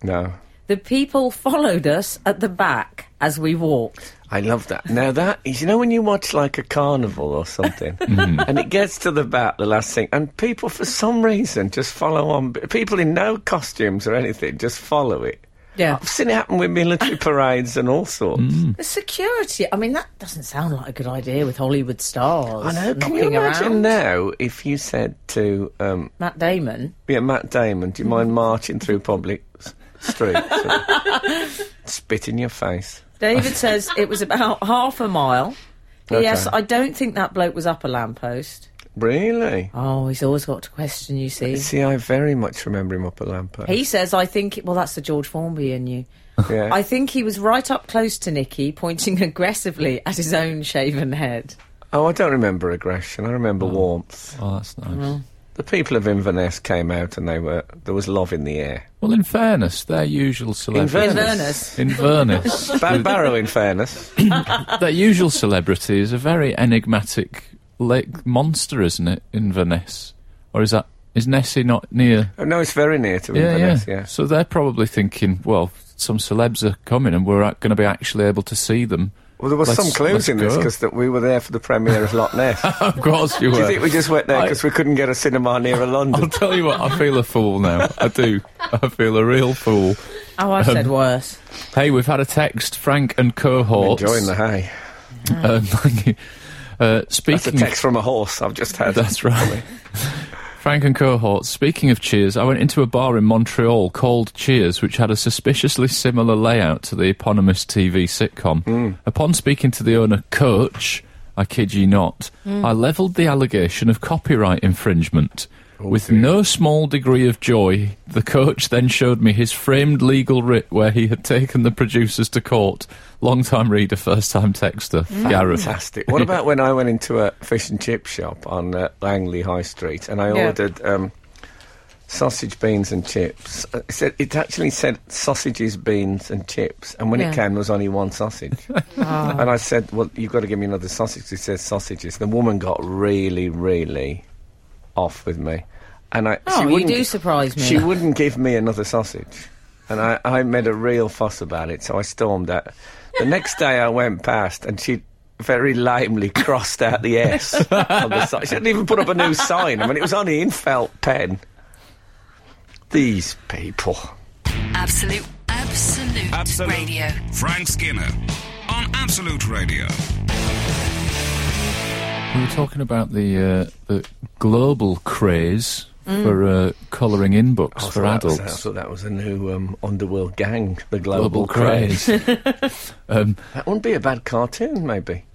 Speaker 2: No.
Speaker 3: The people [laughs] followed us at the back as we walked.
Speaker 2: I love that. Now that is, you know, when you watch like a carnival or something, and it gets to the back, the last thing, and people for some reason just follow on. People in no costumes or anything just follow it.
Speaker 3: Yeah.
Speaker 2: I've seen it happen with military parades and all sorts.
Speaker 3: The security. I mean, that doesn't sound like a good idea with Hollywood stars.
Speaker 2: I know. Can you
Speaker 3: knocking
Speaker 2: imagine
Speaker 3: around.
Speaker 2: now if you said to um,
Speaker 3: Matt Damon.
Speaker 2: yeah, Matt Damon, do you
Speaker 3: Mm.
Speaker 2: mind marching through public s- streets?
Speaker 3: [laughs]
Speaker 2: Spit in your face.
Speaker 3: David says it was about [laughs] half a mile. Yes,
Speaker 2: Okay.
Speaker 3: I don't think that bloke was up a lamppost.
Speaker 2: Really?
Speaker 3: Oh, he's always got to question, you see.
Speaker 2: See, I very much remember him up at Lampo.
Speaker 3: [laughs] He says, I think, well, that's the George Formby in you.
Speaker 2: yeah.
Speaker 3: I think he was right up close to Nicky, pointing [laughs] aggressively at his own shaven head.
Speaker 2: Oh, I don't remember aggression. I remember warmth.
Speaker 4: Oh, that's nice.
Speaker 2: The people of Inverness came out, and they were there was love in the air.
Speaker 4: Well, in fairness, their usual celebrity.
Speaker 3: Inverness. [laughs]
Speaker 4: Inverness.
Speaker 2: Ba- Barrow, in fairness,
Speaker 4: their usual celebrity is a very enigmatic lake monster, isn't it? Inverness, or is that is Nessie not near?
Speaker 2: Oh, no, it's very near to Inverness. Yeah,
Speaker 4: So they're probably thinking, well, some celebs are coming, and we're going to be actually able to see them. [laughs]
Speaker 2: Well, there were
Speaker 4: Let's-
Speaker 2: some clues
Speaker 4: let's
Speaker 2: in this
Speaker 4: go.
Speaker 2: because that we were there for the premiere of Loch
Speaker 4: [laughs]
Speaker 2: Ness.
Speaker 4: of course you
Speaker 2: Do you
Speaker 4: were.
Speaker 2: think we just went there
Speaker 4: I-
Speaker 2: because we couldn't get a cinema nearer
Speaker 4: I'll
Speaker 2: London?
Speaker 4: tell you what, I feel a fool now. I do. I feel a real fool.
Speaker 3: Oh, I've said
Speaker 2: Um,
Speaker 3: worse.
Speaker 4: Hey, we've had a text, Frank and cohort.
Speaker 2: Enjoying the hay.
Speaker 4: Um, thank you. Uh, [laughs]
Speaker 2: That's a
Speaker 4: speaking of
Speaker 2: text from a horse I've just had.
Speaker 4: [laughs] That's right. Frank and cohorts. Speaking of Cheers, I went into a bar in Montreal called Cheers, which had a suspiciously similar layout to the eponymous TV sitcom. Upon speaking to the owner, Coach, I kid you not, I levelled the allegation of copyright infringement. With no small degree of joy, the coach then showed me his framed legal writ where he had taken the producers to court. Long time reader, first time texter, Gareth.
Speaker 2: Fantastic. What about when I went into a fish and chip shop on uh, Langley High Street and I
Speaker 3: Yeah.
Speaker 2: ordered um, sausage, beans, and chips? Uh, It, said, it actually said sausages, beans, and chips, and when
Speaker 3: Yeah. Ah.
Speaker 2: it came, there was only one
Speaker 3: [laughs]
Speaker 2: sausage. And I said, "Well, you've got to give me another sausage." 'cause It says sausages. The woman got really, really off with me, and I.
Speaker 3: Oh,
Speaker 2: she
Speaker 3: you
Speaker 2: wouldn't
Speaker 3: do
Speaker 2: gi-
Speaker 3: surprise me.
Speaker 2: She wouldn't give me another sausage. and I, I made a real fuss about it, so I stormed out. The next day I went past, and she very lamely [laughs] crossed out the S on the side. She didn't even put up a new sign. I mean, it was only in felt pen. These people.
Speaker 1: Absolute, absolute,
Speaker 5: Absolute.
Speaker 1: radio.
Speaker 5: Frank Skinner on Absolute Radio.
Speaker 4: We were talking about the uh, the global craze
Speaker 3: Mm.
Speaker 4: for uh, colouring in books
Speaker 2: I thought
Speaker 4: for
Speaker 2: Oh, that was-
Speaker 4: adults.
Speaker 2: I thought that was a new um, underworld gang, the Global,
Speaker 4: global
Speaker 2: Craze.
Speaker 4: craze. um,
Speaker 2: That wouldn't be a bad cartoon, maybe.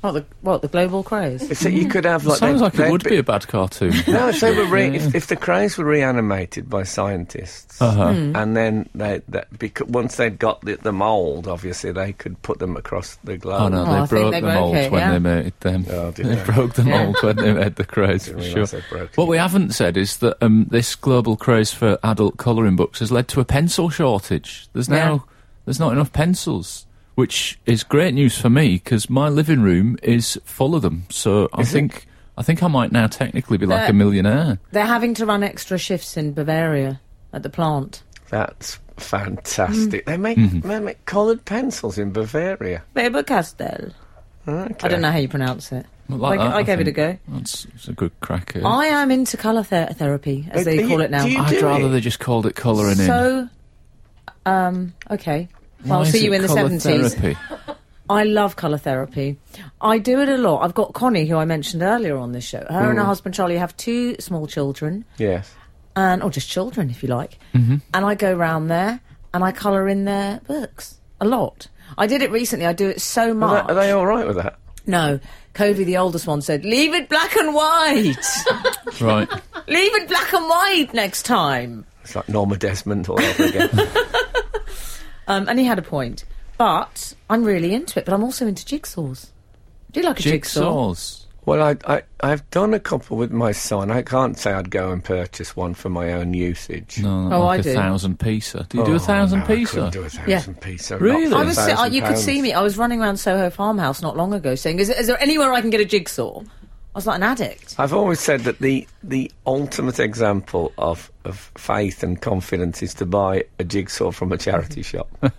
Speaker 3: What the, what, the global craze?
Speaker 2: So you could have like
Speaker 4: sounds
Speaker 2: they'd-
Speaker 4: like Mm, it
Speaker 2: they'd
Speaker 4: would be a bad cartoon.
Speaker 2: [laughs]
Speaker 4: [laughs]
Speaker 2: No, if they were re- if, if the craze were reanimated by scientists,
Speaker 4: Uh-huh.
Speaker 3: Hmm.
Speaker 2: and then they, that becau- once they'd got the, the mold, obviously they could put them across the globe.
Speaker 4: Oh no,
Speaker 3: Oh, I
Speaker 4: they
Speaker 3: think
Speaker 4: broke
Speaker 3: they
Speaker 4: the
Speaker 3: broke
Speaker 4: mould
Speaker 3: it,
Speaker 4: when
Speaker 3: yeah.
Speaker 4: they made them.
Speaker 2: Oh, did
Speaker 4: they,
Speaker 2: they?
Speaker 4: broke the mould when they made the craze.
Speaker 2: Didn't
Speaker 4: For sure.
Speaker 2: realise they broke
Speaker 4: What
Speaker 2: it.
Speaker 4: we haven't said is that um, this global craze for adult colouring books has led to a pencil shortage. There's now
Speaker 3: Yeah.
Speaker 4: there's not enough pencils, which is great news for me because my living room is full of them. So I think I think I might now technically be like
Speaker 3: That-
Speaker 4: a millionaire.
Speaker 3: They're having to run extra shifts in Bavaria at the plant.
Speaker 2: That's fantastic.
Speaker 3: Hmm.
Speaker 2: They make
Speaker 4: Mm-hmm.
Speaker 2: they make coloured pencils in Bavaria.
Speaker 3: Weber Castell.
Speaker 2: Okay.
Speaker 3: I don't know how you pronounce it.
Speaker 4: Like
Speaker 3: I,
Speaker 4: that,
Speaker 3: I gave it a
Speaker 4: think.
Speaker 3: go.
Speaker 4: That's, that's a good crack. at it.
Speaker 3: I am into colour ther- therapy, as
Speaker 2: Are-
Speaker 3: they
Speaker 2: are
Speaker 3: call
Speaker 2: you-
Speaker 3: it now.
Speaker 2: do you
Speaker 4: I'd
Speaker 2: do
Speaker 4: rather
Speaker 2: it?
Speaker 4: they just called it colouring in.
Speaker 3: so, um, okay. Well,
Speaker 4: Why
Speaker 3: I'll
Speaker 4: is
Speaker 3: see you
Speaker 4: it
Speaker 3: in the
Speaker 4: colour
Speaker 3: 70s. [laughs]
Speaker 4: therapy?
Speaker 3: I love colour therapy. I do it a lot. I've got Connie, who I mentioned earlier on this show. Her and her husband Charlie have two small children,
Speaker 2: Yes.
Speaker 3: and or just children, if you like. And I go round there and I colour in their books a lot. I did it recently. I do it so
Speaker 2: Are
Speaker 3: much.
Speaker 2: they, are they all right with that?
Speaker 3: no, Covey, the oldest one, said, "Leave it black and white.
Speaker 4: Right.
Speaker 3: Leave it black and white next time."
Speaker 2: It's like Norma Desmond all over again.
Speaker 4: [laughs]
Speaker 3: Um, and he had a point. But I'm really into it. But I'm also into jigsaws. Do you like a jigsaw?
Speaker 4: Jigsaws.
Speaker 2: Well, I, I, I've done a couple with my son. I can't say I'd go and purchase one for my own usage.
Speaker 4: No,
Speaker 3: Oh,
Speaker 4: like
Speaker 3: I do.
Speaker 4: a thousand piecer. Do you do a thousand
Speaker 2: Oh, no, I
Speaker 4: piecer?
Speaker 2: couldn't do a thousand
Speaker 3: Yeah.
Speaker 2: piecer. not
Speaker 4: Really?
Speaker 2: for
Speaker 4: I
Speaker 3: I was,
Speaker 2: a
Speaker 3: uh,
Speaker 2: thousand
Speaker 3: you could
Speaker 2: pounds.
Speaker 3: see me. I was running around Soho Farmhouse not long ago, saying, "Is, is there anywhere I can get a jigsaw?" I was like an addict.
Speaker 2: I've always said that the the ultimate example of, of faith and confidence is to buy a jigsaw from a
Speaker 4: [laughs]
Speaker 2: charity shop. [laughs]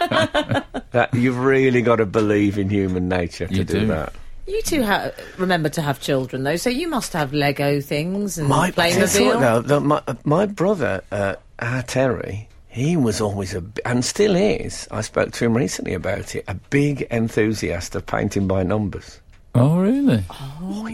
Speaker 2: that you've really got to believe in human nature to
Speaker 4: You
Speaker 2: do,
Speaker 4: do.
Speaker 2: that.
Speaker 3: You two ha- remember to have children, though, so you must have Lego things and
Speaker 2: My
Speaker 3: Playmobil.
Speaker 2: though, that my, my brother, uh, Ah Terry, he was always a b- and still is. I spoke to him recently about it. A big enthusiast of painting by numbers.
Speaker 4: Oh, really?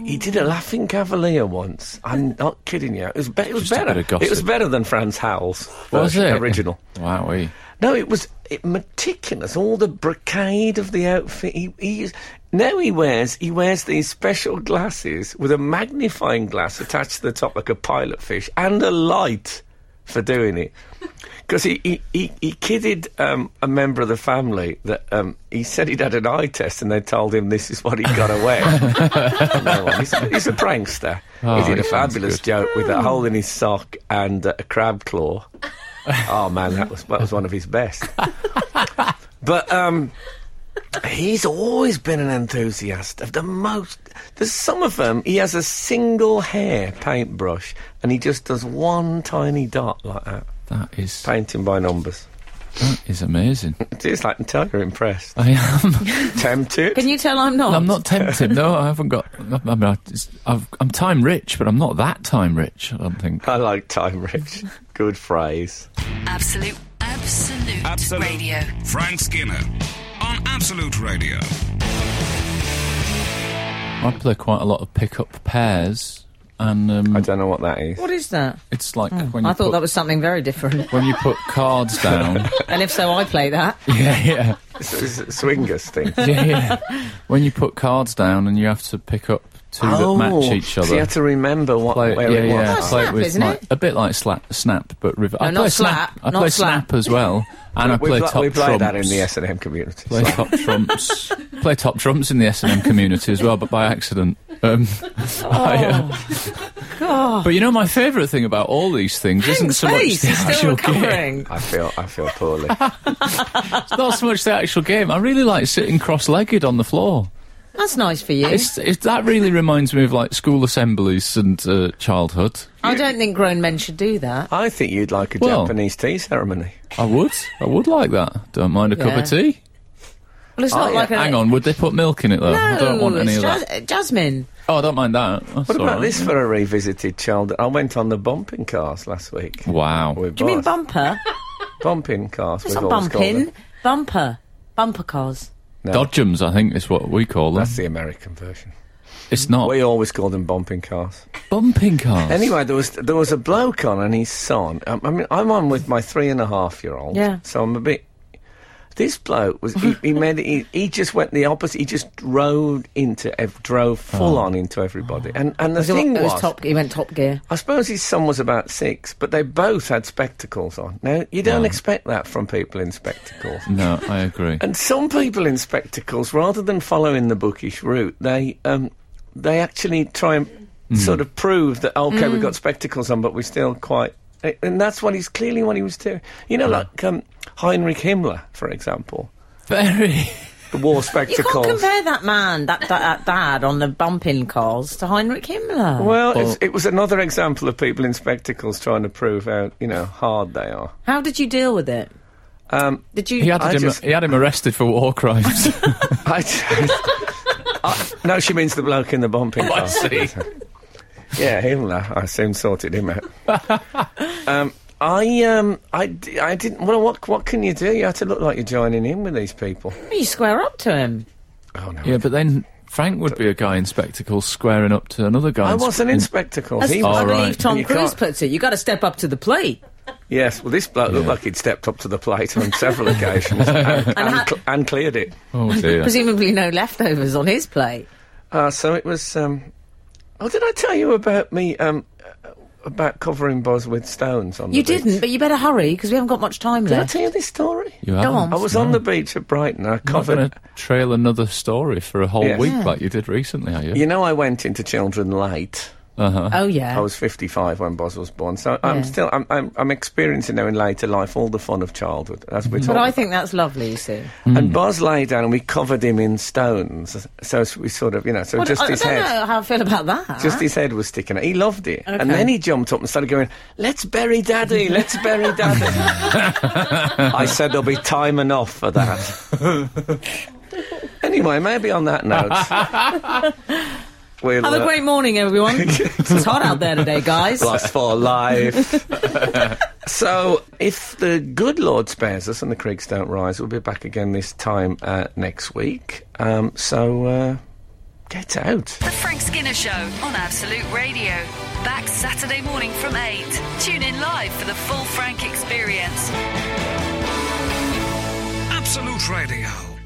Speaker 2: He did a laughing cavalier once. I'm not kidding you. It was, be- it was
Speaker 4: Just a
Speaker 2: better.
Speaker 4: bit of gossip.
Speaker 2: It was better than Franz Howell's
Speaker 4: Was
Speaker 2: version,
Speaker 4: it eh.
Speaker 2: original.
Speaker 4: Wowee.
Speaker 2: No, it was it, meticulous. All the brocade of the outfit. He, he is- now he wears he wears these special glasses with a magnifying glass attached to the top like a pilot fish and a light for doing
Speaker 4: [laughs]
Speaker 2: it. Because he, he, he, he kidded um, a member of the family that um, he said he'd had an eye test and they told him this is what he got
Speaker 4: [laughs]
Speaker 2: away. no one. He's, he's a prankster.
Speaker 4: Oh,
Speaker 2: he did a
Speaker 4: he sounds
Speaker 2: fabulous
Speaker 4: good. Oh.
Speaker 2: joke with a hole in his sock and uh, a crab claw. Oh man, that was that was one of his
Speaker 4: [laughs]
Speaker 2: best. but um, he's always been an enthusiast of the most. There's some of them. He has a single hair paintbrush, and he just does one tiny dot like that,
Speaker 4: That is
Speaker 2: painting by numbers.
Speaker 4: that is amazing. [laughs]
Speaker 2: It is like until you're impressed,
Speaker 4: I am.
Speaker 2: tempted.
Speaker 3: Can you tell I'm not?
Speaker 4: I'm not tempted. No, I haven't got. I mean, I, it's- I've, I'm time rich, but I'm not that time rich. I don't think.
Speaker 2: I like time, Rich. Good phrase.
Speaker 1: Absolute, absolute,
Speaker 5: Absolute.
Speaker 1: radio.
Speaker 5: Frank Skinner on Absolute Radio.
Speaker 4: I play quite a lot of pickup pairs, and
Speaker 2: I
Speaker 4: um,
Speaker 2: don't know what that is.
Speaker 3: What is that?
Speaker 4: it's like when you
Speaker 3: Hmm, I thought
Speaker 4: put,
Speaker 3: that was something very
Speaker 4: [laughs]
Speaker 3: different.
Speaker 4: when you put
Speaker 2: [laughs]
Speaker 4: cards down.
Speaker 3: and if so, I play that.
Speaker 4: yeah, yeah.
Speaker 2: It's, it's a swingers thing.
Speaker 4: yeah, yeah. When you put cards down and you have to pick up two that
Speaker 2: Oh,
Speaker 4: match each other.
Speaker 2: So you have to remember what
Speaker 4: Play,
Speaker 2: where
Speaker 4: yeah,
Speaker 2: it was.
Speaker 4: yeah.
Speaker 3: That's
Speaker 4: play
Speaker 3: Snap,
Speaker 4: it with
Speaker 3: isn't
Speaker 4: like-
Speaker 3: it?
Speaker 4: A bit like slap, snap, but reverse. I
Speaker 3: No,
Speaker 4: play
Speaker 3: not
Speaker 4: slap.
Speaker 3: slap,
Speaker 4: I
Speaker 3: not
Speaker 4: play
Speaker 3: slap.
Speaker 4: slap as well, and I
Speaker 2: We
Speaker 4: play
Speaker 2: pla-
Speaker 4: top
Speaker 2: we play that in
Speaker 4: trumps.
Speaker 2: the S and M community.
Speaker 4: Play top trumps. Play top trumps in the S and M community as well, but by accident. Um, [laughs] I, uh,
Speaker 3: Oh,
Speaker 4: But you know, my favourite thing about all these things isn't so much
Speaker 3: Face
Speaker 4: the
Speaker 3: is still
Speaker 4: actual game.
Speaker 3: recovering.
Speaker 2: I feel I feel
Speaker 3: [laughs]
Speaker 2: poorly.
Speaker 4: It's not so much the actual game. I really like sitting cross-legged on the floor.
Speaker 3: That's nice for you.
Speaker 4: It's, it's, that really reminds me of like school assemblies and uh, childhood.
Speaker 3: I don't think grown men should do that.
Speaker 2: I think you'd like a
Speaker 4: Well-
Speaker 2: Japanese tea ceremony.
Speaker 4: I would, I would like that. Don't mind a cup of
Speaker 3: Yeah.
Speaker 4: tea.
Speaker 3: Well, it's not
Speaker 2: yeah.
Speaker 3: like a.
Speaker 4: Oh, Hang on, would they put milk in it though?
Speaker 3: No,
Speaker 4: I don't want any
Speaker 3: it's
Speaker 4: of
Speaker 3: jas-
Speaker 4: that.
Speaker 3: uh, Jasmine.
Speaker 4: Oh, I don't mind that. That's
Speaker 2: What
Speaker 4: all
Speaker 2: about
Speaker 4: right.
Speaker 2: this for a revisited child? I went on the bumping cars last week.
Speaker 4: Wow.
Speaker 2: With
Speaker 3: Do you mean
Speaker 2: Boris.
Speaker 3: bumper?
Speaker 2: bumping cars?
Speaker 3: It's
Speaker 2: we've
Speaker 3: not
Speaker 2: always called
Speaker 3: bumping.
Speaker 2: them.
Speaker 3: Bumper. Bumper cars.
Speaker 2: No,
Speaker 4: Dodgems, I think is what we call them.
Speaker 2: That's the American version.
Speaker 4: It's not
Speaker 2: We always call them bumping cars.
Speaker 4: bumping cars.
Speaker 2: Anyway, there was there was a bloke on and his son. Um, I, I mean, I'm on with my three and a half year old.
Speaker 3: Yeah.
Speaker 2: So I'm a bit. This bloke was he, he made he, he just went the opposite. He just rode into ev- drove full on into everybody. And and the
Speaker 3: It Oh. was,
Speaker 2: thing
Speaker 3: it was
Speaker 2: was,
Speaker 3: top. He went Top Gear.
Speaker 2: I suppose his son was about six, but they both had spectacles on. Now you don't expect that from people in spectacles.
Speaker 4: No, I agree.
Speaker 2: [laughs] And some people in spectacles, rather than following the bookish route, they um, they actually try and
Speaker 3: Mm.
Speaker 2: sort of prove that okay, we've got spectacles on, but we're still quite. a- And that's what he's clearly what he was doing. You know, like um, Heinrich Himmler, for example,
Speaker 4: Very.
Speaker 2: wore
Speaker 3: You can't
Speaker 2: spectacles.
Speaker 3: compare that man, that, that, that dad on the bumping cars, to Heinrich Himmler.
Speaker 2: well,
Speaker 4: Well-
Speaker 2: it's, it was another example of people in spectacles trying to prove how you know hard they are.
Speaker 3: How did you deal with it?
Speaker 2: Um,
Speaker 3: Did you?
Speaker 4: He had,
Speaker 2: I
Speaker 4: him,
Speaker 2: just-
Speaker 4: he had him arrested for war
Speaker 2: [laughs]
Speaker 4: crimes.
Speaker 2: I, I- no, she means the bloke in the bumping car.
Speaker 4: see.
Speaker 2: [laughs] Yeah, Himmler. I soon sorted him out. um, I um I, d- I didn't well what what can you do? You have to look like you're joining in with these people.
Speaker 3: you square up to him.
Speaker 2: Oh no.
Speaker 4: yeah, but then Frank would be a guy in spectacles squaring up to another guy.
Speaker 2: I
Speaker 4: in
Speaker 2: wasn't in
Speaker 4: spec-
Speaker 2: spectacles.
Speaker 3: That's
Speaker 2: He
Speaker 3: how I
Speaker 4: All
Speaker 2: was,
Speaker 4: right.
Speaker 3: believe Tom
Speaker 2: You
Speaker 3: Cruise
Speaker 2: can't-
Speaker 3: puts it. You got to step up to the plate.
Speaker 2: yes, well, this bloke looked like he'd stepped up to the plate on
Speaker 3: [laughs]
Speaker 2: several occasions and, and,
Speaker 3: ha-
Speaker 2: cl- and cleared it.
Speaker 4: Oh
Speaker 2: [laughs]
Speaker 4: dear.
Speaker 3: Presumably, no leftovers on his plate.
Speaker 2: Uh, so it was. Um, oh, did I tell you about me um, uh, about covering Boz with stones on
Speaker 3: You
Speaker 2: the beach?
Speaker 3: didn't, but you better hurry because we haven't got much time
Speaker 2: Did I
Speaker 3: left.
Speaker 2: tell you this story?
Speaker 4: You
Speaker 3: Go on.
Speaker 2: I was on the beach at Brighton. I
Speaker 4: Not
Speaker 2: covered.
Speaker 4: going to trail another story for a whole
Speaker 2: Yes.
Speaker 4: week
Speaker 3: Yeah.
Speaker 4: like you did recently, are you?
Speaker 2: You know, I went into children late.
Speaker 3: oh yeah.
Speaker 2: I was 55 when Bos was born, so I'm
Speaker 3: Yeah.
Speaker 2: still I'm, I'm I'm experiencing now in later life all the fun of childhood. That's we're
Speaker 3: but
Speaker 2: talking.
Speaker 3: I Mm. think that's lovely, you see.
Speaker 2: And Bos lay down, and we covered him in stones. So s- we sort of, you know, so
Speaker 3: Well,
Speaker 2: just
Speaker 3: I, I
Speaker 2: his
Speaker 3: don't
Speaker 2: head.
Speaker 3: know how I feel about that.
Speaker 2: Just his head was sticking out. He loved it.
Speaker 3: Okay.
Speaker 2: And then he jumped up and started going, Let's bury daddy, let's bury daddy.
Speaker 3: [laughs]
Speaker 2: I said there'll be time enough for that. anyway, maybe on that
Speaker 3: [laughs]
Speaker 2: note. we'll
Speaker 3: Have a
Speaker 2: uh,
Speaker 3: great morning, everyone. it's hot out there today, guys. [laughs]
Speaker 2: Lost for life. so, if the good Lord spares us and the creeks don't rise, we'll be back again this time uh, next week. Um, so, uh, get out.
Speaker 1: The Frank Skinner Show on Absolute Radio. Back Saturday morning from 8. Tune in live for the full Frank experience.
Speaker 5: Absolute Radio.